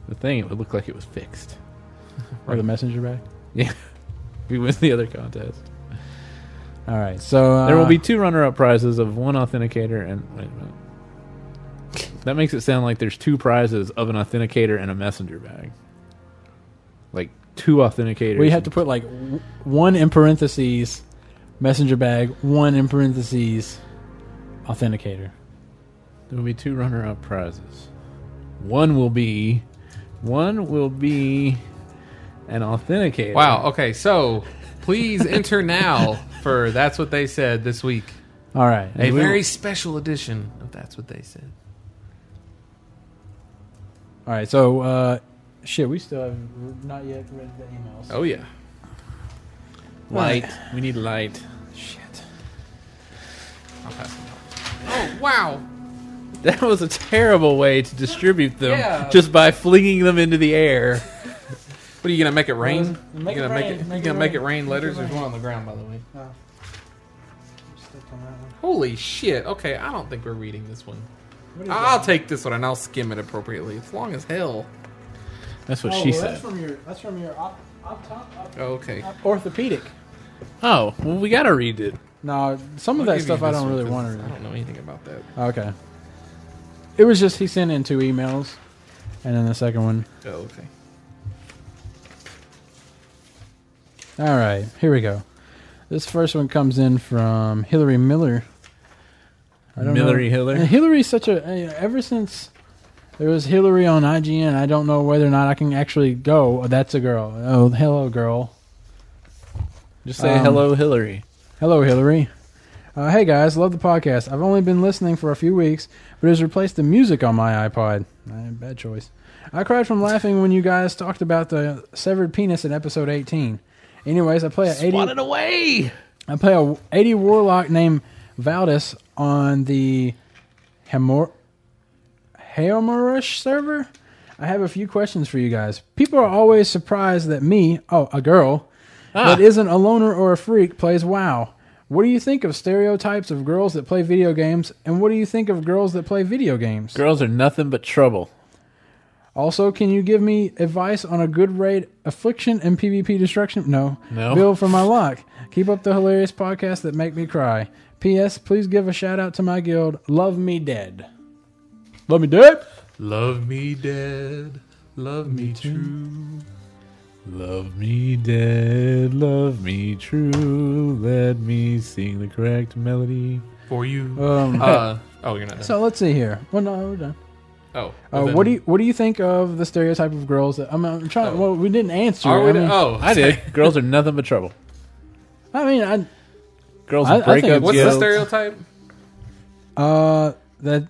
Speaker 1: the thing, it would look like it was fixed. [laughs]
Speaker 3: Or the messenger bag.
Speaker 1: Yeah, we win the other contest.
Speaker 3: All right, so uh,
Speaker 1: There will be two runner-up prizes of one authenticator and wait a minute. That makes it sound like there's two prizes of an authenticator and a messenger bag. Like two authenticators.
Speaker 3: We have to put like w- one in parentheses messenger bag, one in parentheses authenticator.
Speaker 1: There will be two runner-up prizes. One will be, one will be, an authenticator.
Speaker 4: Wow. Okay. So please enter now for that's what they said this week.
Speaker 3: All right,
Speaker 4: A
Speaker 3: We-
Speaker 4: very special edition of that's what they said.
Speaker 3: all right. So uh, shit, we still have not yet read the emails.
Speaker 4: Oh yeah.
Speaker 1: Light. We need light.
Speaker 4: I'll pass them. Oh wow.
Speaker 1: That was a terrible way to distribute them,
Speaker 4: Yeah.
Speaker 1: just by flinging them into the air.
Speaker 4: What are you gonna make it rain?
Speaker 3: Make
Speaker 4: you
Speaker 3: it rain,
Speaker 4: gonna make it.
Speaker 3: make it
Speaker 4: you gonna make it
Speaker 3: rain.
Speaker 4: rain.
Speaker 3: Make it
Speaker 4: Letters. There's
Speaker 3: rain. Oh.
Speaker 4: one on the ground, by the way. Holy shit. Okay, I don't think we're reading this one. I'll take this one and I'll skim it appropriately. It's long as hell.
Speaker 1: That's what Oh, she said.
Speaker 3: from your Oh, that's from your op, op top,
Speaker 4: Oh, okay.
Speaker 3: orthopedic.
Speaker 1: Oh, well, we gotta read it.
Speaker 3: No, some of
Speaker 4: I'll
Speaker 3: that
Speaker 4: give
Speaker 3: stuff
Speaker 4: you
Speaker 3: I
Speaker 4: this
Speaker 3: don't
Speaker 4: one
Speaker 3: really
Speaker 4: 'cause
Speaker 3: want to
Speaker 4: I
Speaker 3: read.
Speaker 4: don't know anything about that.
Speaker 3: Okay. It was just he sent in two emails, and then the second one.
Speaker 4: Oh, okay.
Speaker 3: All right, here we go. This first one comes in from Hillary Miller. I don't
Speaker 1: Millery
Speaker 3: know.
Speaker 1: Hiller?
Speaker 3: And Hillary's such a. eh, Ever since there was Hillary on IGN, I don't know whether or not I can actually go. Oh, that's a girl. Oh, hello, girl.
Speaker 1: Just say
Speaker 3: Um,
Speaker 1: hello, Hillary.
Speaker 3: Hello, Hillary. Uh, hey, guys. Love the podcast. I've only been listening for a few weeks, but it has replaced the music on my iPod. Eh, bad choice. I cried from laughing when you guys talked about the severed penis in episode 18. Anyways, I play a 80.
Speaker 1: Swatted away.
Speaker 3: I play a 80 warlock named Valdis on the Hamor- Hamorish server. I have a few questions for you guys. People are always surprised that me, oh, a girl, that isn't a loner or a freak plays WoW. What do you think of stereotypes of girls that play video games, and what do you think of girls that play video games?
Speaker 1: Girls are nothing but trouble.
Speaker 3: Also, can you give me advice on a good raid affliction and PvP destruction? No.
Speaker 1: No.
Speaker 3: Bill for my lock. Keep up the hilarious podcasts that make me cry. P.S. Please give a shout out to my guild. Love me dead. Love me dead?
Speaker 4: Love me dead. Love me true.
Speaker 1: Love me dead, love me true. Let me sing the correct melody.
Speaker 4: For you.
Speaker 3: Um,
Speaker 4: Uh, oh, you're not done.
Speaker 3: so let's see here. Well, no, we're done.
Speaker 4: oh.
Speaker 3: Uh,
Speaker 4: well then- Oh.
Speaker 3: what do you What do you think of the stereotype of girls that I'm, I'm trying? Well, we didn't answer.
Speaker 4: Are we,
Speaker 3: I mean,
Speaker 4: oh,
Speaker 1: I did. Girls are nothing but [laughs] trouble.
Speaker 3: I mean, I,
Speaker 1: Girls
Speaker 3: I- I
Speaker 1: break
Speaker 3: think
Speaker 1: up
Speaker 3: it's-
Speaker 4: [laughs] What's the
Speaker 1: guilt.
Speaker 4: stereotype?
Speaker 3: uh, that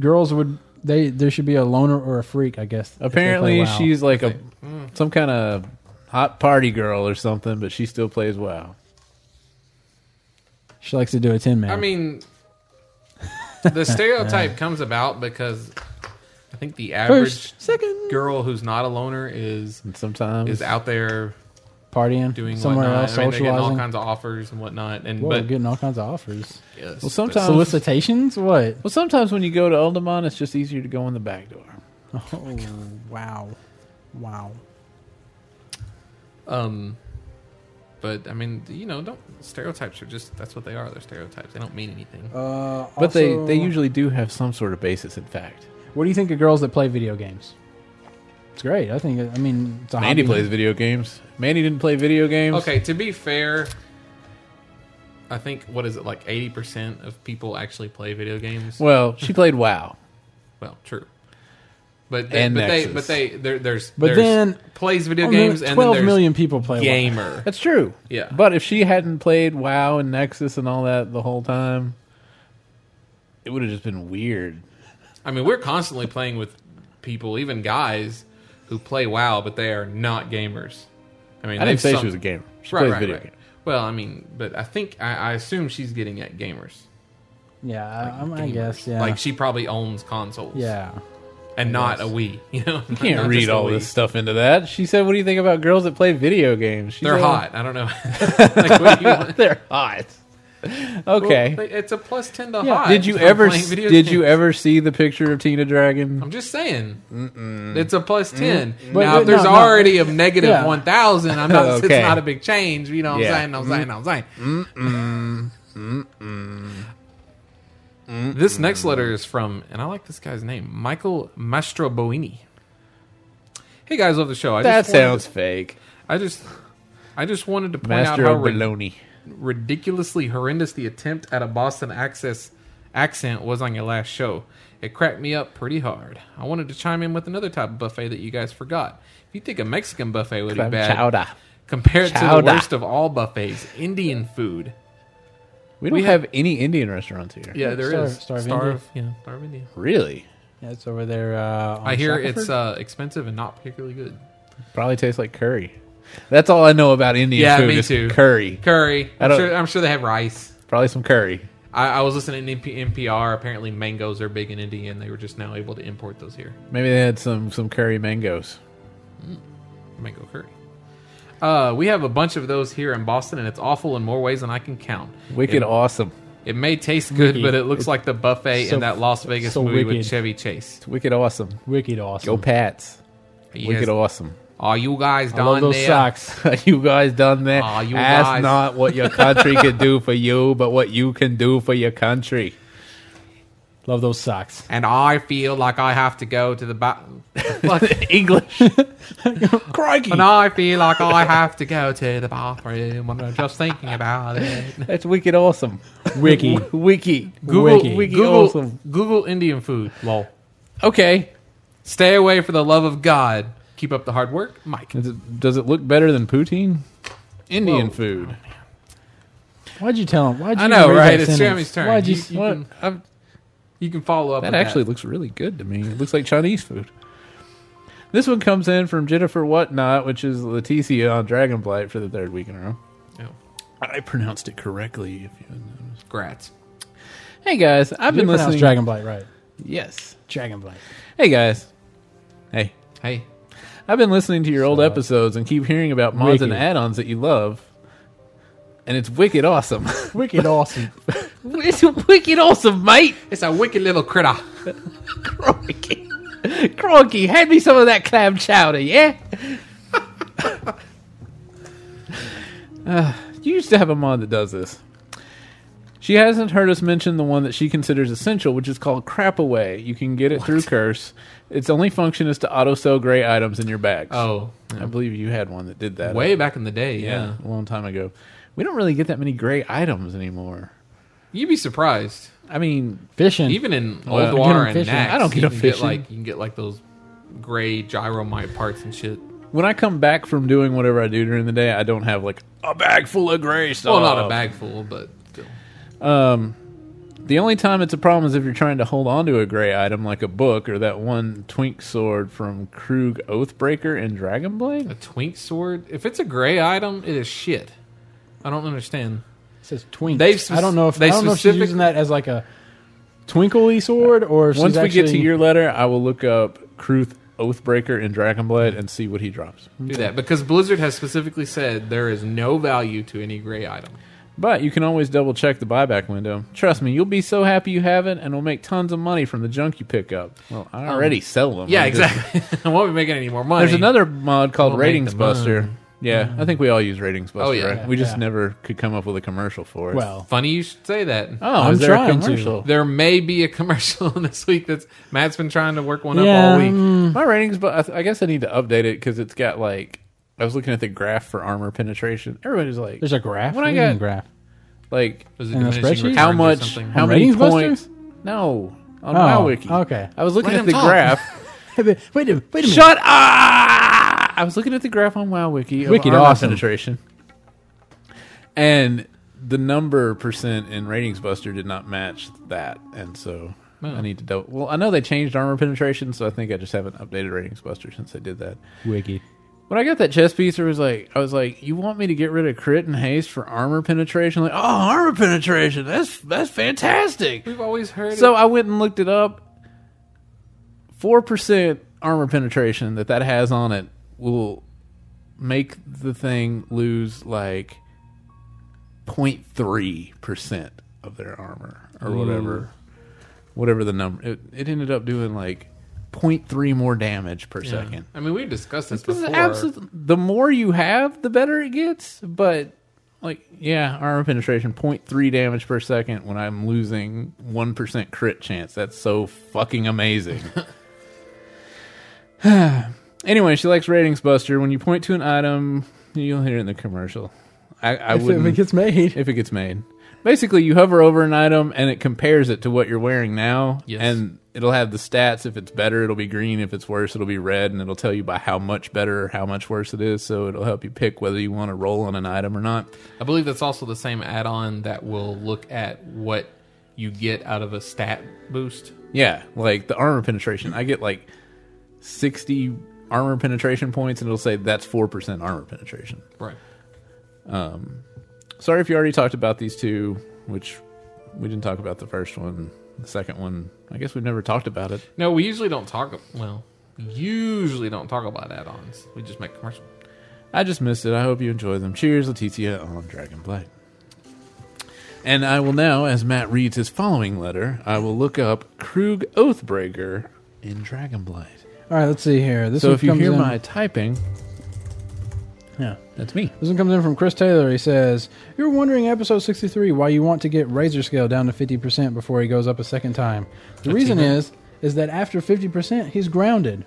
Speaker 3: girls would they there should be a loner or a freak. I guess. if they play
Speaker 1: Apparently,
Speaker 3: WoW.
Speaker 1: she's like a some kind of hot party girl or something, but she still plays WoW.
Speaker 3: she likes to do a ten man.
Speaker 4: I mean, the stereotype comes about because I think the average
Speaker 3: first, second,
Speaker 4: girl who's not a loner is
Speaker 1: And sometimes
Speaker 4: is out there
Speaker 3: partying,
Speaker 4: doing
Speaker 3: somewhere
Speaker 4: whatnot.
Speaker 3: else,
Speaker 4: I mean, they're getting all
Speaker 3: socializing.
Speaker 4: kinds of offers and whatnot. And
Speaker 3: Whoa,
Speaker 4: but
Speaker 3: getting all kinds of offers,
Speaker 4: yes,
Speaker 1: well,
Speaker 4: but-
Speaker 1: sometimes
Speaker 3: solicitations. What?
Speaker 1: well, sometimes when you go to Aldemon, it's just easier to go in the back door.
Speaker 3: Oh, wow, wow.
Speaker 4: Um, but I mean, you know, don't stereotypes are just that's what they are. They're stereotypes. They don't mean anything.
Speaker 3: Uh,
Speaker 1: But
Speaker 3: also,
Speaker 1: they they usually do have some sort of basis in fact.
Speaker 3: What do you think of girls that play video games? It's great. I think. I mean, it's a
Speaker 1: Mandy
Speaker 3: hobby.
Speaker 1: plays video games. Mandy didn't play video games.
Speaker 4: Okay, to be fair, I think what is it like eighty percent of people actually play video games.
Speaker 1: Well, she played WoW.
Speaker 4: Well, true. But they,
Speaker 1: And
Speaker 4: but they
Speaker 1: Nexus.
Speaker 4: but they there, there's
Speaker 3: But
Speaker 4: there's
Speaker 3: then-
Speaker 4: plays video
Speaker 3: Oh, man,
Speaker 4: games and then
Speaker 3: 12
Speaker 4: there's
Speaker 3: million people play.
Speaker 4: gamer.
Speaker 1: That's true.
Speaker 4: Yeah.
Speaker 1: But if she hadn't played WoW and Nexus and all that the whole time, it would have just been weird.
Speaker 4: I mean, we're constantly playing with people, even guys who play WoW, but they are not gamers. I mean,
Speaker 1: I didn't
Speaker 4: they've
Speaker 1: say
Speaker 4: some-
Speaker 1: she was a gamer. She
Speaker 4: right,
Speaker 1: plays
Speaker 4: right,
Speaker 1: video
Speaker 4: right.
Speaker 1: games.
Speaker 4: Well, I mean, but I think I, I assume she's getting at gamers.
Speaker 3: Yeah, I, I'm- I
Speaker 4: Gamers.
Speaker 3: guess. Yeah.
Speaker 4: Like she probably owns consoles.
Speaker 3: yeah.
Speaker 4: and not a Wii. [laughs] You know,
Speaker 1: You can't read all this stuff into that. She said, "What do you think about girls that play video games? She's
Speaker 4: They're
Speaker 1: all-
Speaker 4: hot. I don't know. [laughs] like, what do you
Speaker 1: [laughs]
Speaker 4: want?
Speaker 1: They're hot." Okay.
Speaker 4: Well, it's a plus ten to
Speaker 3: Yeah.
Speaker 4: hot.
Speaker 1: did you
Speaker 4: for
Speaker 1: ever
Speaker 4: playing
Speaker 1: s-
Speaker 4: video
Speaker 1: did you e-
Speaker 4: games.
Speaker 1: ever see the picture of Tina Dragon?
Speaker 4: I'm just saying, it's a plus ten.
Speaker 3: But-
Speaker 4: Now,
Speaker 3: but
Speaker 4: if there's
Speaker 3: no, no.
Speaker 4: already a negative
Speaker 3: Yeah.
Speaker 4: one
Speaker 1: [laughs]
Speaker 4: thousand, I'm not.
Speaker 1: Okay.
Speaker 4: It's not a big change. You know what
Speaker 1: Yeah.
Speaker 4: I'm saying? I'm saying. I'm saying. This next letter is from, and I like this guy's name, Michael Mastroboini. Hey guys, love the show. I
Speaker 1: that
Speaker 4: just wanted to-
Speaker 1: sounds fake.
Speaker 4: I just, I just wanted to point
Speaker 1: Master
Speaker 4: out
Speaker 1: of
Speaker 4: how ri-
Speaker 1: baloney.
Speaker 4: ridiculously horrendous the attempt at a Boston access accent was on your last show. It cracked me up pretty hard. I wanted to chime in with another type of buffet that you guys forgot. If you think a Mexican buffet would be bad,
Speaker 1: Chowder.
Speaker 4: compare it to
Speaker 1: Chowder.
Speaker 4: the worst of all buffets, Indian food.
Speaker 1: We don't have any Indian restaurants here.
Speaker 4: Yeah, there
Speaker 3: Star-
Speaker 4: is
Speaker 3: Star of
Speaker 4: Star
Speaker 3: India.
Speaker 4: of- yeah, Star of India.
Speaker 1: Really?
Speaker 3: Yeah, it's over there. Uh, on
Speaker 4: I hear
Speaker 3: Shackelford.
Speaker 4: it's uh, expensive and not particularly good.
Speaker 1: Probably tastes like curry. That's all I know about Indian
Speaker 4: Yeah,
Speaker 1: food.
Speaker 4: me
Speaker 1: is
Speaker 4: too.
Speaker 1: Curry.
Speaker 4: Curry.
Speaker 1: I
Speaker 4: I'm
Speaker 1: don't-
Speaker 4: sure, I'm sure they have rice.
Speaker 1: Probably some curry.
Speaker 4: I, I was listening to NP, NPR. Apparently, mangoes are big in India, and they were just now able to import those here.
Speaker 1: Maybe they had some some curry mangoes.
Speaker 4: mango curry. Uh, we have a bunch of those here in Boston, and it's awful in more ways than I can count.
Speaker 1: Wicked
Speaker 4: It,
Speaker 1: awesome.
Speaker 4: it may taste good, but it looks like the buffet
Speaker 3: so-
Speaker 4: in that Las Vegas
Speaker 3: so
Speaker 4: movie
Speaker 3: wicked.
Speaker 4: with Chevy Chase.
Speaker 1: It's wicked awesome.
Speaker 3: wicked awesome.
Speaker 1: Go Pats.
Speaker 4: Yes.
Speaker 1: Wicked awesome.
Speaker 4: Are you guys
Speaker 3: I love
Speaker 4: done
Speaker 3: those
Speaker 4: there?
Speaker 1: [laughs]
Speaker 3: socks.
Speaker 1: you guys done that?
Speaker 4: Aw, you
Speaker 1: Ask
Speaker 4: guys.
Speaker 1: not what your country could do for you, but what you can do for your country.
Speaker 3: Love those socks.
Speaker 4: And I feel like I have to go to the ba-
Speaker 1: [laughs] English.
Speaker 3: Crikey!
Speaker 4: And I feel like I have to go to the bathroom when I'm just thinking
Speaker 3: [laughs]
Speaker 4: about it.
Speaker 1: That's wicked awesome.
Speaker 3: Wiki.
Speaker 1: [laughs] Wiki.
Speaker 3: Google-
Speaker 1: Wiki.
Speaker 3: Wiki
Speaker 4: Google,
Speaker 1: awesome.
Speaker 4: Google Indian food. Lol.
Speaker 1: Okay.
Speaker 4: Stay away for the love of God. Keep up the hard work, Mike.
Speaker 1: Does it, does it look better than poutine? Indian food.
Speaker 3: Why'd you tell him? Why'd you
Speaker 4: I know,
Speaker 3: read that
Speaker 4: right? It's
Speaker 3: sentence?
Speaker 4: Jeremy's turn.
Speaker 3: Why'd you?
Speaker 4: You- you
Speaker 1: What?
Speaker 4: can-
Speaker 1: I'm-
Speaker 4: You can follow up.
Speaker 1: that
Speaker 4: with
Speaker 1: actually looks really good to me. It looks like Chinese food. This one comes in from Jennifer Whatnot, which is Leticia on Dragonblight for the third week in a row.
Speaker 4: Oh,
Speaker 1: I pronounced it correctly. If you
Speaker 4: congrats.
Speaker 1: Hey guys, I've
Speaker 3: You
Speaker 1: been
Speaker 3: pronounced
Speaker 1: listening.
Speaker 3: Dragonblight right?
Speaker 1: Yes.
Speaker 3: Dragonblight.
Speaker 1: Hey guys. Hey.
Speaker 4: Hey,
Speaker 1: I've been listening to your old episodes and keep hearing about mods and
Speaker 3: Wicked.
Speaker 1: add-ons that you love, and it's wicked awesome.
Speaker 3: Wicked awesome.
Speaker 1: [laughs] it's wicked awesome, [laughs] mate.
Speaker 4: it's a wicked little critter.
Speaker 1: Crikey. Crikey, hand me some of that clam chowder, yeah? [laughs] Uh, you used to have a mod that does this. She hasn't heard us mention the one that she considers essential, which is called Crap Away. You can get it through Curse. Its only function is to auto sell gray items in your bags.
Speaker 4: Oh,
Speaker 1: I believe you had one that did that. uh,
Speaker 4: way back in the day, yeah.
Speaker 1: a long time ago. We don't really get that many gray items anymore.
Speaker 4: You'd be surprised.
Speaker 1: I mean,
Speaker 3: Fishing.
Speaker 4: Even in
Speaker 1: Well,
Speaker 4: Old
Speaker 1: you
Speaker 4: War
Speaker 3: get 'em
Speaker 4: and
Speaker 3: fishing.
Speaker 4: Nax,
Speaker 1: I don't get
Speaker 4: you
Speaker 1: 'em
Speaker 4: can
Speaker 1: fishing.
Speaker 4: like you can get like those gray gyromite parts and shit.
Speaker 1: when I come back from doing whatever I do during the day, I don't have like a bag full of gray stuff.
Speaker 4: Well, not a bag full, but still.
Speaker 1: The only time it's a problem is if you're trying to hold onto a gray item like a book or that one twink sword from Krug Oathbreaker in
Speaker 4: a
Speaker 1: Dragonblade.
Speaker 4: twink sword. If it's a gray item, it is shit. I don't understand.
Speaker 3: It says twink.
Speaker 4: They've spec-
Speaker 3: I don't know if
Speaker 4: they
Speaker 3: I don't know if she's
Speaker 4: specific-
Speaker 3: using that as like a twinkly sword or if she's
Speaker 1: Once we get to
Speaker 3: actually-
Speaker 1: your letter, I will look up Krug Oathbreaker in Dragonblade and see what he drops.
Speaker 4: Do that because Blizzard has specifically said there is no value to any gray item.
Speaker 1: But you can always double check the buyback window. Trust me, you'll be so happy you have it, and will make tons of money from the junk you pick up. Well, I already sell them.
Speaker 4: Yeah,
Speaker 1: I'm just-
Speaker 4: exactly. [laughs] I won't be making any more money.
Speaker 1: There's another mod called
Speaker 4: Won't make
Speaker 1: Ratings
Speaker 4: the money.
Speaker 1: Buster. Yeah, I think we all use Ratings Buster.
Speaker 4: Oh, yeah.
Speaker 1: right? we just
Speaker 3: Yeah.
Speaker 1: never could come up with a commercial for it.
Speaker 3: well.
Speaker 4: Funny you should say that.
Speaker 1: oh,
Speaker 3: I'm
Speaker 1: is there a
Speaker 3: trying to.
Speaker 1: commercial?
Speaker 4: There may be a commercial [laughs] this week that's Matt's been trying to work one
Speaker 3: Yeah,
Speaker 4: up all week.
Speaker 3: mm,
Speaker 1: My Ratings, but I, th- I guess I need to update it because it's got like I was looking at the graph for armor penetration. Everybody's like,
Speaker 3: there's a graph.
Speaker 1: When I
Speaker 3: What do you mean
Speaker 1: got-
Speaker 3: graph. [laughs]
Speaker 1: Like
Speaker 4: Was it
Speaker 3: In the
Speaker 4: diminishing
Speaker 3: spreadsheet?
Speaker 4: returns
Speaker 1: how
Speaker 4: or
Speaker 1: much?
Speaker 4: something?
Speaker 1: How
Speaker 3: On
Speaker 1: many
Speaker 3: Ratings
Speaker 1: points?
Speaker 3: Busters?
Speaker 1: No, on
Speaker 3: Oh,
Speaker 1: my wiki.
Speaker 3: okay.
Speaker 1: I was looking at
Speaker 4: Let him
Speaker 1: the
Speaker 4: talk.
Speaker 1: graph.
Speaker 3: wait a wait a minute.
Speaker 1: Shut up! I was looking at the graph on WoWWiki of
Speaker 3: Wicked
Speaker 1: armor
Speaker 3: awesome.
Speaker 1: penetration, and the number percent in Ratings Buster did not match that, and so I need to double. Well, I know they changed armor penetration, so I think I just haven't updated Ratings Buster since they did that.
Speaker 3: Wiki.
Speaker 1: When I got that chess piece, it was like I was like, "You want me to get rid of crit and haste for armor penetration?" Like, oh, armor penetration. That's that's fantastic.
Speaker 4: We've always heard.
Speaker 1: So
Speaker 4: it.
Speaker 1: I went and looked it up. Four percent armor penetration that that has on it will make the thing lose like 03 percent of their armor or whatever, whatever the number. It, it ended up doing like 0.3 more damage per
Speaker 4: Yeah.
Speaker 1: second.
Speaker 4: I mean, we've discussed this,
Speaker 1: This is
Speaker 4: before.
Speaker 1: absolute. The more you have, the better it gets. But like, yeah, armor penetration, 0.3 damage per second when I'm losing one percent crit chance. That's so fucking
Speaker 3: [laughs]
Speaker 1: amazing. [sighs] anyway, she likes ratings buster. When you point to an item, you'll hear it in the commercial. I, I
Speaker 3: If it
Speaker 1: wouldn't
Speaker 3: gets made.
Speaker 1: if it gets made. Basically, you hover over an item and it compares it to what you're wearing now.
Speaker 4: Yes.
Speaker 1: And it'll have the stats. If it's better, it'll be green. If it's worse, it'll be red. And it'll tell you by how much better or how much worse it is. So it'll help you pick whether you want to roll on an item or not.
Speaker 4: I believe that's also the same add-on that will look at what you get out of a stat boost.
Speaker 1: Yeah. Like the armor penetration. I get like 60 armor penetration points and it'll say that's 4% armor penetration.
Speaker 4: Right.
Speaker 1: Sorry if you already talked about these two, which we didn't talk about the first one. The second one, I guess we've never talked about it.
Speaker 4: No, we usually don't talk. Well, usually don't talk about add-ons. We just make commercial.
Speaker 1: I just missed it. I hope you enjoy them. Cheers, Letitia on Dragonblight. And I will now, as Matt reads his following letter, I will look up Krug Oathbreaker in Dragonblight.
Speaker 3: All right, let's see here. This
Speaker 1: So
Speaker 3: one
Speaker 1: if you
Speaker 3: comes
Speaker 1: hear
Speaker 3: in-
Speaker 1: my typing,
Speaker 3: yeah.
Speaker 1: that's me.
Speaker 3: This one comes in from Chris Taylor. He says, You're wondering, episode 63, why you want to get Razor Scale down to 50% before he goes up a second time. The reason is, is that after 50%, he's grounded.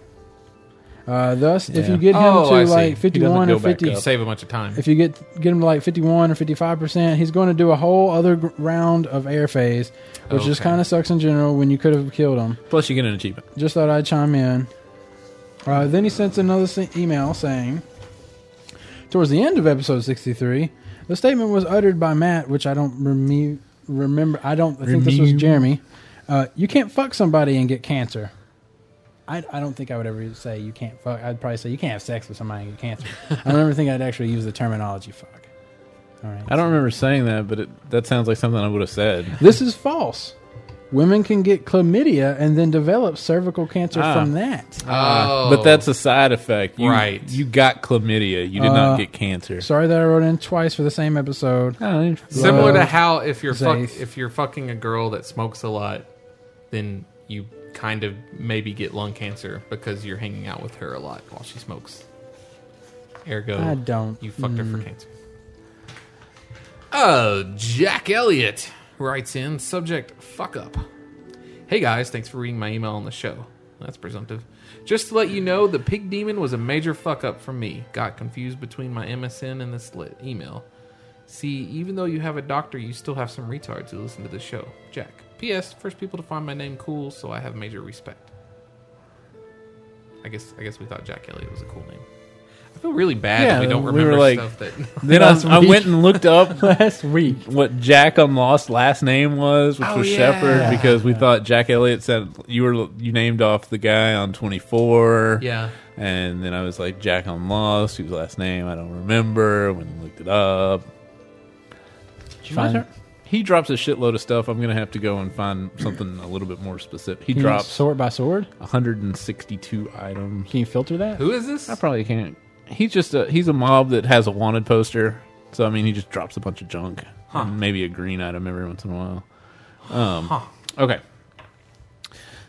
Speaker 3: Uh, thus, if
Speaker 1: Yeah.
Speaker 3: you get him
Speaker 4: Oh, I
Speaker 3: to
Speaker 4: see.
Speaker 3: like
Speaker 4: He doesn't
Speaker 3: 51
Speaker 1: go
Speaker 3: or
Speaker 1: back
Speaker 3: 50,
Speaker 4: You save a bunch of time.
Speaker 3: if you get get him to like 51 or 55 percent he's going to do a whole other gr- round of air phase which just
Speaker 4: Okay.
Speaker 3: kind of sucks in general when you could have killed him
Speaker 1: Plus, you get an achievement.
Speaker 3: just thought i'd chime in uh, then he sent another se- email saying towards the end of episode 63 the statement was uttered by matt which i don't reme- remember i don't I think this was
Speaker 1: Remember.
Speaker 3: jeremy uh, you can't fuck somebody and get cancer I, I don't think I would ever say you can't fuck. I'd probably say you can't have sex with somebody and get cancer. I don't ever think I'd actually use the terminology fuck. All right.
Speaker 1: I don't remember saying that, but it, that sounds like something I would have said.
Speaker 3: This is false. Women can get chlamydia and then develop cervical cancer
Speaker 1: Ah.
Speaker 3: from that.
Speaker 4: oh,
Speaker 1: But that's a side effect. You,
Speaker 4: Right.
Speaker 1: You got chlamydia. You did
Speaker 3: Uh,
Speaker 1: not get cancer.
Speaker 3: Sorry that I wrote in twice for the same episode.
Speaker 1: Oh,
Speaker 4: similar to
Speaker 3: Love
Speaker 4: how if you're fuck,
Speaker 3: Zaith.
Speaker 4: if you're fucking a girl that smokes a lot, then you kind of maybe get lung cancer because you're hanging out with her a lot while she smokes. Ergo,
Speaker 3: I don't-
Speaker 4: You fucked her for cancer. Oh, Jack Elliott writes in subject fuck up. Hey guys, thanks for reading my email on the show. That's presumptive. Just to let you know, the pig demon was a major fuck up from me. Got confused between my MSN and this lit email. See, even though you have a doctor, you still have some retards who listen to the show. Jack. P.S. First people to find my name cool, so I have major respect. I guess I guess we thought Jack Elliott was a cool name. I feel really bad
Speaker 1: Yeah,
Speaker 4: that we don't
Speaker 1: we were
Speaker 4: remember
Speaker 1: like-
Speaker 4: stuff that. [laughs]
Speaker 1: Then I,
Speaker 3: Last
Speaker 1: I
Speaker 3: week.
Speaker 1: went and looked up
Speaker 3: [laughs] Last week.
Speaker 1: what Jack Unlost's last name was, which
Speaker 4: Oh,
Speaker 1: was
Speaker 4: yeah.
Speaker 1: Shepherd, because we thought Jack Elliott said you were you named off the guy on Twenty Four.
Speaker 4: Yeah.
Speaker 1: and then I was like Jack Unlost, whose last name I don't remember. When I looked it up,
Speaker 3: Find-
Speaker 1: he drops a shitload of stuff. I'm gonna have to go and find something a little bit more specific. He
Speaker 3: Can you
Speaker 1: drops
Speaker 3: sort by sword?
Speaker 1: 162 items.
Speaker 3: Can you filter that?
Speaker 4: Who is
Speaker 1: [laughs]
Speaker 4: this?
Speaker 1: I probably can't. He's just a he's a mob that has a wanted poster. So I mean, he just drops a bunch of junk, And maybe a green item every once in a while. Um, Okay,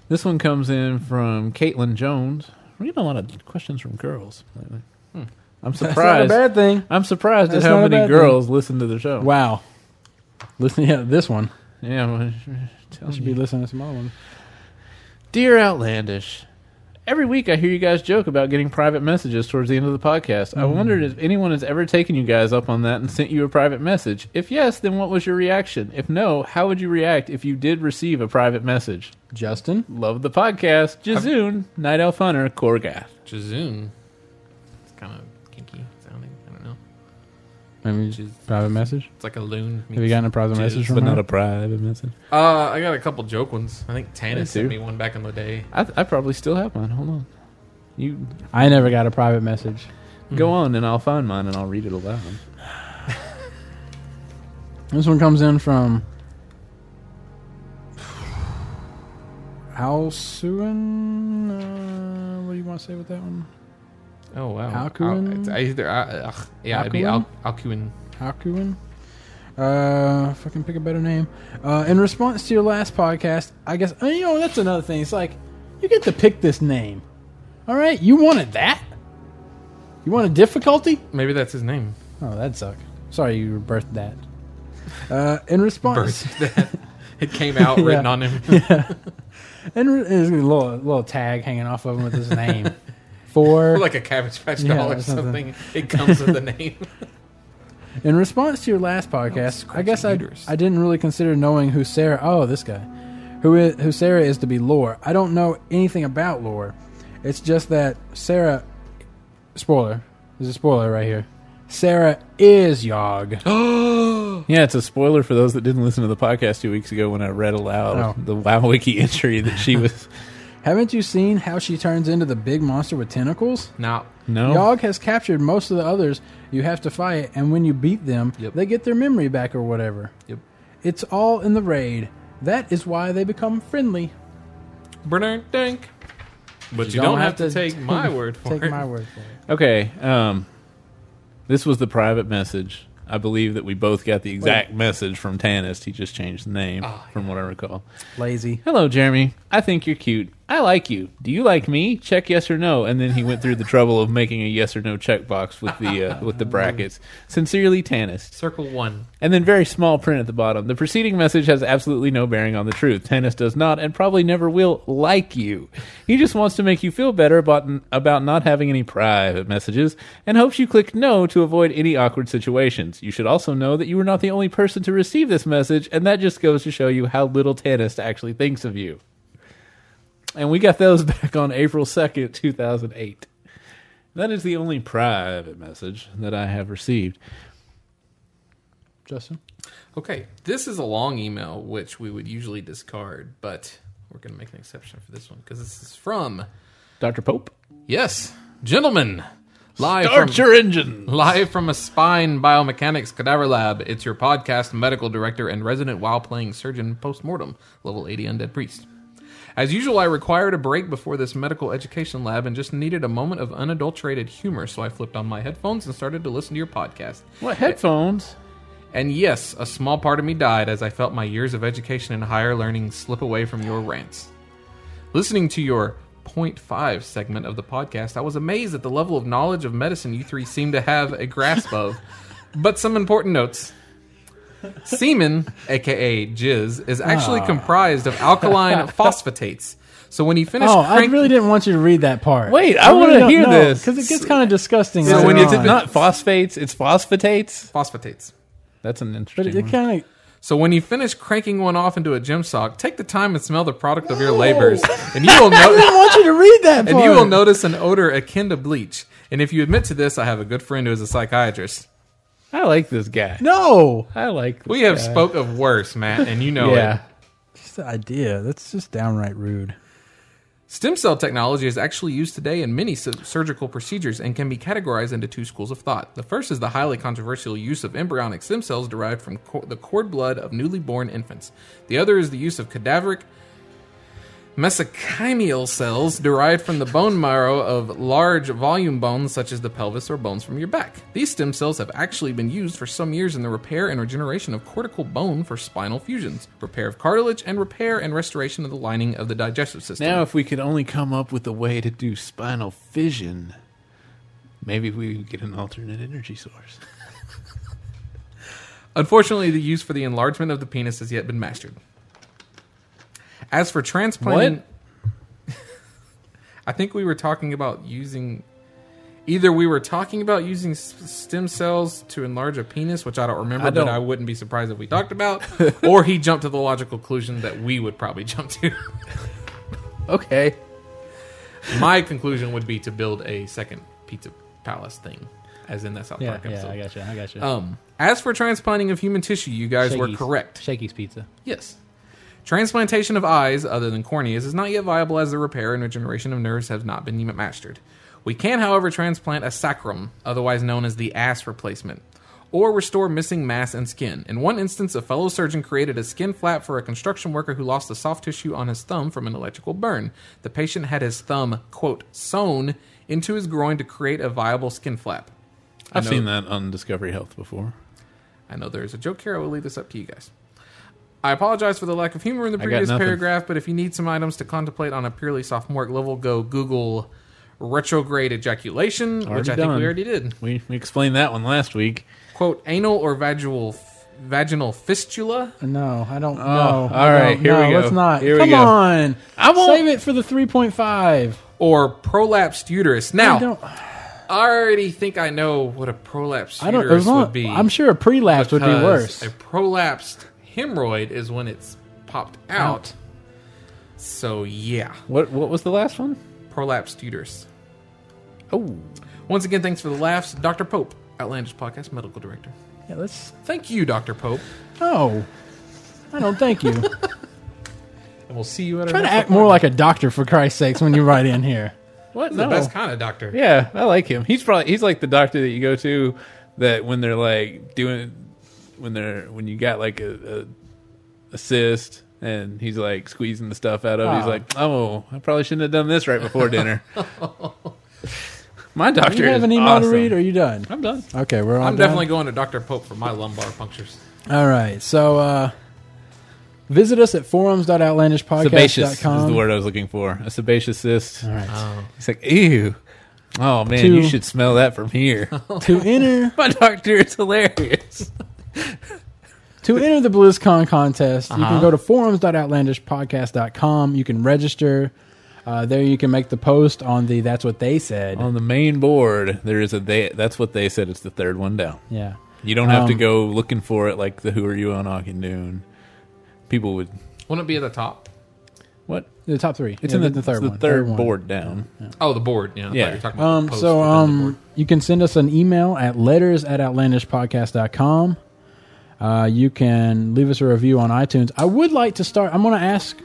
Speaker 1: this one comes in from Caitlin Jones. We're getting a lot of questions from girls lately. I'm
Speaker 3: Not a
Speaker 1: surprised.
Speaker 3: bad thing.
Speaker 1: I'm surprised
Speaker 3: That's
Speaker 1: at how
Speaker 3: not a
Speaker 1: many
Speaker 3: bad thing.
Speaker 1: girls listen to the show.
Speaker 3: Wow. Listen, yeah, this one.
Speaker 1: Yeah, well, [laughs] it tells
Speaker 3: Should
Speaker 1: you.
Speaker 3: be listening to some other ones.
Speaker 1: Dear Outlandish, every week I hear you guys joke about getting private messages towards the end of the podcast. I wondered if anyone has ever taken you guys up on that and sent you a private message. If yes, then what was your reaction? If no, how would you react if you did receive a private message?
Speaker 3: Justin?
Speaker 1: Love the podcast. Jazoon, Night Elf Hunter, Korgath.
Speaker 4: Jazoon. It's kind of kinky sounding. I don't know.
Speaker 3: Maybe
Speaker 4: Jaz-
Speaker 3: private message?
Speaker 4: It's like a loon.
Speaker 3: Have you gotten a private message from
Speaker 1: But not
Speaker 3: her?
Speaker 1: a private message.
Speaker 4: Uh, I got a couple joke ones. I think Tana
Speaker 1: Me
Speaker 4: sent
Speaker 1: too.
Speaker 4: me one back in the day.
Speaker 1: I, I probably still have mine. Hold on. You
Speaker 3: I never got a private message.
Speaker 1: go on and I'll find mine and I'll read it aloud.
Speaker 3: This one comes in from [sighs] Alsuin. Uh, what do you want to say with that one?
Speaker 4: Oh wow.
Speaker 3: Alcuin?
Speaker 4: Al- it's either uh, ugh. yeah, it'd be Al-
Speaker 3: Alcuin?
Speaker 4: Alcuin.
Speaker 3: Hakuin. Uh, fucking pick a better name. Uh, in response to your last podcast, I guess uh, you know that's another thing. It's like you get to pick this name. All right, you wanted that. You wanted difficulty.
Speaker 4: Maybe that's his name.
Speaker 3: Oh, that suck. Sorry, you birthed that. Uh, in response,
Speaker 4: Birth. [laughs] it came out
Speaker 3: Yeah.
Speaker 4: written on him. [laughs]
Speaker 3: in re- there's a little little tag hanging off of him with his name. [laughs] For
Speaker 4: like a cabbage patch
Speaker 3: Yeah,
Speaker 4: doll
Speaker 3: or
Speaker 4: or
Speaker 3: something.
Speaker 4: something. It comes with the [laughs] name.
Speaker 3: In response to your last podcast,
Speaker 4: scratch
Speaker 3: I guess
Speaker 4: the
Speaker 3: I,
Speaker 4: uterus.
Speaker 3: I didn't really consider knowing who Sarah. Oh, this guy, who is, who Sarah is to be lore. I don't know anything about lore. It's just that Sarah, spoiler, there's a spoiler right here. Sarah is Yogg.
Speaker 4: [gasps]
Speaker 1: Yeah, it's a spoiler for those that didn't listen to the podcast two weeks ago when I read aloud
Speaker 3: Oh.
Speaker 1: the Wow Wiki entry that she was.
Speaker 3: Haven't you seen how she turns into the big monster with tentacles?
Speaker 4: Now,
Speaker 1: No,
Speaker 3: Yogg has captured most of the others you have to fight, and when you beat them,
Speaker 4: Yep.
Speaker 3: they get their memory back or whatever.
Speaker 4: yep.
Speaker 3: It's all in the raid. That is why they become friendly.
Speaker 4: Bernard Dank. But you, don't, have, to,
Speaker 3: [laughs]
Speaker 4: take [laughs] my word for
Speaker 3: Take
Speaker 4: it.
Speaker 3: my word for it.
Speaker 1: okay. Um, this was the private message. I believe that we both got the exact message from Tanist. He just changed the name, from what I recall.
Speaker 3: Lazy.
Speaker 1: Hello, Jeremy. I think you're cute. I like you. Do you like me? Check yes or no. And then he went through the trouble of making a yes or no checkbox with the uh, with the brackets. Sincerely, Tanist.
Speaker 4: Circle one.
Speaker 1: And then very small print at the bottom. The preceding message has absolutely no bearing on the truth. Tannis does not and probably never will like you. He just wants to make you feel better about, about not having any private messages and hopes you click no to avoid any awkward situations. You should also know that you were not the only person to receive this message, and that just goes to show you how little Tannis actually thinks of you. And we got those [laughs] back on April 2nd, 2008. That is the only private message that I have received.
Speaker 3: Justin?
Speaker 4: Okay, this is a long email, which we would usually discard, but we're going to make an exception for this one because this is from,
Speaker 1: Dr. Pope?
Speaker 4: yes, gentlemen, live
Speaker 1: Start
Speaker 4: from
Speaker 1: your engine.
Speaker 4: live from a spine biomechanics cadaver lab. It's your podcast medical director and resident while playing surgeon postmortem level 80 undead priest. As usual, I required a break before this medical education lab and just needed a moment of unadulterated humor, so I flipped on my headphones and started to listen to your podcast.
Speaker 1: What headphones?
Speaker 4: And yes, a small part of me died as I felt my years of education and higher learning slip away from your rants. Listening to your 0.5 segment of the podcast, I was amazed at the level of knowledge of medicine you three seem to have a
Speaker 3: [laughs]
Speaker 4: grasp of. But some important notes. Semen, aka jizz, is actually
Speaker 3: Ah.
Speaker 4: comprised
Speaker 3: [laughs]
Speaker 4: of alkaline phosphatates. So when you finish
Speaker 3: Oh, I
Speaker 4: cranking,
Speaker 3: really didn't want you to read that part.
Speaker 1: Wait, I wanna hear this.
Speaker 3: because it gets kind of disgusting.
Speaker 1: So
Speaker 3: later
Speaker 1: when you
Speaker 3: on.
Speaker 1: not phosphates, it's phosphotates.
Speaker 4: phosphatates.
Speaker 1: That's an interesting.
Speaker 3: but it, it kind of
Speaker 4: So when you finish cranking one off into a gym sock, take the time and smell the product of your labors, and you will notice.
Speaker 3: [laughs]
Speaker 4: [laughs]
Speaker 3: I want you to read that part.
Speaker 4: and you will notice an odor akin to bleach. And if you admit to this, I have a good friend who is a psychiatrist.
Speaker 1: I like this guy.
Speaker 3: No,
Speaker 1: I like. This
Speaker 4: We have
Speaker 1: guy.
Speaker 4: spoke of worse, Matt, and you know it.
Speaker 1: Yeah.
Speaker 3: just the idea. That's just downright rude.
Speaker 4: Stem cell technology is actually used today in many su- surgical procedures and can be categorized into two schools of thought. The first is the highly controversial use of embryonic stem cells derived from co- the cord blood of newly born infants. The other is the use of cadaveric mesenchymal cells derived from the bone marrow of large volume bones such as the pelvis or bones from your back. These stem cells have actually been used for some years in the repair and regeneration of cortical bone for spinal fusions, repair of cartilage, and repair and restoration of the lining of the digestive system.
Speaker 1: Now, if we could only come up with a way to do spinal fission, maybe we would get an alternate energy source.
Speaker 4: Unfortunately, the use for the enlargement of the penis has yet been mastered. As for transplanting, [laughs] I think we were talking about using. Either we were talking about using s- stem cells to enlarge a penis, which I don't remember,
Speaker 1: I don't-
Speaker 4: but I wouldn't be surprised if
Speaker 7: [laughs]
Speaker 4: we talked about, or he jumped to the logical conclusion that we would probably [laughs] jump to.
Speaker 1: Okay.
Speaker 4: My conclusion would be to build a second pizza palace thing, as in that South
Speaker 7: Yeah,
Speaker 4: Park
Speaker 7: yeah,
Speaker 4: episode.
Speaker 7: I got you. I
Speaker 1: Uh,
Speaker 7: got you.
Speaker 4: um, as for transplanting of human tissue, you guys were
Speaker 7: Shakey's-
Speaker 4: correct.
Speaker 7: Shakey's Pizza.
Speaker 4: Yes. Transplantation of eyes, other than corneas, is not yet viable as the repair and regeneration of nerves have not been yet mastered. We can, however, transplant a sacrum, otherwise known as the ass replacement, or restore missing mass and skin. In one instance, a fellow surgeon created a skin flap for a construction worker who lost the soft tissue on his thumb from an electrical burn. The patient had his thumb, quote, sewn into his groin to create a viable skin flap. I
Speaker 1: I've
Speaker 4: know-
Speaker 1: seen that on Discovery Health before.
Speaker 4: I know there is a joke here. I will leave this up to you guys. I apologize for the lack of humor in the
Speaker 1: got
Speaker 4: previous
Speaker 1: nothing.
Speaker 4: paragraph, but if you need some items to contemplate on a purely sophomoric level, go Google retrograde ejaculation, which
Speaker 1: Already
Speaker 4: I think
Speaker 1: done.
Speaker 4: we already did.
Speaker 1: We, we explained that one last week.
Speaker 4: Quote, anal or vaginal vaginal fistula?
Speaker 3: No, I don't know.
Speaker 1: all
Speaker 3: I don't
Speaker 1: right, here we
Speaker 3: know.
Speaker 1: go.
Speaker 3: Let's not.
Speaker 1: Here we
Speaker 3: Come
Speaker 1: go.
Speaker 3: on.
Speaker 1: I won't-
Speaker 3: Save it for the 3.5.
Speaker 4: Or prolapsed uterus.
Speaker 3: I
Speaker 4: Now,
Speaker 3: don't.
Speaker 4: I already think I know what a prolapsed
Speaker 3: I don't
Speaker 4: uterus
Speaker 3: as long-
Speaker 4: would be.
Speaker 3: I'm sure a prelapse would be
Speaker 4: because
Speaker 3: worse.
Speaker 4: A prolapsed hemorrhoid is when it's popped out. So, yeah.
Speaker 1: What what was the last one?
Speaker 4: Prolapsed uterus.
Speaker 1: Oh,
Speaker 4: Once again, thanks for the laughs, Dr. Pope, Outlandish Podcast Medical Director.
Speaker 3: Yeah, let's.
Speaker 4: Thank you, Dr. Pope,
Speaker 3: No. I don't thank you.
Speaker 4: and we'll see you at our
Speaker 3: Try to
Speaker 4: next
Speaker 3: act more
Speaker 4: appointment.
Speaker 3: like a doctor, for Christ's sakes, when you write in here.
Speaker 1: what?
Speaker 4: the
Speaker 1: No.
Speaker 4: best kind of doctor.
Speaker 1: Yeah, I like him. He's probably he's like the doctor that you go to that when they're like doing when they're when you got like a, a assist and he's like squeezing the stuff out of. it. He's
Speaker 3: Oh.
Speaker 1: like, oh, I probably shouldn't have done this right before
Speaker 3: [laughs]
Speaker 1: dinner. My doctor.
Speaker 3: Do you have
Speaker 1: is
Speaker 3: an email
Speaker 1: awesome.
Speaker 3: to read? Or are you done?
Speaker 1: I'm done.
Speaker 3: Okay, we're all
Speaker 4: I'm
Speaker 3: done?
Speaker 4: definitely going to Dr. Pope for my lumbar punctures.
Speaker 3: All right. So uh, visit us
Speaker 1: Sebaceous
Speaker 3: at
Speaker 1: is
Speaker 3: forums.outlandishpodcast.com.
Speaker 1: the word I was looking for. A sebaceous cyst.
Speaker 3: All right.
Speaker 1: He's like, ew. Oh man,
Speaker 3: Two.
Speaker 1: you should smell that from
Speaker 3: [laughs]
Speaker 1: here.
Speaker 3: to
Speaker 1: [laughs]
Speaker 3: enter
Speaker 1: [laughs] My doctor is hilarious.
Speaker 3: to enter the BlizzCon contest, you
Speaker 1: Uh-huh.
Speaker 3: can go to forums.outlandishpodcast.com. You can register. Uh, there you can make the post on the that's what they said.
Speaker 1: On the main board, there is a they. That's what they said. It's the third one down.
Speaker 3: Yeah.
Speaker 1: You don't have to
Speaker 3: Um,
Speaker 1: go looking for it like the Who Are You on Ockendoon. People would.
Speaker 4: Wouldn't it be at the top?
Speaker 1: What?
Speaker 3: The top three.
Speaker 1: It's
Speaker 3: Yeah,
Speaker 1: in the, third. the
Speaker 3: one.
Speaker 1: third
Speaker 3: one.
Speaker 1: board down.
Speaker 4: Oh, the board. Yeah, I thought
Speaker 1: Yeah.
Speaker 4: you were talking about
Speaker 3: Um,
Speaker 4: the post
Speaker 3: so
Speaker 4: within the board.
Speaker 3: um, you can send us an email at letters at outlandishpodcast.com. Uh, you can leave us a review on iTunes. I would like to start. I'm going to ask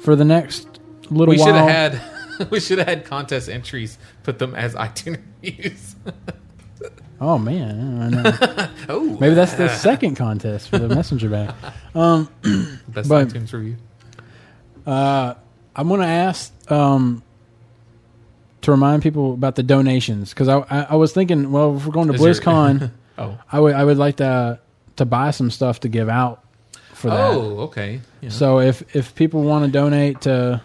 Speaker 3: for the next little
Speaker 4: we
Speaker 3: while.
Speaker 4: should have had [laughs] we should have had contest entries. Put them as [laughs] iTunes reviews.
Speaker 3: Oh man, I know.
Speaker 4: [laughs] oh,
Speaker 3: maybe that's the second contest for the messenger
Speaker 4: [laughs]
Speaker 3: bag.
Speaker 4: best
Speaker 3: but-
Speaker 4: iTunes review.
Speaker 3: I'm going to ask um, to remind people about the donations because I, I I was thinking, well, if we're going to
Speaker 4: Is your- [laughs]
Speaker 3: BlizzCon,
Speaker 4: Oh,
Speaker 3: I would I would like to to buy some stuff to give out for that.
Speaker 4: oh, okay. Yeah.
Speaker 3: So if if people want to donate to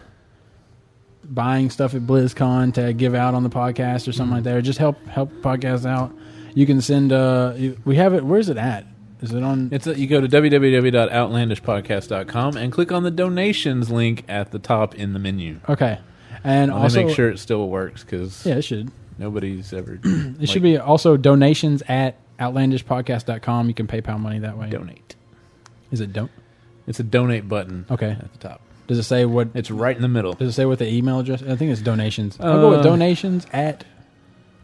Speaker 3: buying stuff at BlizzCon to give out on the podcast or something
Speaker 1: Mm-hmm.
Speaker 3: like that, or just help help podcast out, you can send. Uh, you- we have it. Where's it at? Is it on?
Speaker 1: It's a, you go to www.outlandishpodcast.com and click on the donations link at the top in the menu.
Speaker 3: okay, and
Speaker 1: I'll
Speaker 3: also
Speaker 1: make sure it still works because
Speaker 3: Yeah, it should. It
Speaker 1: nobody's
Speaker 3: [clears throat]
Speaker 1: ever. it
Speaker 3: should be also donations at outlandishpodcast.com. You can PayPal money that way.
Speaker 1: donate.
Speaker 3: Is it don't?
Speaker 1: It's a donate button.
Speaker 3: Okay.
Speaker 1: at the top.
Speaker 3: Does it say what?
Speaker 1: It's right in the middle.
Speaker 3: Does it say what the email address? I think it's donations. I'll go with
Speaker 1: Uh, oh,
Speaker 3: donations at.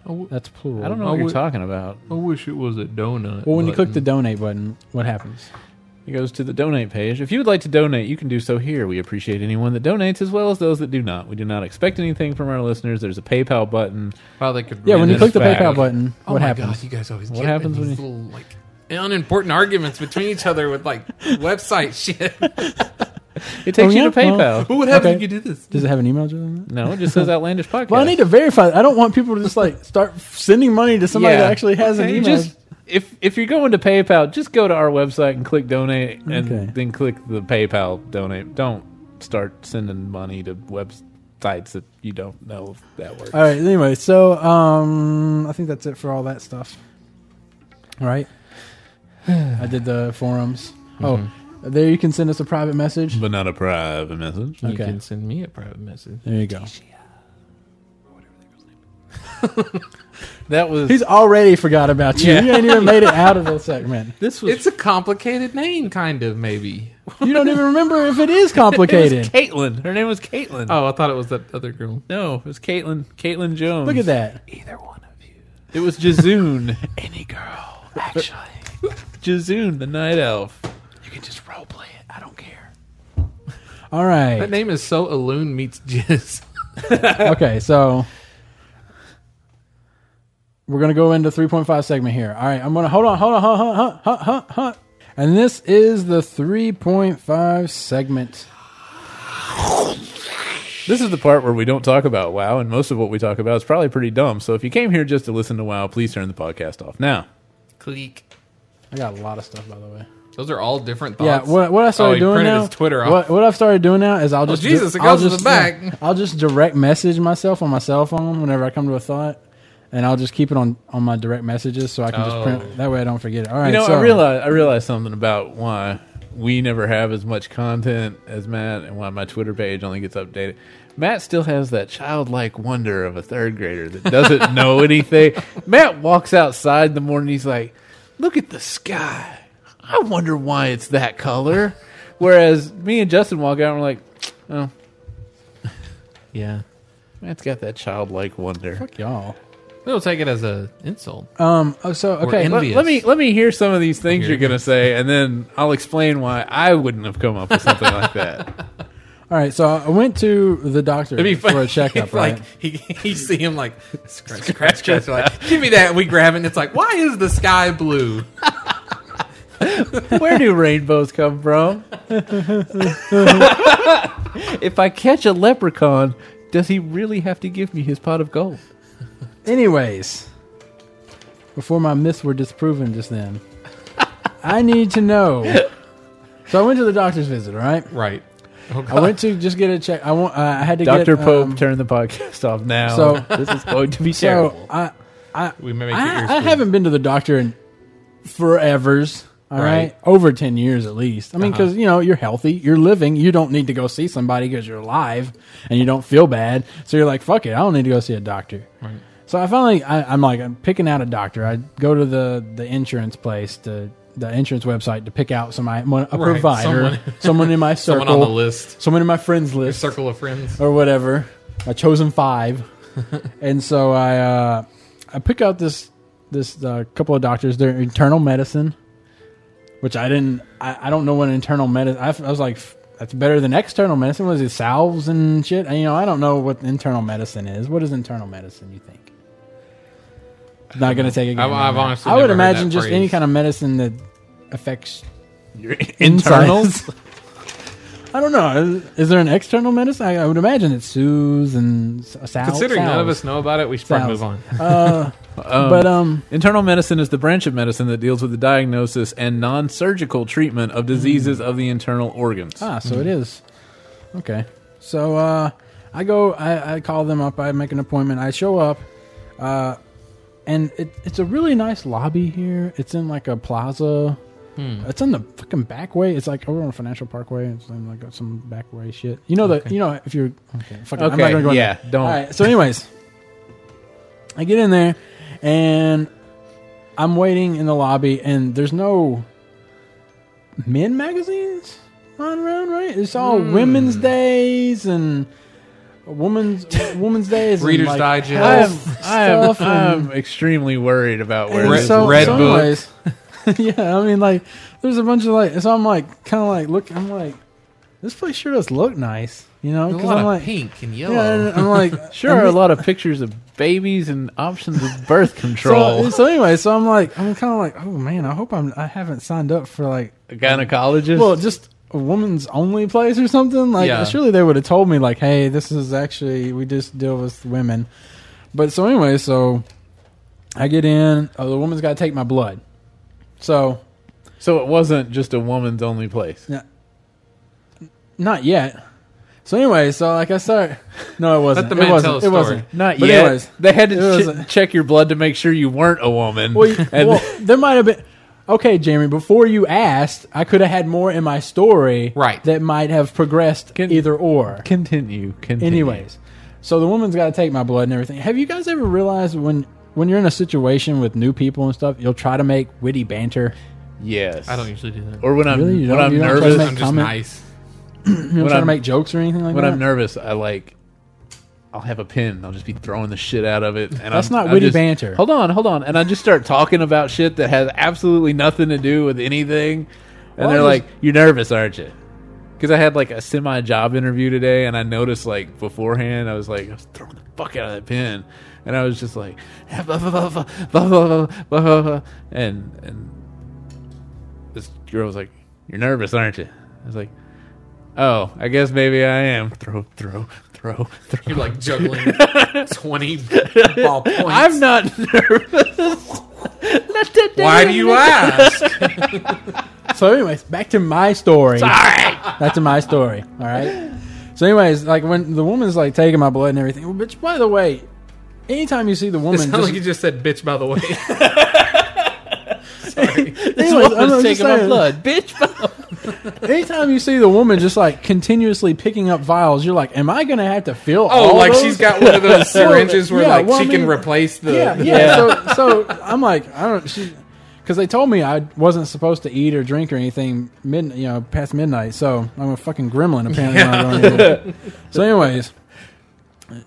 Speaker 4: w-
Speaker 3: That's plural.
Speaker 1: I don't know
Speaker 4: I
Speaker 1: what you're
Speaker 4: would-
Speaker 1: talking about.
Speaker 4: I wish it was a donut.
Speaker 3: Well, when you click the donate button, what happens?
Speaker 1: It goes to the donate page. If you would like to donate, you can do so here. We appreciate anyone that donates as well as those that do not. We do not expect anything from our listeners. There's a PayPal button.
Speaker 4: Wow, they could
Speaker 3: Yeah, when
Speaker 4: really
Speaker 3: you click the
Speaker 1: fact.
Speaker 3: PayPal button, what happens?
Speaker 4: Oh God, you guys always
Speaker 1: What
Speaker 4: get in
Speaker 1: happens when
Speaker 4: these
Speaker 1: you-
Speaker 4: little like unimportant arguments between each other with like website shit.
Speaker 1: It takes you
Speaker 3: Oh, yeah?
Speaker 1: to
Speaker 3: [laughs]
Speaker 1: PayPal.
Speaker 4: what
Speaker 3: happens if
Speaker 4: you do this?
Speaker 3: Does it have an email address? on it?
Speaker 1: no, it just says Outlandish Podcast.
Speaker 3: [laughs] Well, I need to verify. I don't want people to just like start sending money to somebody that actually has an
Speaker 1: Okay,
Speaker 3: email.
Speaker 1: Just, if if you're going to PayPal, just go to our website and click donate, and
Speaker 3: Okay.
Speaker 1: then click the PayPal donate. Don't start sending money to websites that you don't know if that works.
Speaker 3: all right. Anyway, so um, I think that's it for all that stuff.
Speaker 1: [sighs]
Speaker 3: All right. I did the forums.
Speaker 1: Mm-hmm.
Speaker 3: Oh, there you can send us a private message.
Speaker 1: but not a private message.
Speaker 4: You
Speaker 3: Okay.
Speaker 4: can send me a private message.
Speaker 3: There you go.
Speaker 1: That was
Speaker 3: He's already forgot about you.
Speaker 1: Yeah.
Speaker 3: You ain't even
Speaker 1: [laughs]
Speaker 3: made it out of the segment.
Speaker 1: this was
Speaker 4: It's a complicated name, kind of maybe.
Speaker 3: You don't even remember if it
Speaker 1: [laughs]
Speaker 3: is
Speaker 1: It was
Speaker 3: complicated.
Speaker 1: Caitlin. Her name was Caitlin.
Speaker 4: Oh, I thought it was that other girl.
Speaker 1: No, it was Caitlin. Caitlin Jones.
Speaker 3: Look at that.
Speaker 4: Either one of you,
Speaker 1: It was Jazoon.
Speaker 4: [laughs] any girl,
Speaker 1: [laughs]
Speaker 4: actually,
Speaker 1: Jazoon, the night elf.
Speaker 4: you can just role play it. I don't care.
Speaker 3: All
Speaker 4: That
Speaker 3: right.
Speaker 4: name is so Alone meets Jizz. [laughs]
Speaker 3: Okay, so we're gonna go into 3.5 segment here. All right, I'm gonna hold on, hold on, hold on, hold on, hold on, hold on, hold on. And this is the 3.5 segment.
Speaker 1: This is the part where we don't talk about WoW, and most of what we talk about is probably pretty dumb. So if you came here just to listen to WoW, please turn the podcast off now.
Speaker 4: Clique.
Speaker 3: I got a lot of stuff by the way.
Speaker 4: Those are all different
Speaker 3: Yeah,
Speaker 4: thoughts.
Speaker 3: what, what I started
Speaker 4: oh, he
Speaker 3: doing
Speaker 4: printed
Speaker 3: now,
Speaker 4: His Twitter off. Oh,
Speaker 3: What, what I've started doing now is I'll just
Speaker 4: Jesus, it
Speaker 3: I'll
Speaker 4: goes to the
Speaker 3: just-
Speaker 4: back.
Speaker 3: yeah, I'll just direct message myself on my cell phone whenever I come to a thought, and I'll just keep it on on my direct messages so I can just
Speaker 4: Oh.
Speaker 3: print. That way I don't forget it. All right,
Speaker 1: You know,
Speaker 3: so,
Speaker 1: I realize I realize something about why we never have as much content as Matt, and why my Twitter page only gets updated. Matt still has that childlike wonder of a third grader that
Speaker 3: [laughs]
Speaker 1: doesn't know anything. Matt walks outside in the morning. He's like, "Look at the sky. I wonder why it's that color." Whereas me and Justin walk out and we're like, "Oh,
Speaker 4: yeah,
Speaker 1: Matt's got that childlike wonder."
Speaker 3: Fuck y'all.
Speaker 4: they'll take it as a [laughs] insult.
Speaker 3: Um. Oh, so okay.
Speaker 4: in-
Speaker 1: Let, let me
Speaker 4: Envious.
Speaker 1: let me hear some of these things
Speaker 4: Here.
Speaker 1: you're gonna say, and then I'll explain why I wouldn't have come up with something like
Speaker 3: [laughs]
Speaker 1: that.
Speaker 3: All right. So I went to the doctor
Speaker 4: It'd be
Speaker 3: for
Speaker 4: funny [laughs]
Speaker 3: a checkup.
Speaker 4: if, like
Speaker 3: Right.
Speaker 4: he, you see him like scratch, scratch, scratch. You're Like, give me that. We grab it. and It's like, why is the sky blue?
Speaker 1: Where do rainbows come from? [laughs] if I catch a leprechaun, does he really have to give me his pot of gold?
Speaker 3: Anyways, before my myths were disproven just then, I need to know. So I went to the doctor's visit. All right.
Speaker 4: Right.
Speaker 3: I went to just get a check. I want. Uh, I had to
Speaker 1: Dr.
Speaker 3: get
Speaker 1: Pope,
Speaker 3: um,
Speaker 1: turn the podcast off now.
Speaker 3: so-
Speaker 1: [laughs] this is going to be
Speaker 3: so
Speaker 1: terrible.
Speaker 3: I, I,
Speaker 4: We may make your ears
Speaker 3: I, I
Speaker 4: bleed.
Speaker 3: haven't been to the doctor in forever's. All right.
Speaker 4: Right. Uh-huh.
Speaker 3: over ten years at least. I mean, because you know you're healthy, you're living, you don't need to go see somebody because you're alive and you don't feel bad. So you're like, fuck it, I don't need to go see a doctor.
Speaker 4: Right.
Speaker 3: So I finally, I, I'm like, I'm picking out a doctor. I go to the the insurance place to the insurance website to pick out some I- one- a
Speaker 4: Right,
Speaker 3: provider, someone.
Speaker 4: someone.
Speaker 3: in my circle,
Speaker 4: [laughs] Someone on the list.
Speaker 3: someone in my friends list,
Speaker 4: Circle of friends.
Speaker 3: or whatever. I chosen
Speaker 4: [laughs]
Speaker 3: five, and so I uh, I pick out this this uh, couple of doctors. They're internal medicine, which I didn't. I, I don't know what internal medicine. I, f- I was like, "F- that's better than external medicine. Was it salves and shit? And, you know, I don't know what internal medicine is. What is internal medicine? You think? Not gonna take a guess.
Speaker 4: I've- I've honestly
Speaker 3: I would
Speaker 4: never heard
Speaker 3: imagine
Speaker 4: that
Speaker 3: just
Speaker 4: phrase.
Speaker 3: any kind of medicine that affects
Speaker 1: Your
Speaker 3: internals? I don't know. Is, is there an external medicine? I, I would imagine it soothes and s- sal-
Speaker 4: Considering none of
Speaker 3: salves.
Speaker 4: us know about it, we should probably
Speaker 3: Sounds.
Speaker 4: move on.
Speaker 3: Uh, but um,
Speaker 1: Internal medicine is the branch of medicine that deals with the diagnosis and non surgical treatment of diseases of the internal organs.
Speaker 3: ah, so it
Speaker 1: Mm.
Speaker 3: is. Okay, so uh, I go. I, I call them up. I make an appointment. I show up, uh, and it, it's a really nice lobby here. It's in like a plaza.
Speaker 1: Hmm.
Speaker 3: It's in the fucking back way. It's like over on Financial Parkway. It's in like some back way shit. You know the you know if you're okay. Fuck it, I'm not
Speaker 1: Okay,
Speaker 3: gonna go in
Speaker 1: yeah,
Speaker 3: there.
Speaker 1: don't.
Speaker 3: All right, so anyways, I get in there and I'm waiting in the lobby and there's no men magazines lying around, right? It's all
Speaker 4: Hmm.
Speaker 3: women's days and women's
Speaker 4: [laughs]
Speaker 3: women's days. and,
Speaker 4: Reader's
Speaker 3: like,
Speaker 4: Digest.
Speaker 1: I am,
Speaker 3: health
Speaker 1: I am,
Speaker 3: stuff
Speaker 1: I
Speaker 3: and-
Speaker 1: am extremely worried about where
Speaker 3: and
Speaker 4: Red-
Speaker 1: this
Speaker 3: so,
Speaker 1: is
Speaker 4: Red
Speaker 3: so
Speaker 1: going.
Speaker 4: Book.
Speaker 3: anyways- [laughs] yeah, I mean, like, there's a bunch of like, so I'm like, kind of like, look, I'm like, this place sure does look nice, you know?
Speaker 4: There's a
Speaker 3: Because
Speaker 4: lot
Speaker 3: I'm
Speaker 4: of
Speaker 3: like,
Speaker 4: pink and yellow.
Speaker 3: yeah, and I'm
Speaker 4: [laughs]
Speaker 3: like,
Speaker 1: Sure
Speaker 3: I'm
Speaker 1: are a
Speaker 3: like-
Speaker 1: lot of pictures of babies and options of [laughs] birth control.
Speaker 3: So, so anyway, so I'm like, I'm kind of like, oh man, I hope I'm, I haven't signed up for like,
Speaker 1: a gynecologist.
Speaker 3: well, just a woman's only place or something. Like,
Speaker 4: Yeah.
Speaker 3: surely they would have told me like, hey, this is actually we just deal with women. But so anyway, so I get in. Oh, the woman's got to take my blood. So
Speaker 1: so it wasn't just a woman's only place.
Speaker 3: Not yet. So anyway, so like I start. No, it wasn't.
Speaker 4: Let the
Speaker 3: it
Speaker 4: man
Speaker 3: wasn't.
Speaker 4: tell
Speaker 3: it
Speaker 4: his story.
Speaker 3: wasn't.
Speaker 1: Not
Speaker 3: But
Speaker 1: yet.
Speaker 3: anyways,
Speaker 1: they had
Speaker 3: it
Speaker 1: to
Speaker 3: wasn't.
Speaker 1: ch- check your blood to make sure you weren't a woman.
Speaker 3: Well,
Speaker 4: [laughs]
Speaker 3: you-
Speaker 1: and
Speaker 3: well, there might have been. Okay, Jamie. Before you asked, I could have had more in my story.
Speaker 4: Right.
Speaker 3: That might have progressed
Speaker 1: Can-
Speaker 3: either or.
Speaker 1: [laughs] continue. Continue.
Speaker 3: Anyways, So the woman's got to take my blood and everything. Have you guys ever realized when when you're in a situation with new people and stuff, you'll try to make witty banter?
Speaker 1: Yes.
Speaker 4: I don't usually do that.
Speaker 1: Or when I'm
Speaker 3: Really? You
Speaker 1: when
Speaker 3: don't-
Speaker 1: I'm
Speaker 3: you don't try to
Speaker 1: nervous,
Speaker 3: make
Speaker 4: I'm just
Speaker 3: comment.
Speaker 4: nice.
Speaker 3: You know, trying to
Speaker 1: I'm-
Speaker 3: make jokes or anything like
Speaker 1: when
Speaker 3: that.
Speaker 1: I'm nervous, I like I'll have a pen. and I'll just be throwing the shit out of it. And
Speaker 3: That's
Speaker 1: I'm,
Speaker 3: not
Speaker 1: I'm
Speaker 3: witty
Speaker 1: just-
Speaker 3: banter.
Speaker 1: Hold on, hold on, and I just start talking about shit that has absolutely nothing to do with anything. And
Speaker 3: Well,
Speaker 1: they're
Speaker 3: I
Speaker 1: like,
Speaker 3: just-
Speaker 1: "You're nervous, aren't you?" Because I had like a semi job interview today, and I noticed like beforehand, I was like, I was throwing the fuck out of that pen, and I was just like, blah, blah, blah, blah, blah, blah, blah, blah, blah. and and this girl was like, "You're nervous, aren't you?" I was like, "Oh, I guess maybe I am." [laughs] Throw, throw, throw, throw.
Speaker 4: You're like juggling [laughs] 20 ball [laughs] points.
Speaker 1: I'm [laughs] not nervous. Not today.
Speaker 4: Why do
Speaker 3: [laughs]
Speaker 4: you ask?
Speaker 3: so, anyways, back to my story. Back to my story. All right. So, anyways, like when the woman's like taking my blood and everything, well, bitch. By the way, anytime you see the
Speaker 4: It
Speaker 3: woman,
Speaker 4: sounded
Speaker 3: just,
Speaker 4: like you just said bitch, by the way.
Speaker 3: anyways, I'm just
Speaker 1: taking my
Speaker 3: saying,
Speaker 1: blood, bitch.
Speaker 3: anytime you see the woman just like continuously picking up vials, you're like, am I gonna have to fill?
Speaker 4: [laughs] Oh,
Speaker 3: all
Speaker 4: like
Speaker 3: those?
Speaker 4: she's got one of those syringes where
Speaker 3: Yeah, [laughs]
Speaker 4: like
Speaker 3: well,
Speaker 4: she
Speaker 3: I
Speaker 4: can
Speaker 3: mean-
Speaker 4: replace the.
Speaker 3: yeah, yeah. So, so I'm like, I don't, she, because they told me I wasn't supposed to eat or drink or anything mid, you know, past midnight. So I'm a fucking gremlin apparently. when I don't eat.
Speaker 4: [laughs]
Speaker 3: so, anyways,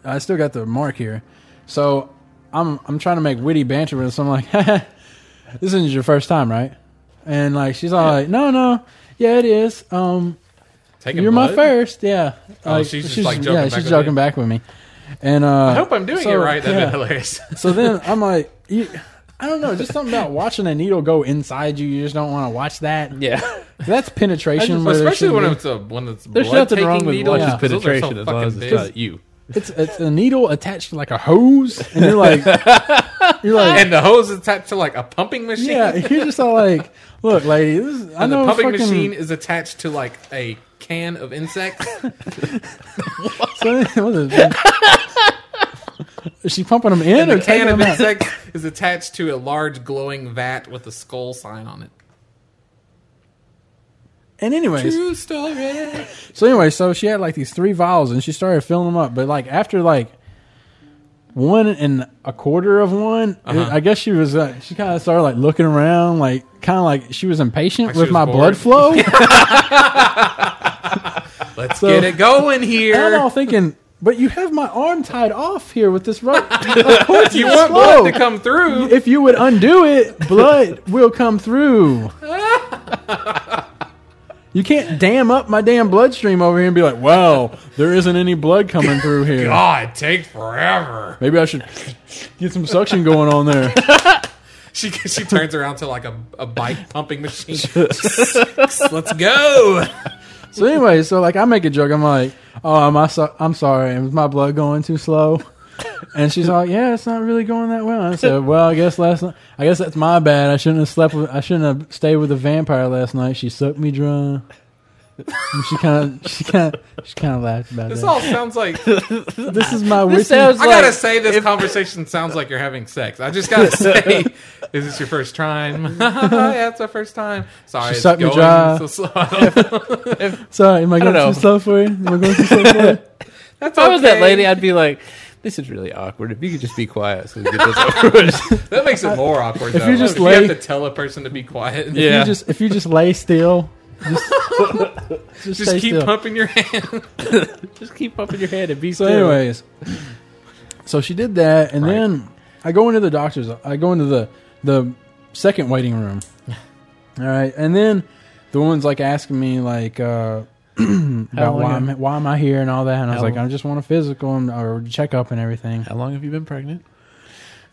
Speaker 3: I still got the mark here. So I'm I'm trying to make witty banter with her. So I'm like, [laughs] this isn't your first time, right? And like she's all like, no, no, yeah, it is. Um,
Speaker 4: [laughs] Taking
Speaker 3: you're my
Speaker 4: blood?
Speaker 3: first, yeah.
Speaker 4: Oh, she's just, like, joking
Speaker 3: yeah,
Speaker 4: back
Speaker 3: she's
Speaker 4: with
Speaker 3: joking
Speaker 4: it.
Speaker 3: back with me. And uh,
Speaker 4: I hope I'm doing it right. That'd be hilarious.
Speaker 3: so then I'm like, you, I don't know, just something about watching a needle go inside you. You just don't want to watch that.
Speaker 1: yeah.
Speaker 3: That's penetration.
Speaker 4: Well,
Speaker 3: where there
Speaker 4: [laughs] especially when
Speaker 3: shouldn't
Speaker 4: it's a one that's
Speaker 1: [laughs] There's
Speaker 4: blood
Speaker 1: nothing wrong
Speaker 4: taking
Speaker 1: with
Speaker 4: needle.
Speaker 1: watching
Speaker 3: Yeah.
Speaker 1: penetration as long as it's not you.
Speaker 3: be. it's it's a needle attached to like a hose, and you're
Speaker 4: [laughs]
Speaker 3: like, you're like,
Speaker 4: And the hose is attached to like a pumping machine.
Speaker 3: yeah, you're just all like, look, lady, this is, I
Speaker 4: And
Speaker 3: know
Speaker 4: the pumping
Speaker 3: fucking.
Speaker 4: machine is attached to like a can
Speaker 3: [laughs]
Speaker 4: of insects.
Speaker 3: so- [laughs] what is- is she pumping them in
Speaker 4: and
Speaker 3: or
Speaker 4: the can
Speaker 3: taking
Speaker 4: of
Speaker 3: them out?
Speaker 4: insects is attached to a large glowing vat with a skull sign on it.
Speaker 3: And anyways,
Speaker 4: True story.
Speaker 3: So anyway, so she had like these three vials, and she started filling them up. But like after like one and a quarter of one, it-
Speaker 4: Uh-huh.
Speaker 3: I guess she was uh, she kind of started like looking around, like kind of like she was impatient
Speaker 4: Like she
Speaker 3: with
Speaker 4: was
Speaker 3: my
Speaker 4: bored.
Speaker 3: blood
Speaker 4: [laughs]
Speaker 3: flow. and
Speaker 4: Let's get it going
Speaker 3: I'm all
Speaker 4: here.
Speaker 3: thinking, but you have my arm tied off here with this
Speaker 4: [laughs]
Speaker 3: rope. of course,
Speaker 4: You
Speaker 3: it's
Speaker 4: want
Speaker 3: slow.
Speaker 4: blood to come through.
Speaker 3: If you would undo it, blood will come through. You can't dam up my damn bloodstream over here and be like, "Well, there isn't any blood coming through here."
Speaker 4: [laughs] God, Ah, it takes forever.
Speaker 3: Maybe I should get some suction going on there.
Speaker 4: She she turns around to like a, a bike
Speaker 3: [laughs]
Speaker 4: pumping machine. Let's go.
Speaker 3: So anyway, so like I make a joke. I'm like, "Oh, I'm I so- I'm sorry. Is my blood going too slow?" And she's like, "Yeah, it's not really going that well." I said, "Well, I guess last night, I guess that's my bad. I shouldn't have slept. With, I shouldn't have stayed with a vampire last night. She sucked me dry." And she kind of, she kind of, she kind of laughed about
Speaker 4: This
Speaker 3: that.
Speaker 4: all sounds like
Speaker 3: this is my witty.
Speaker 1: sounds-
Speaker 4: I
Speaker 1: Like,
Speaker 4: gotta say this conversation sounds like you're having sex. I
Speaker 3: [laughs]
Speaker 4: just gotta say, is this your first time? [laughs] yeah, it's my first time. Sorry,
Speaker 3: She
Speaker 4: it's
Speaker 3: sucked me
Speaker 4: going
Speaker 3: dry. [laughs]
Speaker 4: so slow.
Speaker 3: Sorry, am I going
Speaker 1: know.
Speaker 3: too slow for you? Am I going too slow for you?
Speaker 4: That's
Speaker 1: If I was that
Speaker 4: okay.
Speaker 1: lady, I'd be like, "This is really awkward. If you could just be quiet, so we can [laughs] get this over with."
Speaker 4: That makes it more awkward. If though.
Speaker 3: you
Speaker 4: you
Speaker 3: just
Speaker 4: if you
Speaker 3: lay-
Speaker 4: have to tell a person to be quiet,
Speaker 1: Yeah.
Speaker 3: You just if you just lay still, just just,
Speaker 4: just
Speaker 3: stay
Speaker 4: keep
Speaker 3: still.
Speaker 4: pumping your hand.
Speaker 1: just keep up in your head and be
Speaker 3: So,
Speaker 1: still.
Speaker 3: anyways, so she did that, and
Speaker 1: Right.
Speaker 3: then I go into the doctor's. I go into the the second waiting
Speaker 1: [laughs]
Speaker 3: room. All right, and then the woman's like asking me like uh, [clears throat] about
Speaker 1: long
Speaker 3: why
Speaker 1: have-
Speaker 3: I'm, why am I here and all that, and I was
Speaker 1: How-
Speaker 3: like, I just want a physical and or checkup and everything.
Speaker 1: How long have you been pregnant?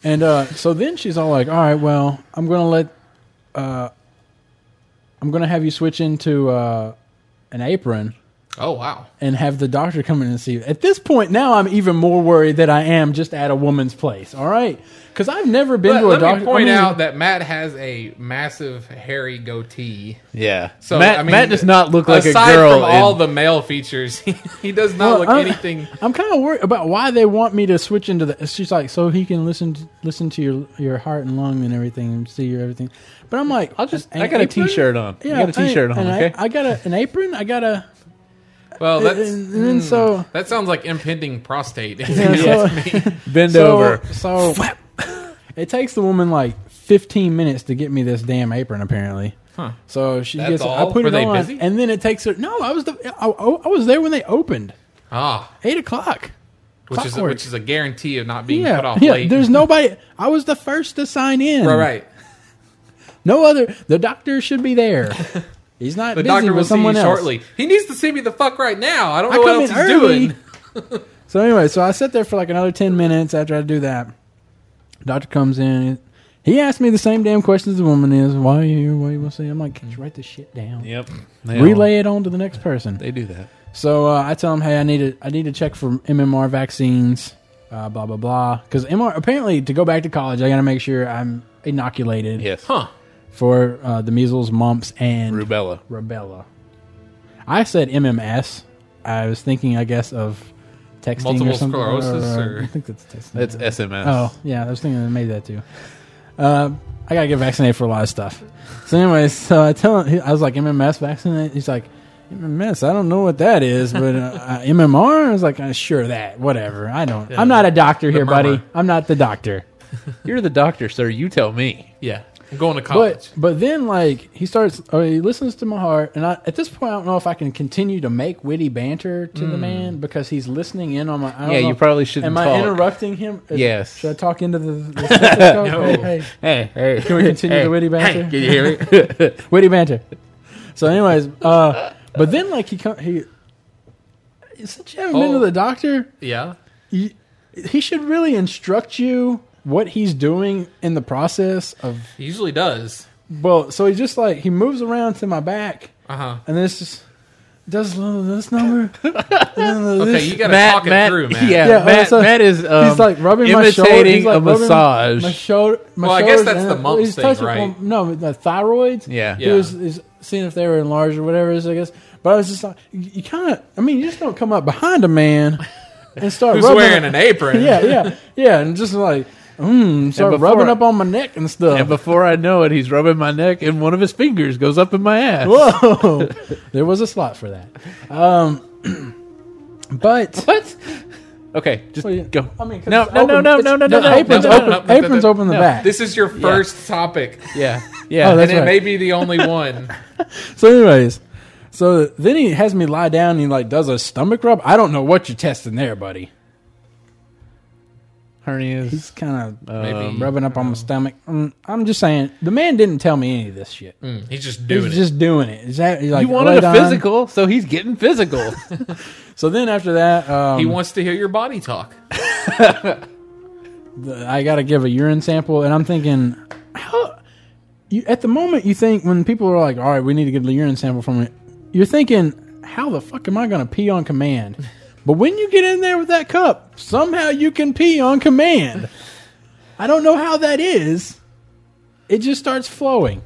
Speaker 3: And uh, so then she's all like, "All right, well, I'm gonna let, uh, I'm gonna have you switch into uh, an apron."
Speaker 4: Oh wow,
Speaker 3: and have the doctor come in and see you. At this point, now I'm even more worried that I am just at a woman's place. All right, because I've never been
Speaker 4: Let,
Speaker 3: to a
Speaker 4: let
Speaker 3: doctor.
Speaker 4: me point
Speaker 3: I mean,
Speaker 4: out that Matt has a massive hairy goatee.
Speaker 1: Yeah.
Speaker 4: So
Speaker 1: Matt,
Speaker 4: I mean,
Speaker 1: Matt does not look like a
Speaker 4: aside
Speaker 1: girl.
Speaker 4: From all
Speaker 1: in-
Speaker 4: the male features, [laughs] he, he does not
Speaker 3: Well,
Speaker 4: look
Speaker 3: I-
Speaker 4: anything.
Speaker 3: uh, [laughs] I'm kind of worried about why they want me to switch into the. She's like, so he can listen to, listen to your your heart and lung and everything, and see your everything. But I'm like,
Speaker 1: I'll just.
Speaker 3: an
Speaker 1: I got a
Speaker 3: apron?
Speaker 1: T-shirt on.
Speaker 3: Yeah,
Speaker 1: I got a
Speaker 3: I-
Speaker 1: T-shirt on.
Speaker 3: and I-
Speaker 1: Okay.
Speaker 3: I, got a, an apron. I got a.
Speaker 4: Well,
Speaker 3: [laughs]
Speaker 4: that's
Speaker 3: and
Speaker 1: Hmm.
Speaker 3: then so-
Speaker 4: that sounds like impending prostate.
Speaker 1: Bend over.
Speaker 3: So, so [laughs] it takes the woman like 15 minutes to get me this damn apron, apparently.
Speaker 4: Huh.
Speaker 3: So she
Speaker 4: That's
Speaker 3: gets.
Speaker 4: all?
Speaker 3: I put
Speaker 4: Were
Speaker 3: it
Speaker 4: they
Speaker 3: on,
Speaker 4: busy?
Speaker 3: and then it takes her. No, I was the. I, I- I was there when they opened.
Speaker 4: [laughs] ah,
Speaker 3: Eight o'clock.
Speaker 4: which is
Speaker 3: Clockwork.
Speaker 4: which is a guarantee of not being
Speaker 3: yeah,
Speaker 4: cut off
Speaker 3: yeah.
Speaker 4: late.
Speaker 3: There's nobody. I was the first to sign in.
Speaker 4: right, right.
Speaker 3: No other. The doctor should be
Speaker 4: [laughs]
Speaker 3: there. He's not.
Speaker 4: The
Speaker 3: busy
Speaker 4: doctor will
Speaker 3: with
Speaker 4: see you
Speaker 3: someone else.
Speaker 4: shortly. He needs to see me the fuck right now. I don't
Speaker 3: I
Speaker 4: know what
Speaker 3: come
Speaker 4: else
Speaker 3: in
Speaker 4: he's
Speaker 3: early.
Speaker 4: doing.
Speaker 3: [laughs] so anyway, so I sat there for like another ten minutes after I do that. Doctor comes in. He asked me the same damn questions the woman is. Why are you here? Why you want to see? I'm like, can you write this shit down?
Speaker 1: Yep.
Speaker 3: Relay it on to the next person.
Speaker 1: They do that.
Speaker 3: So uh, I tell him, hey, I need to I need to check for MMR vaccines, uh, blah blah blah. Because MR apparently to go back to college, I got to make sure I'm inoculated
Speaker 1: Yes.
Speaker 4: Huh?
Speaker 3: for uh, the measles, mumps, and
Speaker 1: Rubella.
Speaker 3: rubella. I said MMS. I was thinking, I guess, of texting
Speaker 4: Multiple
Speaker 3: or something.
Speaker 4: sclerosis, or-
Speaker 3: I think that's texting.
Speaker 1: That's SMS.
Speaker 3: Oh yeah, I was thinking maybe that too. Uh, I gotta get vaccinated for a lot of stuff. So anyway, so I tell him I was like MMS vaccinate. He's like MMS. I don't know what that is, but uh, [laughs] uh, MMR. I was like, uh, sure that whatever. I don't. I'm not a doctor here, buddy.
Speaker 4: murmur.
Speaker 3: I'm not the doctor.
Speaker 1: You're the doctor, sir. You tell me.
Speaker 4: Yeah. I'm going to college.
Speaker 3: But but then like he starts or he listens to my heart, and I, at this point I don't know if I can continue to make witty banter to the man because he's listening in on my. I don't
Speaker 1: Hmm. Yeah,
Speaker 3: know.
Speaker 1: you probably shouldn't
Speaker 3: Am
Speaker 1: talk.
Speaker 3: I interrupting him? Is-
Speaker 1: Yes.
Speaker 3: Should I talk into
Speaker 1: [laughs]
Speaker 3: the? the stethoscope? Hey, hey.
Speaker 1: Hey, [laughs] hey.
Speaker 3: Can we continue the witty [laughs] banter?
Speaker 1: Hey, can you hear me?
Speaker 3: witty banter. So, anyways, uh, but then like he come he. Since you haven't been to
Speaker 4: Oh.
Speaker 3: the doctor,
Speaker 4: yeah.
Speaker 3: you, he should really instruct you what he's doing in the process of.
Speaker 4: He usually does.
Speaker 3: Well, so he just like he moves around to my back,
Speaker 4: Uh huh.
Speaker 3: and then it's just does this
Speaker 4: [laughs]
Speaker 3: number.
Speaker 4: Okay, you gotta
Speaker 1: Matt,
Speaker 4: talk it
Speaker 1: Matt,
Speaker 4: through, man.
Speaker 1: Yeah,
Speaker 3: Yeah,
Speaker 1: Matt,
Speaker 3: so
Speaker 1: Matt is um,
Speaker 3: he's like rubbing my shoulder.
Speaker 1: imitating
Speaker 3: He's like
Speaker 1: a
Speaker 3: rubbing
Speaker 1: massage.
Speaker 3: My shoulder. My
Speaker 4: Well, I guess
Speaker 3: shoulders,
Speaker 4: that's
Speaker 3: and
Speaker 4: the
Speaker 3: it-
Speaker 4: mumps
Speaker 3: he's
Speaker 4: thing,
Speaker 3: touching-
Speaker 4: right?
Speaker 3: well, no, the thyroids.
Speaker 1: Yeah.
Speaker 3: He was, is seeing if they were enlarged or whatever it is, I guess. But I was just like, you, you kind of. I mean, you just don't come up behind a man
Speaker 4: [laughs]
Speaker 3: and start
Speaker 4: Who's
Speaker 3: rubbing.
Speaker 4: wearing an
Speaker 3: [laughs]
Speaker 4: apron?
Speaker 3: yeah, yeah, yeah, and just like. Mm, start
Speaker 1: before-
Speaker 3: rubbing up on my neck and stuff.
Speaker 1: and before I know it, he's rubbing my neck, and one of his fingers goes up in my ass.
Speaker 3: [laughs] Whoa, there was a slot for that. Um, [clears throat] but
Speaker 1: What? Okay, just
Speaker 3: Well, yeah.
Speaker 1: go.
Speaker 3: I mean, 'cause
Speaker 1: no,
Speaker 3: it's
Speaker 1: no, no,
Speaker 3: open-
Speaker 1: no,
Speaker 3: it's-
Speaker 1: no, no, no,
Speaker 3: the
Speaker 1: no,
Speaker 3: aprons
Speaker 1: no, no,
Speaker 3: open,
Speaker 1: no.
Speaker 4: no,
Speaker 3: aprons
Speaker 4: no,
Speaker 3: open the
Speaker 1: no.
Speaker 3: back.
Speaker 4: This is your first topic,
Speaker 1: Yeah, yeah.
Speaker 3: Oh,
Speaker 4: and
Speaker 3: that's
Speaker 4: it
Speaker 3: right.
Speaker 4: may be
Speaker 3: [laughs]
Speaker 4: the only one.
Speaker 3: So, anyways, so then he has me lie down. and He like does a stomach rub. I don't know what you're testing there, buddy. He's
Speaker 1: hernias.
Speaker 3: kind
Speaker 1: Um,
Speaker 3: of
Speaker 4: Maybe
Speaker 3: um, rubbing up on my stomach. Mm, I'm just saying, the man didn't tell me any of this shit.
Speaker 4: Mm, he's just
Speaker 3: He's
Speaker 4: doing it.
Speaker 3: just doing it. Is that, he's like,
Speaker 1: You wanted
Speaker 3: laid
Speaker 1: a
Speaker 3: on.
Speaker 1: physical, so he's getting physical. [laughs]
Speaker 3: So then after that, um,
Speaker 4: He wants to hear your body talk. uh,
Speaker 3: I got to give a urine sample, and I'm thinking, how? You, at the moment, you think when people are like, "All right, we need to get a urine sample from it," you're thinking, "How the fuck am I going to pee on command?" But when you get in there with that cup, somehow you can pee on command. I don't know how that is. It just starts flowing.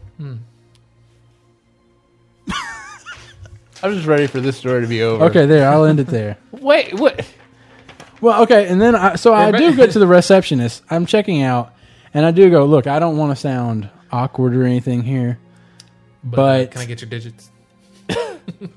Speaker 1: I'm just ready for this story to be over.
Speaker 3: Okay, there. I'll end it there.
Speaker 1: Wait, what? [laughs]
Speaker 3: Well, okay, and then I, so I do go to the receptionist. I'm checking out, and I do go, "Look, I don't want to sound awkward or anything here." But-
Speaker 4: can I get your digits?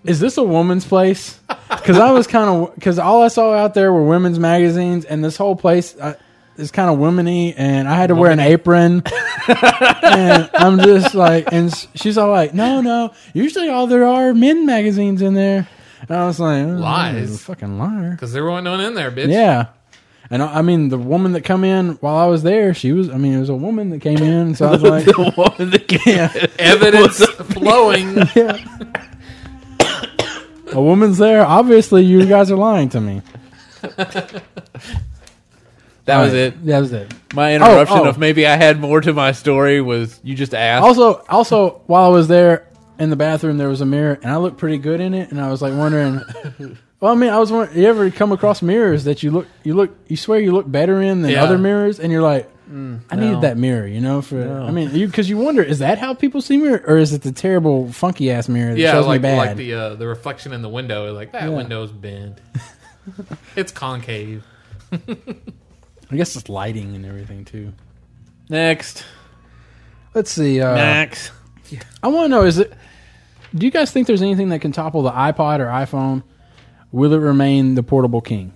Speaker 3: is this a woman's place? [laughs] Because I was kind of because all I saw out there were women's magazines, and this whole place uh, is kind of womany, and I had to wear
Speaker 1: [laughs]
Speaker 3: an apron. and I'm just like, and s- she's all like, "No, no. Usually, all there are men magazines in there." And I was like, oh,
Speaker 4: Lies.
Speaker 3: you're a fucking liar."
Speaker 4: Because there wasn't none in there, bitch.
Speaker 3: Yeah. And I I mean, the woman that come in while I was there, she was. I mean, it was a woman that came in, so I
Speaker 1: [laughs]
Speaker 3: was like, [laughs]
Speaker 1: The woman that came-
Speaker 4: Evidence flowing.
Speaker 3: "A woman's there. Obviously, you guys are lying to me."
Speaker 1: That was it.
Speaker 3: That was it.
Speaker 1: My interruption
Speaker 3: oh.
Speaker 1: of maybe I had more to my story was you just asked.
Speaker 3: Also, also while I was there in the bathroom, there was a mirror, and I looked pretty good in it. And I was like
Speaker 4: [laughs]
Speaker 3: wondering. well, I mean, I was wondering. You ever come across mirrors that you look, you look, you swear you look better in than
Speaker 4: Yeah. Mm,
Speaker 3: other mirrors, and you're like, I needed that mirror, you know? For I mean, you because you wonder, is that how people see mirror, or is it the terrible funky ass mirror that
Speaker 4: Yeah,
Speaker 3: shows
Speaker 4: like
Speaker 3: me bad?
Speaker 4: like the uh, the reflection in the window. Like that
Speaker 3: [laughs]
Speaker 4: window's bent. it's concave.
Speaker 3: I guess it's lighting and everything too.
Speaker 1: next,
Speaker 3: Let's see. Uh,
Speaker 1: next.
Speaker 3: I want to know is it? Do you guys think there's anything that can topple the iPod or iPhone? will it remain the portable king?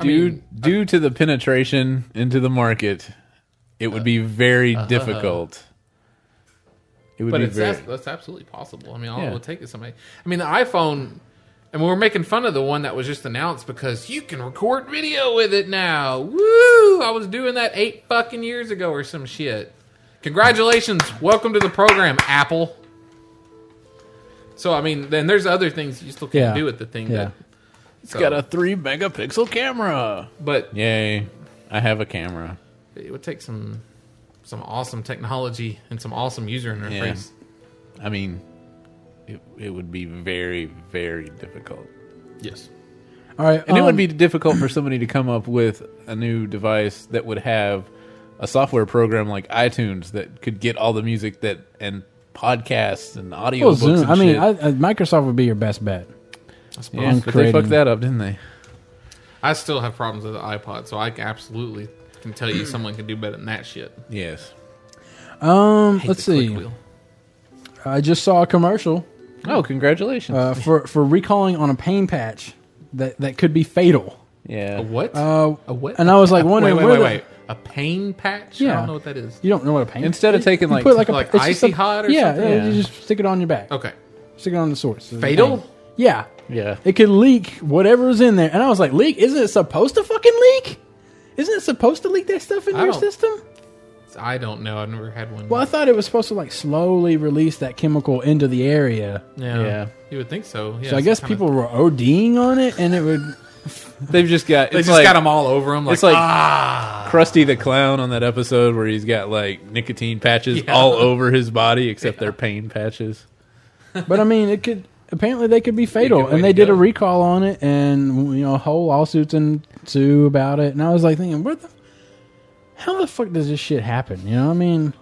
Speaker 1: due due to the penetration into the market, it would be very difficult. It would
Speaker 4: But
Speaker 1: be
Speaker 4: it's
Speaker 1: very.
Speaker 4: abs- that's absolutely possible. I mean, all
Speaker 1: Yeah.
Speaker 4: it will take is somebody. I mean, the iPhone, and we were making fun of the one that was just announced because you can record video with it now. Woo! I was doing that eight fucking years ago or some shit. Congratulations, welcome to the program, Apple. So I mean, then there's other things you still can
Speaker 3: Yeah.
Speaker 4: do with the thing.
Speaker 3: Yeah.
Speaker 4: That,
Speaker 1: it's got a three megapixel camera.
Speaker 4: but
Speaker 1: Yay! I have a camera.
Speaker 4: it would take some some awesome technology and some awesome user interface.
Speaker 1: I mean, it it would be very very difficult,
Speaker 4: Yes.
Speaker 3: All right,
Speaker 1: and it
Speaker 3: um,
Speaker 1: would be difficult for somebody to come up with a new device that would have a software program like iTunes that could get all the music that and podcasts and audio
Speaker 3: well,
Speaker 1: books.
Speaker 3: Zoom.
Speaker 1: and
Speaker 3: I mean,
Speaker 1: shit.
Speaker 3: I, uh, Microsoft would be your best bet.
Speaker 4: I suppose.
Speaker 1: yeah, but they
Speaker 3: creating-
Speaker 1: fucked that up, didn't they?
Speaker 4: I still have problems with the iPod, so I can absolutely can tell you someone can do better than that shit.
Speaker 1: Yes.
Speaker 3: Um,
Speaker 4: Hate
Speaker 3: let's
Speaker 4: the click
Speaker 3: see.
Speaker 4: wheel.
Speaker 3: I just saw a commercial
Speaker 1: Oh, congratulations!
Speaker 3: uh, for for recalling on a pain patch that that could be fatal.
Speaker 1: yeah.
Speaker 4: A what?
Speaker 3: Uh,
Speaker 4: a what?
Speaker 3: and I was like
Speaker 4: A-
Speaker 3: wondering
Speaker 4: Wait, wait,
Speaker 3: where
Speaker 4: wait,
Speaker 3: the-
Speaker 4: wait. A pain patch? I
Speaker 3: Yeah.
Speaker 4: don't know what that is.
Speaker 3: You don't know what a pain
Speaker 1: Instead of taking
Speaker 3: you
Speaker 1: like,
Speaker 3: put like a
Speaker 4: like
Speaker 3: it's just
Speaker 4: icy
Speaker 3: a-
Speaker 4: hot or
Speaker 3: yeah,
Speaker 4: something?
Speaker 3: yeah, you just stick it on your back.
Speaker 4: Okay.
Speaker 3: Stick it on the source. of the
Speaker 4: Fatal?
Speaker 3: pain. Yeah,
Speaker 1: yeah,
Speaker 3: it could leak whatever's in there. And I was like, leak? Isn't it supposed to fucking leak? Isn't it supposed to leak that stuff in
Speaker 4: I
Speaker 3: your
Speaker 4: don't-
Speaker 3: system?
Speaker 4: I don't know. I've never had one.
Speaker 3: Well, I thought it was supposed to like slowly release that chemical into the area.
Speaker 4: yeah.
Speaker 1: Yeah.
Speaker 4: You would think so. Yeah,
Speaker 3: so I
Speaker 4: it's
Speaker 3: guess
Speaker 4: kinda-
Speaker 3: people were ODing on it, and it would.
Speaker 1: [laughs] they've just got.
Speaker 4: they
Speaker 1: it's
Speaker 4: just
Speaker 1: like,
Speaker 4: got them all over them. Like,
Speaker 1: it's like
Speaker 4: ah,
Speaker 1: Krusty the Clown on that episode where he's got like nicotine patches
Speaker 4: Yeah.
Speaker 1: all over his body, except they're pain patches.
Speaker 3: But I mean, it could. Apparently, they could be fatal,
Speaker 4: way
Speaker 3: and they
Speaker 4: to
Speaker 3: did
Speaker 4: go.
Speaker 3: a recall on it, and you know, whole lawsuits and sue about it. And I was like thinking, where the, how the fuck does this shit happen? You know, what I mean,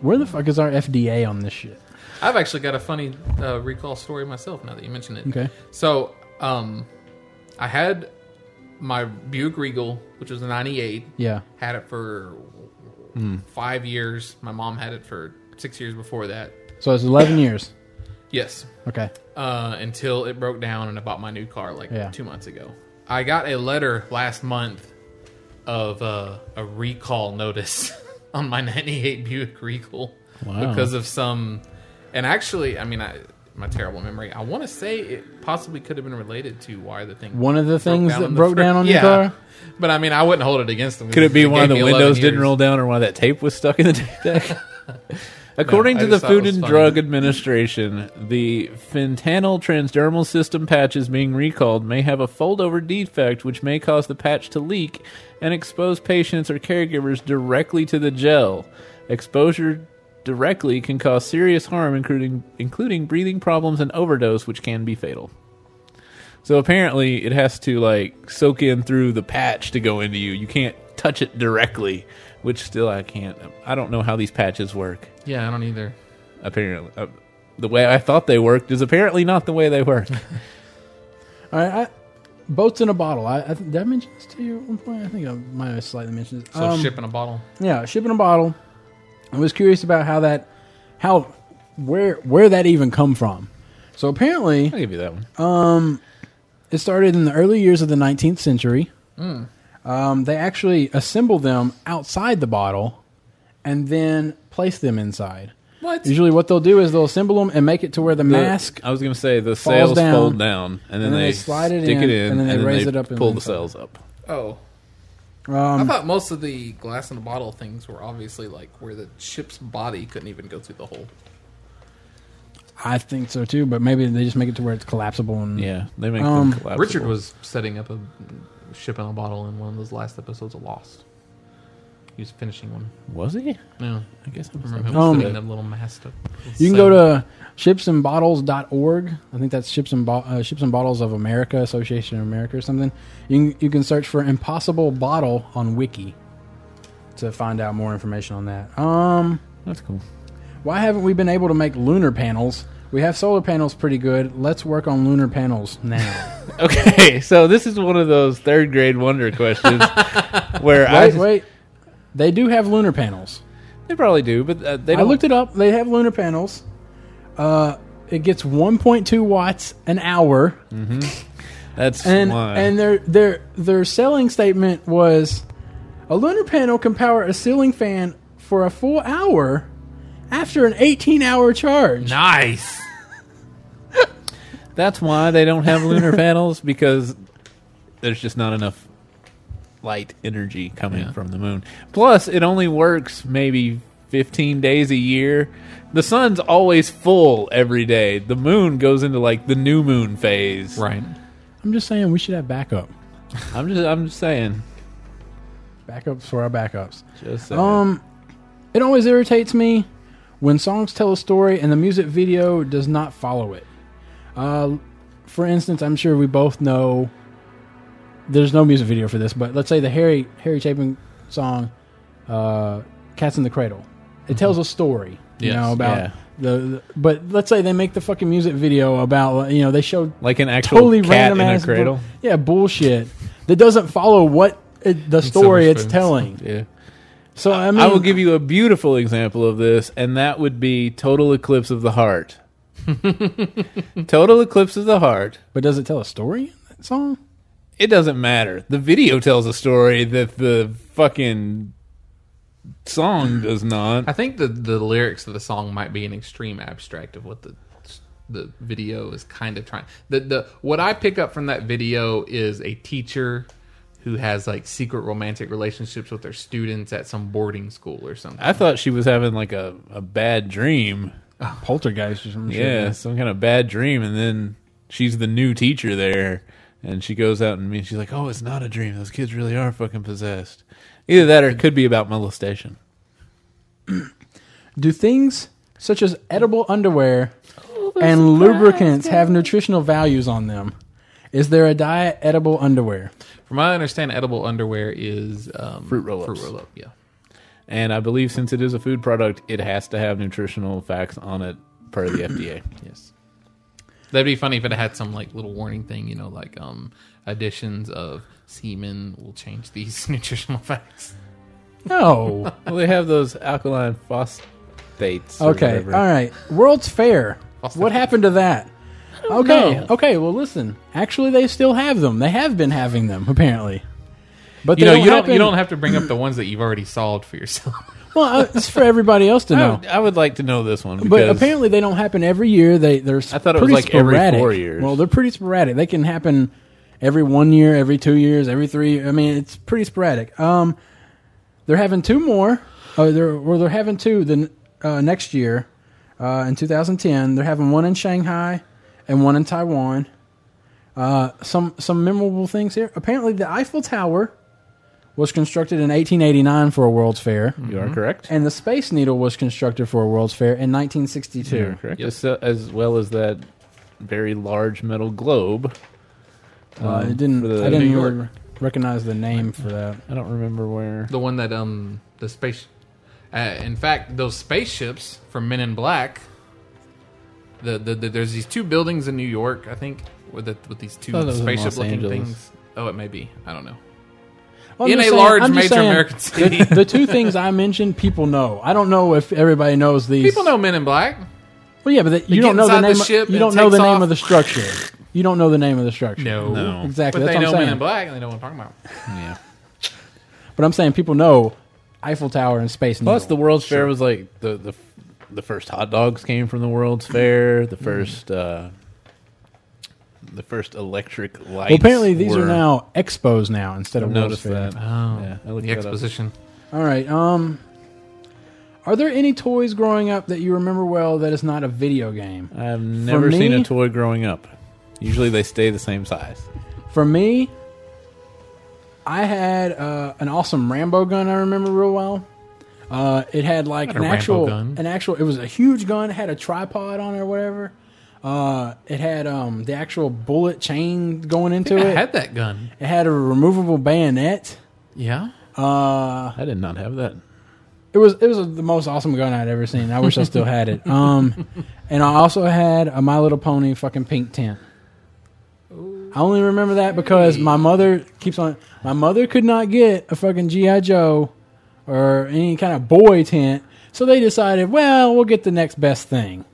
Speaker 3: where the fuck is our FDA on this shit?
Speaker 4: I've actually got a funny uh, recall story myself. Now that you mention it.
Speaker 3: Okay.
Speaker 4: So, um, I had my Buick Regal, which was a '98.
Speaker 3: Yeah,
Speaker 4: had it for five years. My mom had it for six years before that.
Speaker 3: so it's
Speaker 4: [coughs]
Speaker 3: eleven years.
Speaker 4: Yes,
Speaker 3: Okay,
Speaker 4: uh, until it broke down and I bought my new car like
Speaker 3: Yeah.
Speaker 4: two months ago. I got a letter last month of uh, a recall notice [laughs] on my '98 Buick Regal
Speaker 3: Wow.
Speaker 4: because of some. And actually, I mean, I my terrible memory. I want to say it possibly could have been related to why the thing.
Speaker 3: one of the
Speaker 4: broke
Speaker 3: things
Speaker 4: down
Speaker 3: that
Speaker 4: on the
Speaker 3: broke
Speaker 4: fir-
Speaker 3: down on
Speaker 4: [laughs] Yeah.
Speaker 3: your car.
Speaker 4: But I mean, I wouldn't hold it against them.
Speaker 1: Could it be
Speaker 4: gave
Speaker 1: one of the
Speaker 4: me 11
Speaker 1: windows didn't
Speaker 4: years.
Speaker 1: roll down or one of that tape was stuck in the [laughs] tape deck? According
Speaker 4: No, I
Speaker 1: to the
Speaker 4: just thought it
Speaker 1: Food
Speaker 4: was
Speaker 1: and
Speaker 4: funny.
Speaker 1: Drug Administration, the fentanyl transdermal system patches being recalled may have a foldover defect which may cause the patch to leak and expose patients or caregivers directly to the gel. Exposure directly can cause serious harm including including breathing problems and overdose which can be fatal. So apparently, it has to like soak in through the patch to go into you. You can't touch it directly, which still I can't. I don't know how these patches work.
Speaker 4: Yeah, I don't either.
Speaker 1: Apparently, uh, the way I thought they worked is apparently not the way they
Speaker 3: [laughs]
Speaker 1: work.
Speaker 3: All right, I, boats in a bottle. I, I did I mention this to you at one point? I think I might have slightly mentioned this.
Speaker 4: So shipping a bottle.
Speaker 3: Yeah, shipping a bottle. I was curious about how that, how, where, where that even come from. So apparently,
Speaker 1: I'll give you that one.
Speaker 3: it started in the early years of the 19th century. Um, they actually assemble them outside the bottle, and then place them inside.
Speaker 4: What?
Speaker 3: Usually, what they'll do is they'll assemble them and make it to where the,
Speaker 1: The-
Speaker 3: mask.
Speaker 1: I was going to say the sails
Speaker 3: down,
Speaker 1: fold down, and then, they, slide it stick in, it in, and then they
Speaker 3: raise it up and
Speaker 1: pull
Speaker 3: then
Speaker 1: the
Speaker 3: fold.
Speaker 1: sails up.
Speaker 4: Oh. I
Speaker 3: Um,
Speaker 4: thought most of the glass in the bottle things were obviously like where the ship's body couldn't even go through the hole.
Speaker 3: I think so too, but maybe they just make it to where it's collapsible. And
Speaker 1: Yeah, they make
Speaker 3: Um,
Speaker 1: them collapse.
Speaker 4: Richard was setting up a ship in a bottle in one of those last episodes of Lost. He was finishing one.
Speaker 1: was he?
Speaker 4: No,
Speaker 1: I guess I
Speaker 4: I
Speaker 1: was
Speaker 4: remember him
Speaker 3: Um,
Speaker 4: setting that little mast up.
Speaker 3: You can go to shipsandbottles.org. I think that's Ships and, Bo- uh, Ships and Bottles of America, Association of America, or something. You can, you can search for Impossible Bottle on Wiki to find out more information on that. Um,
Speaker 1: That's cool.
Speaker 3: why haven't we been able to make lunar panels? We have solar panels pretty good. Let's work on lunar panels now.
Speaker 1: Okay, so this is one of those third grade wonder questions where I
Speaker 3: wait,
Speaker 1: just-
Speaker 3: wait. They do have lunar panels.
Speaker 1: They probably do, but uh, they
Speaker 3: I
Speaker 1: don't.
Speaker 3: looked it up. They have lunar panels. Uh, it gets 1.2 watts an hour.
Speaker 1: That's
Speaker 3: and
Speaker 1: why.
Speaker 3: and their their their selling statement was a lunar panel can power a ceiling fan for a full hour after an 18 hour charge.
Speaker 4: Nice.
Speaker 1: that's why they don't have
Speaker 3: [laughs]
Speaker 1: lunar panels because there's just not enough light energy coming
Speaker 4: Yeah.
Speaker 1: from the moon. Plus, it only works maybe 15 days a year. The sun's always full every day. The moon goes into like the new moon phase.
Speaker 4: Right.
Speaker 3: I'm just saying we should have backup.
Speaker 1: I'm just I'm just saying.
Speaker 3: Backups for our backups.
Speaker 1: Just saying.
Speaker 3: Um, it always irritates me when songs tell a story and the music video does not follow it. Uh, for instance, I'm sure we both know there's no music video for this, but let's say the Harry Harry Chapin song, uh, "Cats in the Cradle." It tells a story, you
Speaker 4: Yes,
Speaker 3: know about.
Speaker 1: yeah.
Speaker 3: The, the- but let's say they make the fucking music video about you know they show
Speaker 1: like an actual
Speaker 3: totally
Speaker 1: cat
Speaker 3: random
Speaker 1: in a
Speaker 3: ass bu-
Speaker 1: cradle.
Speaker 3: [laughs] yeah bullshit that doesn't follow what it, the story it's
Speaker 4: spoons.
Speaker 3: telling
Speaker 1: yeah.
Speaker 3: so I mean
Speaker 1: I will give you a beautiful example of this, and that would be Total Eclipse of the
Speaker 3: [laughs]
Speaker 1: Heart. Total Eclipse of the Heart.
Speaker 3: But does it tell a story in that song?
Speaker 1: It doesn't matter. The video tells a story that the fucking
Speaker 3: Mm.
Speaker 1: song does
Speaker 4: I
Speaker 1: not.
Speaker 4: think the the lyrics of the song might be an extreme abstract of what the the video is kind of trying. The the what I pick up from that video is a teacher who has like secret romantic relationships with their students at some boarding school or something.
Speaker 1: I thought she was having like a, a bad dream.
Speaker 3: Poltergeist or something.
Speaker 1: Yeah, some kind of bad dream, and then she's the new teacher there, and she goes out and meets. She's like, "Oh, it's not a dream. Those kids really are fucking possessed." Either that, or it could be about molestation.
Speaker 3: Do things such as edible underwear and lubricants have nutritional values on them? Is there a diet edible underwear?
Speaker 4: From my understanding, edible underwear is um,
Speaker 1: Fruit roll-ups.
Speaker 4: Fruit roll up, yeah.
Speaker 1: And I believe since it is a food product, it has to have nutritional facts on it per
Speaker 3: [clears throat]
Speaker 1: the FDA.
Speaker 4: Yes. That'd be funny if it had some like little warning thing, you know, like um additions of semen will change these [laughs] nutritional facts.
Speaker 3: No.
Speaker 1: Well, they have those alkaline phosphates. or
Speaker 3: okay. All
Speaker 1: whatever.
Speaker 3: right. World's
Speaker 4: [laughs]
Speaker 3: Fair.
Speaker 4: Austin.
Speaker 3: What happened to that? Okay.
Speaker 1: know.
Speaker 3: Okay. Well, listen. Actually, they still have them. They have been having them apparently. But
Speaker 4: You
Speaker 3: they
Speaker 4: know, you don't
Speaker 3: happen-
Speaker 4: you don't have to bring up the ones that you've already solved for yourself.
Speaker 3: Well, uh, it's for everybody else to
Speaker 1: I,
Speaker 3: know.
Speaker 1: would, I would like to know this one.
Speaker 3: Oh. But
Speaker 1: Because
Speaker 3: apparently they don't happen every year. They they're
Speaker 1: I thought it was like every four years.
Speaker 3: Well, they're pretty sporadic. They can happen every one year, every two years, every three. I mean, it's pretty sporadic. Um, they're having two more. Uh, they're well, they're having two the n- uh, next year uh, in 2010. They're having one in Shanghai and one in Taiwan. Uh, some some memorable things here. Apparently, the Eiffel Tower was constructed in 1889 for a World's Fair.
Speaker 1: you are correct.
Speaker 3: Mm-hmm. And the Space Needle was constructed for a World's Fair in 1962.
Speaker 1: You are correct. As, uh, as well as that very large metal globe.
Speaker 3: Uh, I didn't.
Speaker 1: for the-
Speaker 3: I didn't
Speaker 4: Um, New
Speaker 3: re-
Speaker 4: York.
Speaker 3: recognize the name for that.
Speaker 1: I don't remember where.
Speaker 4: The one that um the space. Uh, in fact, those spaceships from Men in Black. The, the, the there's these two buildings in New York, I think, with the, with these two
Speaker 1: thought that was in
Speaker 4: spaceship
Speaker 1: Los
Speaker 4: looking
Speaker 1: Angeles.
Speaker 4: things. Oh, it may be. I don't know.
Speaker 3: Well,
Speaker 4: In
Speaker 3: just
Speaker 4: a large
Speaker 3: just
Speaker 4: major American city.
Speaker 3: The, the two things I mentioned, people know. I don't know if everybody knows these.
Speaker 4: People know Men in Black.
Speaker 3: Well, yeah, but that- you
Speaker 4: get
Speaker 3: don't know the
Speaker 4: inside the
Speaker 3: name.
Speaker 4: ship
Speaker 3: of, you
Speaker 4: and
Speaker 3: don't know the
Speaker 4: takes
Speaker 3: name
Speaker 4: off.
Speaker 3: of the structure. You don't know the name of the structure.
Speaker 1: No.
Speaker 3: exactly.
Speaker 4: But
Speaker 3: that's
Speaker 4: they
Speaker 3: what I'm
Speaker 4: know
Speaker 3: saying.
Speaker 4: Men in Black and they know what I'm talking about.
Speaker 1: Yeah.
Speaker 3: But I'm saying people know Eiffel Tower and Space Needle.
Speaker 1: Plus, the World's Fair was like the the the first hot dogs came from the World's Fair. The first uh, the first electric lights.
Speaker 3: well, apparently these
Speaker 1: were-
Speaker 3: are now expos now instead of World's
Speaker 1: Notice
Speaker 3: Fair.
Speaker 1: that.
Speaker 4: Oh,
Speaker 1: Yeah, I looked
Speaker 4: the
Speaker 1: that up.
Speaker 4: exposition.
Speaker 3: All right. Um, are there any toys growing up that you remember well that is not a video game?
Speaker 4: Uh,
Speaker 1: I've never seen
Speaker 3: me-
Speaker 1: a toy growing up. Usually they stay the same size.
Speaker 3: For me, I had uh, an awesome Rambo gun. I remember real well. Uh, it had like
Speaker 4: a
Speaker 3: an
Speaker 4: Rambo
Speaker 3: actual,
Speaker 4: gun.
Speaker 3: an actual. It was a huge gun. It had a tripod on it or whatever. Uh, it had um, the actual bullet chain going into
Speaker 4: I
Speaker 3: it.
Speaker 4: had that gun.
Speaker 3: it had a removable bayonet.
Speaker 4: Yeah.
Speaker 1: I did not have that.
Speaker 3: It was it was the most awesome gun I'd ever seen. I wish I still had it. Um, and I also had a My Little Pony fucking pink tent. I only remember that because my mother keeps on. My mother could not get a fucking GI Joe or any kind of boy tent, so they decided, well, we'll get the next best thing.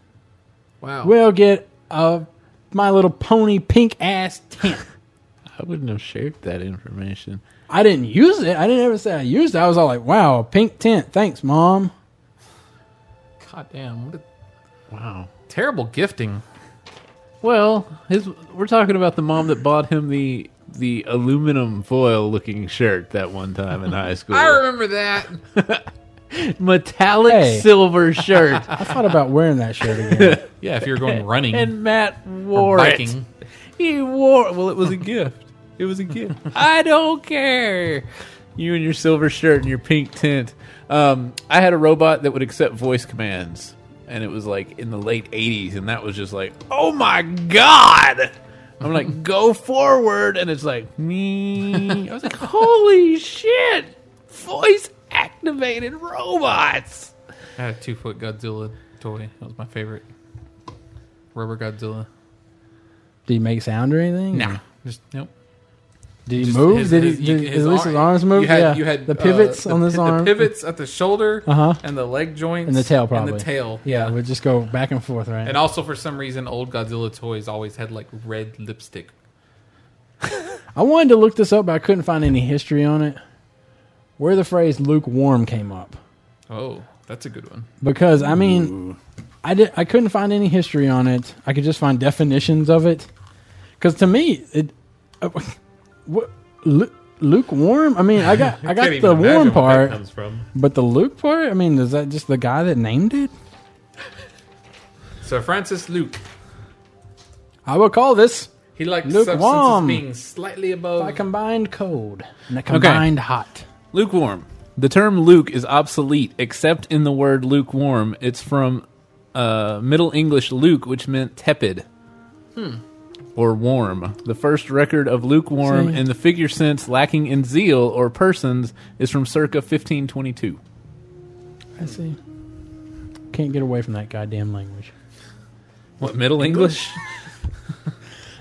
Speaker 4: Wow.
Speaker 3: We'll get a My Little Pony pink ass tent.
Speaker 1: I wouldn't have shared that information.
Speaker 3: I didn't use it. I didn't ever say I used it. I was all like, wow, pink tint. Thanks, mom.
Speaker 4: God damn, what a
Speaker 1: Wow.
Speaker 4: terrible gifting.
Speaker 1: Well, his we're talking about the mom that bought him the the aluminum foil looking shirt that one time in high school.
Speaker 4: I remember that.
Speaker 1: Metallic
Speaker 3: Hey.
Speaker 1: silver shirt.
Speaker 3: I thought about wearing that shirt again.
Speaker 4: Yeah, if you're going
Speaker 1: [laughs]
Speaker 4: running
Speaker 1: and Matt
Speaker 4: or
Speaker 1: wore it.
Speaker 4: biking,
Speaker 1: He wore well it was a gift. It was a gift. [laughs] I don't care. You and your silver shirt and your pink tint. Um, I had a robot that would accept voice commands and it was like in the late 80s and that was just like, "Oh my god." I'm [laughs] like, "Go forward." And it's like, "Me." I was like, "Holy shit. Voice activated robots."
Speaker 4: I had a two foot Godzilla toy. That was my favorite. Rubber Godzilla.
Speaker 3: Did he make sound or anything?
Speaker 4: Nah, just nope.
Speaker 3: Did he
Speaker 4: Just
Speaker 3: move?
Speaker 4: his-
Speaker 3: did
Speaker 4: his-
Speaker 3: he, did,
Speaker 4: you-
Speaker 3: at least his
Speaker 4: arm-
Speaker 3: arms move?
Speaker 4: You had,
Speaker 3: yeah.
Speaker 4: you had
Speaker 3: the
Speaker 4: uh,
Speaker 3: pivots
Speaker 4: the
Speaker 3: on this
Speaker 4: pi-
Speaker 3: arm.
Speaker 4: The pivots at the shoulder
Speaker 3: Uh-huh.
Speaker 4: and the leg joints
Speaker 3: And the tail, probably.
Speaker 4: And the tail.
Speaker 3: Yeah, we just go back and forth, right?
Speaker 4: And also for some reason old Godzilla toys always had like red lipstick.
Speaker 3: I wanted to look this up, but I couldn't find any history on it. Where the phrase lukewarm came up.
Speaker 4: Oh, that's a good one.
Speaker 3: Because, I mean, I, did, I couldn't find any history on it. I could just find definitions of it. Because to me, it. Uh, [laughs] what, lu- lukewarm? I mean, I
Speaker 4: [laughs]
Speaker 3: got, I got
Speaker 4: Can't
Speaker 3: the
Speaker 4: even imagine
Speaker 3: warm
Speaker 4: where
Speaker 3: part.
Speaker 4: that comes from.
Speaker 3: But the Luke part, I mean, is that just the guy that named it?
Speaker 4: So Francis Luke,
Speaker 3: I would call this
Speaker 4: he liked
Speaker 3: Lukewarm.
Speaker 4: substances being slightly above.
Speaker 3: a combined cold and a combined hot.
Speaker 1: Lukewarm. The term Luke is obsolete except in the word lukewarm. It's from uh, Middle English Luke, which meant tepid
Speaker 3: Hmm.
Speaker 1: or warm. The first record of lukewarm
Speaker 3: See?
Speaker 1: in the figure sense lacking in zeal or persons is from circa 1522.
Speaker 3: I see. Can't get away from that goddamn language.
Speaker 1: What, Middle English?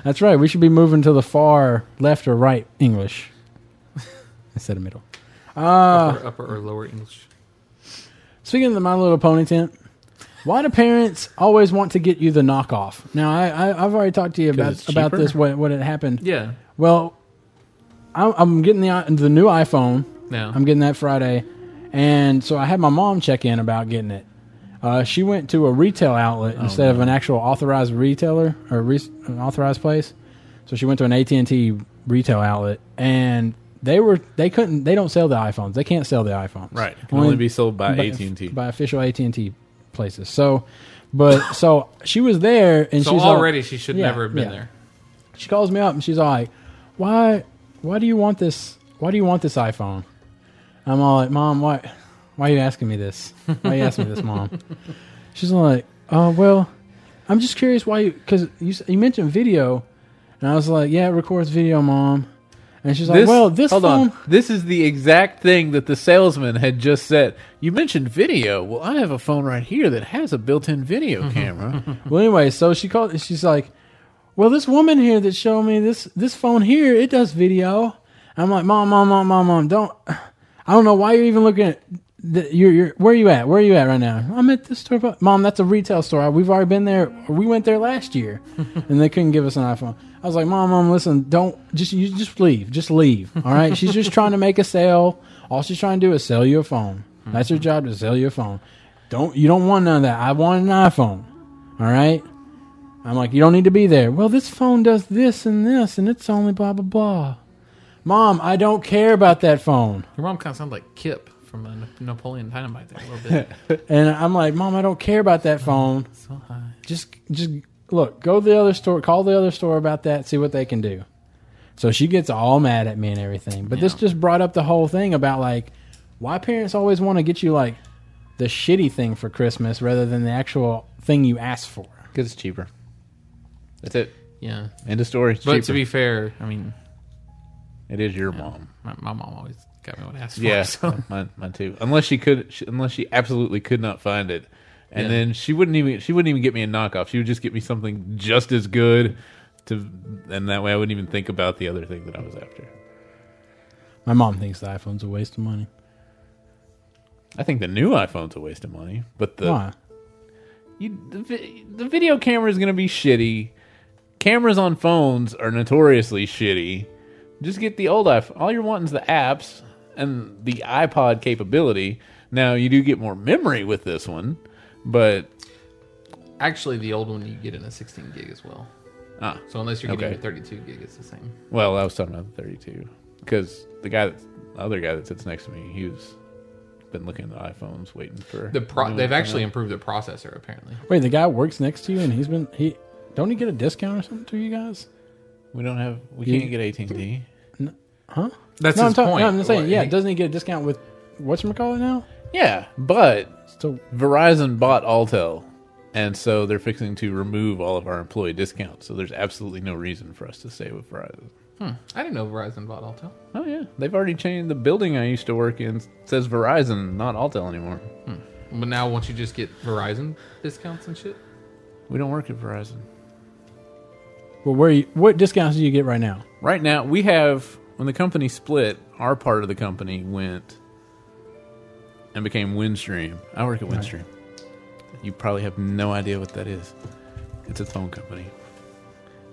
Speaker 3: That's right. We should be moving to the far left or right English [laughs] instead of middle.
Speaker 4: upper, upper or lower English.
Speaker 3: Speaking of the My Little Pony tent, why do parents always want to get you the knockoff? Now, I, I, I've already talked to you about
Speaker 1: it's
Speaker 3: about
Speaker 1: cheaper?
Speaker 3: this. What what had happened?
Speaker 4: Yeah.
Speaker 3: Well, I'm, I'm getting the i- the new iPhone.
Speaker 4: No.
Speaker 3: I'm getting that Friday, and so I had my mom check in about getting it. Uh, she went to a retail outlet
Speaker 1: Oh,
Speaker 3: instead of an actual authorized retailer or re- an authorized place. So she went to an AT and T retail outlet, and they were they couldn't they don't sell the iPhones. They can't sell the iPhones.
Speaker 1: Right. It can only be sold by AT&T.
Speaker 3: by official AT and T places. So, but so she was there, and
Speaker 4: so
Speaker 3: she's all-
Speaker 4: already she should
Speaker 3: yeah,
Speaker 4: never have
Speaker 3: yeah
Speaker 4: been there.
Speaker 3: she calls me up and she's all like, "Why? Why do you want this? Why do you want this iPhone?" I'm all like, "Mom, why? Why are you asking me this? Why are you asking me this, Mom?" [laughs] She's all like, "Oh well, I'm just curious why you because you s- you mentioned video, and I was like, yeah, it records video, Mom." And she's like, "Well, this
Speaker 1: hold
Speaker 3: phone."
Speaker 1: on. This is the exact thing that the salesman had just said. You mentioned video. Well, I have a phone right here that has a built-in
Speaker 3: Mm-hmm.
Speaker 1: video camera.
Speaker 3: Well, anyway, so she called. She's like, "Well, this woman here that showed me this this phone here, it does video." I'm like, "Mom, mom, mom, mom, mom, don't! I don't know why you're even looking at. The, you're, you're where are you at? Where are you at right now? I'm at this store, but mom, that's a retail store. We've already been there. We went there last year, and they couldn't give us an iPhone. I was like, "Mom, mom, listen, don't just you just leave, just leave. All right, she's just trying to make a sale. All she's trying to do is sell you a phone. That's her job to sell you a phone. Don't you don't want none of that. I want an iPhone." All right. I'm like, you don't need to be there. Well, this phone does this and this, and it's only blah, blah, blah. Mom, I don't care about that phone.
Speaker 4: Your mom kind of sounded like Kip from uh, Napoleon Dynamite there a little
Speaker 1: [laughs]
Speaker 4: bit.
Speaker 3: And I'm like, Mom, I don't care about that phone.
Speaker 4: so high.
Speaker 3: Just, just look, go to the other store, call the other store about that, see what they can do. So she gets all mad at me and everything. But this just brought up the whole thing about like why parents always want to get you like the shitty thing for Christmas rather than the actual thing you asked for.
Speaker 1: Because it's cheaper. That's it.
Speaker 4: Yeah.
Speaker 1: End of story. It's
Speaker 4: But
Speaker 1: cheaper.
Speaker 4: to be fair, I mean,
Speaker 1: it is your
Speaker 4: [laughs]
Speaker 1: mom.
Speaker 4: my, my mom always got me what I asked for.
Speaker 1: Yeah,
Speaker 4: So.
Speaker 1: [laughs] mine, mine too. Unless she could, she, unless she absolutely could not find it, and
Speaker 4: Yeah.
Speaker 1: then she wouldn't even she wouldn't even get me a knockoff. She would just get me something just as good, to, and that way I wouldn't even think about the other thing that I was after.
Speaker 3: My mom thinks the iPhone's a waste of money.
Speaker 1: I think the new iPhone's a waste of money, but the
Speaker 3: Why?
Speaker 1: you, the, vi- the video camera is going to be shitty. Cameras on phones are notoriously shitty. Just get the old iPhone. All you're wanting is the apps and the iPod capability. Now you do get more memory with this one, but
Speaker 4: Actually, the old one you get in a 16 gig as well.
Speaker 1: ah,
Speaker 4: So unless you're getting
Speaker 1: Okay.
Speaker 4: a 32 gig, it's the same.
Speaker 1: well, I was talking about the 32 because the guy, that's, the other guy that sits next to me, he was been looking at the iPhones, waiting for
Speaker 4: The pro-
Speaker 1: new one
Speaker 4: they've
Speaker 1: to come
Speaker 4: actually
Speaker 1: out.
Speaker 4: improved the processor apparently.
Speaker 3: Wait, the guy works next to you, and he's been he. Don't he get a discount or something to you guys?
Speaker 1: we don't have we
Speaker 3: You-
Speaker 1: can't get AT and T.
Speaker 4: That's
Speaker 3: No, I'm
Speaker 4: his
Speaker 3: talking.
Speaker 4: point.
Speaker 3: No, I'm just saying.
Speaker 4: What,
Speaker 3: yeah,
Speaker 4: he-
Speaker 3: doesn't he get a discount with what's call it now?
Speaker 1: Yeah, but
Speaker 3: So
Speaker 1: Verizon bought Altel, and so they're fixing to remove all of our employee discounts. So there's absolutely no reason for us to stay with Verizon.
Speaker 4: I didn't know Verizon bought Altel.
Speaker 1: Oh yeah, they've already changed the building I used to work in. Says Verizon, not Altel anymore.
Speaker 4: But now, won't you just get Verizon discounts and shit?
Speaker 1: We don't work at Verizon
Speaker 3: well, where you, what discounts do you get right now?
Speaker 1: right now. We have when the company split, our part of the company went and became Windstream. I work at Windstream. You probably have no idea what that is. It's a phone company,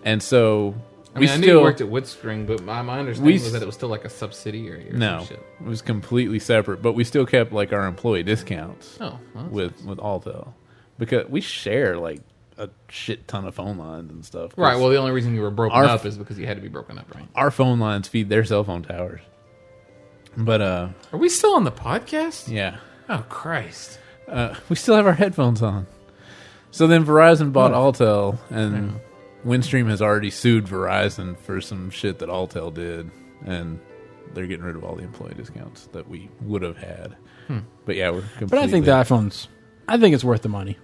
Speaker 1: and so
Speaker 4: I
Speaker 1: we
Speaker 4: mean, I knew
Speaker 1: still
Speaker 4: you worked at Woodspring, but my, my understanding
Speaker 1: We
Speaker 4: was
Speaker 1: s-
Speaker 4: that it was still like a subsidiary or
Speaker 1: No,
Speaker 4: some shit.
Speaker 1: it was completely separate, but we still kept like our employee discounts
Speaker 4: Oh, well, that's
Speaker 1: with with Altel because we share like a shit ton of phone lines and stuff. 'cause
Speaker 4: Right. Well, the only reason you were broken
Speaker 1: Our-
Speaker 4: up is because you had to be broken up, right?
Speaker 1: our phone lines feed their cell phone towers. But uh,
Speaker 4: Are we still on the podcast?
Speaker 1: yeah, [laughs]
Speaker 4: Oh Christ!
Speaker 1: uh, we still have our headphones on. So then Verizon bought Altel, and Windstream has already sued Verizon for some shit that Altel did, and they're getting rid of all the employee discounts that we would have had.
Speaker 4: Hmm.
Speaker 1: But yeah, we're completely
Speaker 3: But I think the iPhones. I think it's worth the money.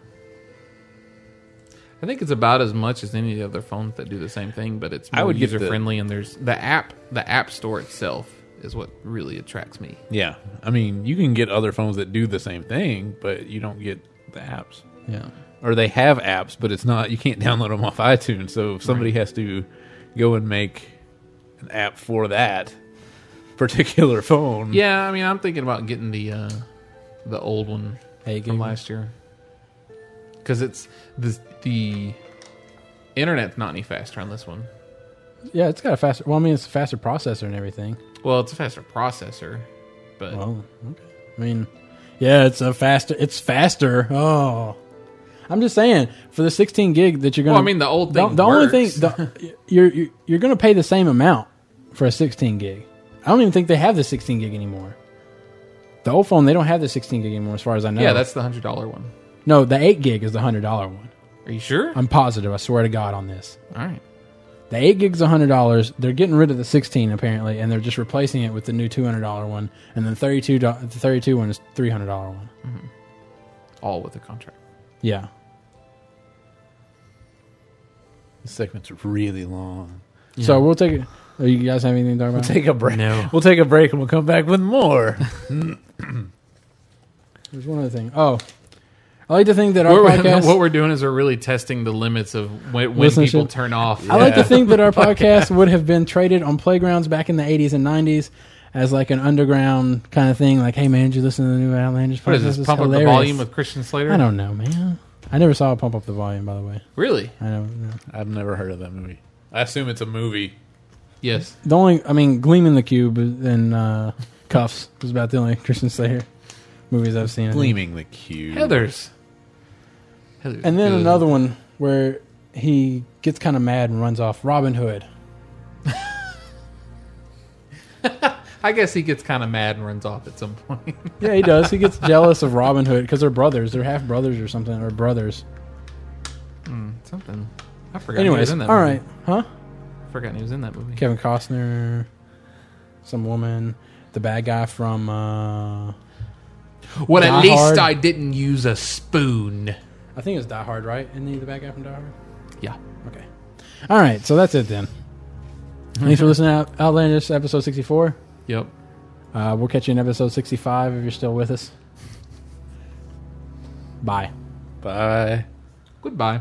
Speaker 4: I think it's about as much as any other phones that do the same thing, but it's more
Speaker 1: I would get the-
Speaker 4: user friendly, and there's the app. The app store itself is what really attracts me.
Speaker 1: Yeah. I mean, you can get other phones that do the same thing, but you don't get the apps.
Speaker 4: Yeah.
Speaker 1: Or they have apps, but it's not, you can't [laughs] download them off iTunes. So if somebody has to go and make an app for that particular [laughs] phone.
Speaker 4: Yeah. I mean, I'm thinking about getting the uh, the old one
Speaker 3: Hey,
Speaker 4: from last year because it's the the internet's not any faster on this one.
Speaker 3: Yeah, it's got a faster. Well, I mean, it's a faster processor and everything.
Speaker 4: Well, it's a faster processor, but
Speaker 3: Well, okay. I mean, yeah, it's a faster. It's faster. Oh, I'm just saying for the 16 gig that you're gonna.
Speaker 4: Well, I mean, the old
Speaker 3: the,
Speaker 4: thing
Speaker 3: the only thing
Speaker 4: works.
Speaker 3: the, [laughs] you're you're, you're going to pay the same amount for a 16 gig. I don't even think they have the 16 gig anymore. The old phone they don't have the 16 gig anymore, as far as I know.
Speaker 4: yeah, that's the hundred dollar one.
Speaker 3: no. The eight gig is the hundred dollar one.
Speaker 4: Are you sure?
Speaker 3: I'm positive. I swear to God on this.
Speaker 4: All right.
Speaker 3: The eight gig's hundred dollars. They're getting rid of the sixteen apparently, and they're just replacing it with the new two hundred dollar one. And then thirty two the thirty two one is three hundred dollar one.
Speaker 4: All with a contract.
Speaker 3: Yeah.
Speaker 1: This segment's really long.
Speaker 3: So we'll take. Are you guys have anything to talk about?
Speaker 1: Take a break. We'll take a break and we'll come back with more. [laughs]
Speaker 3: There's one other thing. Oh, I like to think that our
Speaker 4: [laughs] What we're,
Speaker 3: podcast.
Speaker 4: what we're doing is we're really testing the limits of when, when
Speaker 3: Listenership.
Speaker 4: people turn off.
Speaker 3: I like
Speaker 1: Yeah.
Speaker 3: to think that our podcast would have been traded on playgrounds back in the '80s and '90s as like an underground kind of thing. Like, hey man, did you listen to the new Outlanders podcast?
Speaker 4: What is this?
Speaker 3: It's
Speaker 4: Pump up the
Speaker 3: hilarious."
Speaker 4: volume with Christian Slater?
Speaker 3: I don't know, man. I never saw a pump up the volume. By the way,
Speaker 4: Really?
Speaker 3: I don't know.
Speaker 1: I've never heard of that movie. I assume it's a movie.
Speaker 4: Yes.
Speaker 3: The only, I mean, Gleam in the Cube and uh, Cuffs was about the only [laughs] Christian Slater movies I've seen. I think.
Speaker 1: Gleaming the cube.
Speaker 4: Heather's. Heather's.
Speaker 3: And then
Speaker 4: good.
Speaker 3: another one where he gets kind of mad and runs off. Robin Hood.
Speaker 4: I guess he gets kind of mad and runs off at some point. [laughs]
Speaker 3: Yeah, he does. He gets jealous of Robin Hood because they're brothers. They're half brothers or something, or brothers.
Speaker 4: Something. I forgot. he
Speaker 3: Anyways,
Speaker 4: was in
Speaker 3: all
Speaker 4: that
Speaker 3: right, huh?
Speaker 4: Movie. Forgot he was in that movie.
Speaker 3: Kevin Costner, some woman, the bad guy from. Uh,
Speaker 4: Well,
Speaker 3: Die Hard.
Speaker 4: didn't use a spoon.
Speaker 3: I think it was Die Hard, right? Isn't he the bad guy from Die Hard?
Speaker 4: Yeah.
Speaker 3: Okay. All right, so that's it then. Thanks for listening to Outlandish episode 64.
Speaker 4: Yep.
Speaker 3: Uh, we'll catch you in episode 65 if you're still with us. Bye.
Speaker 1: Bye.
Speaker 4: Goodbye.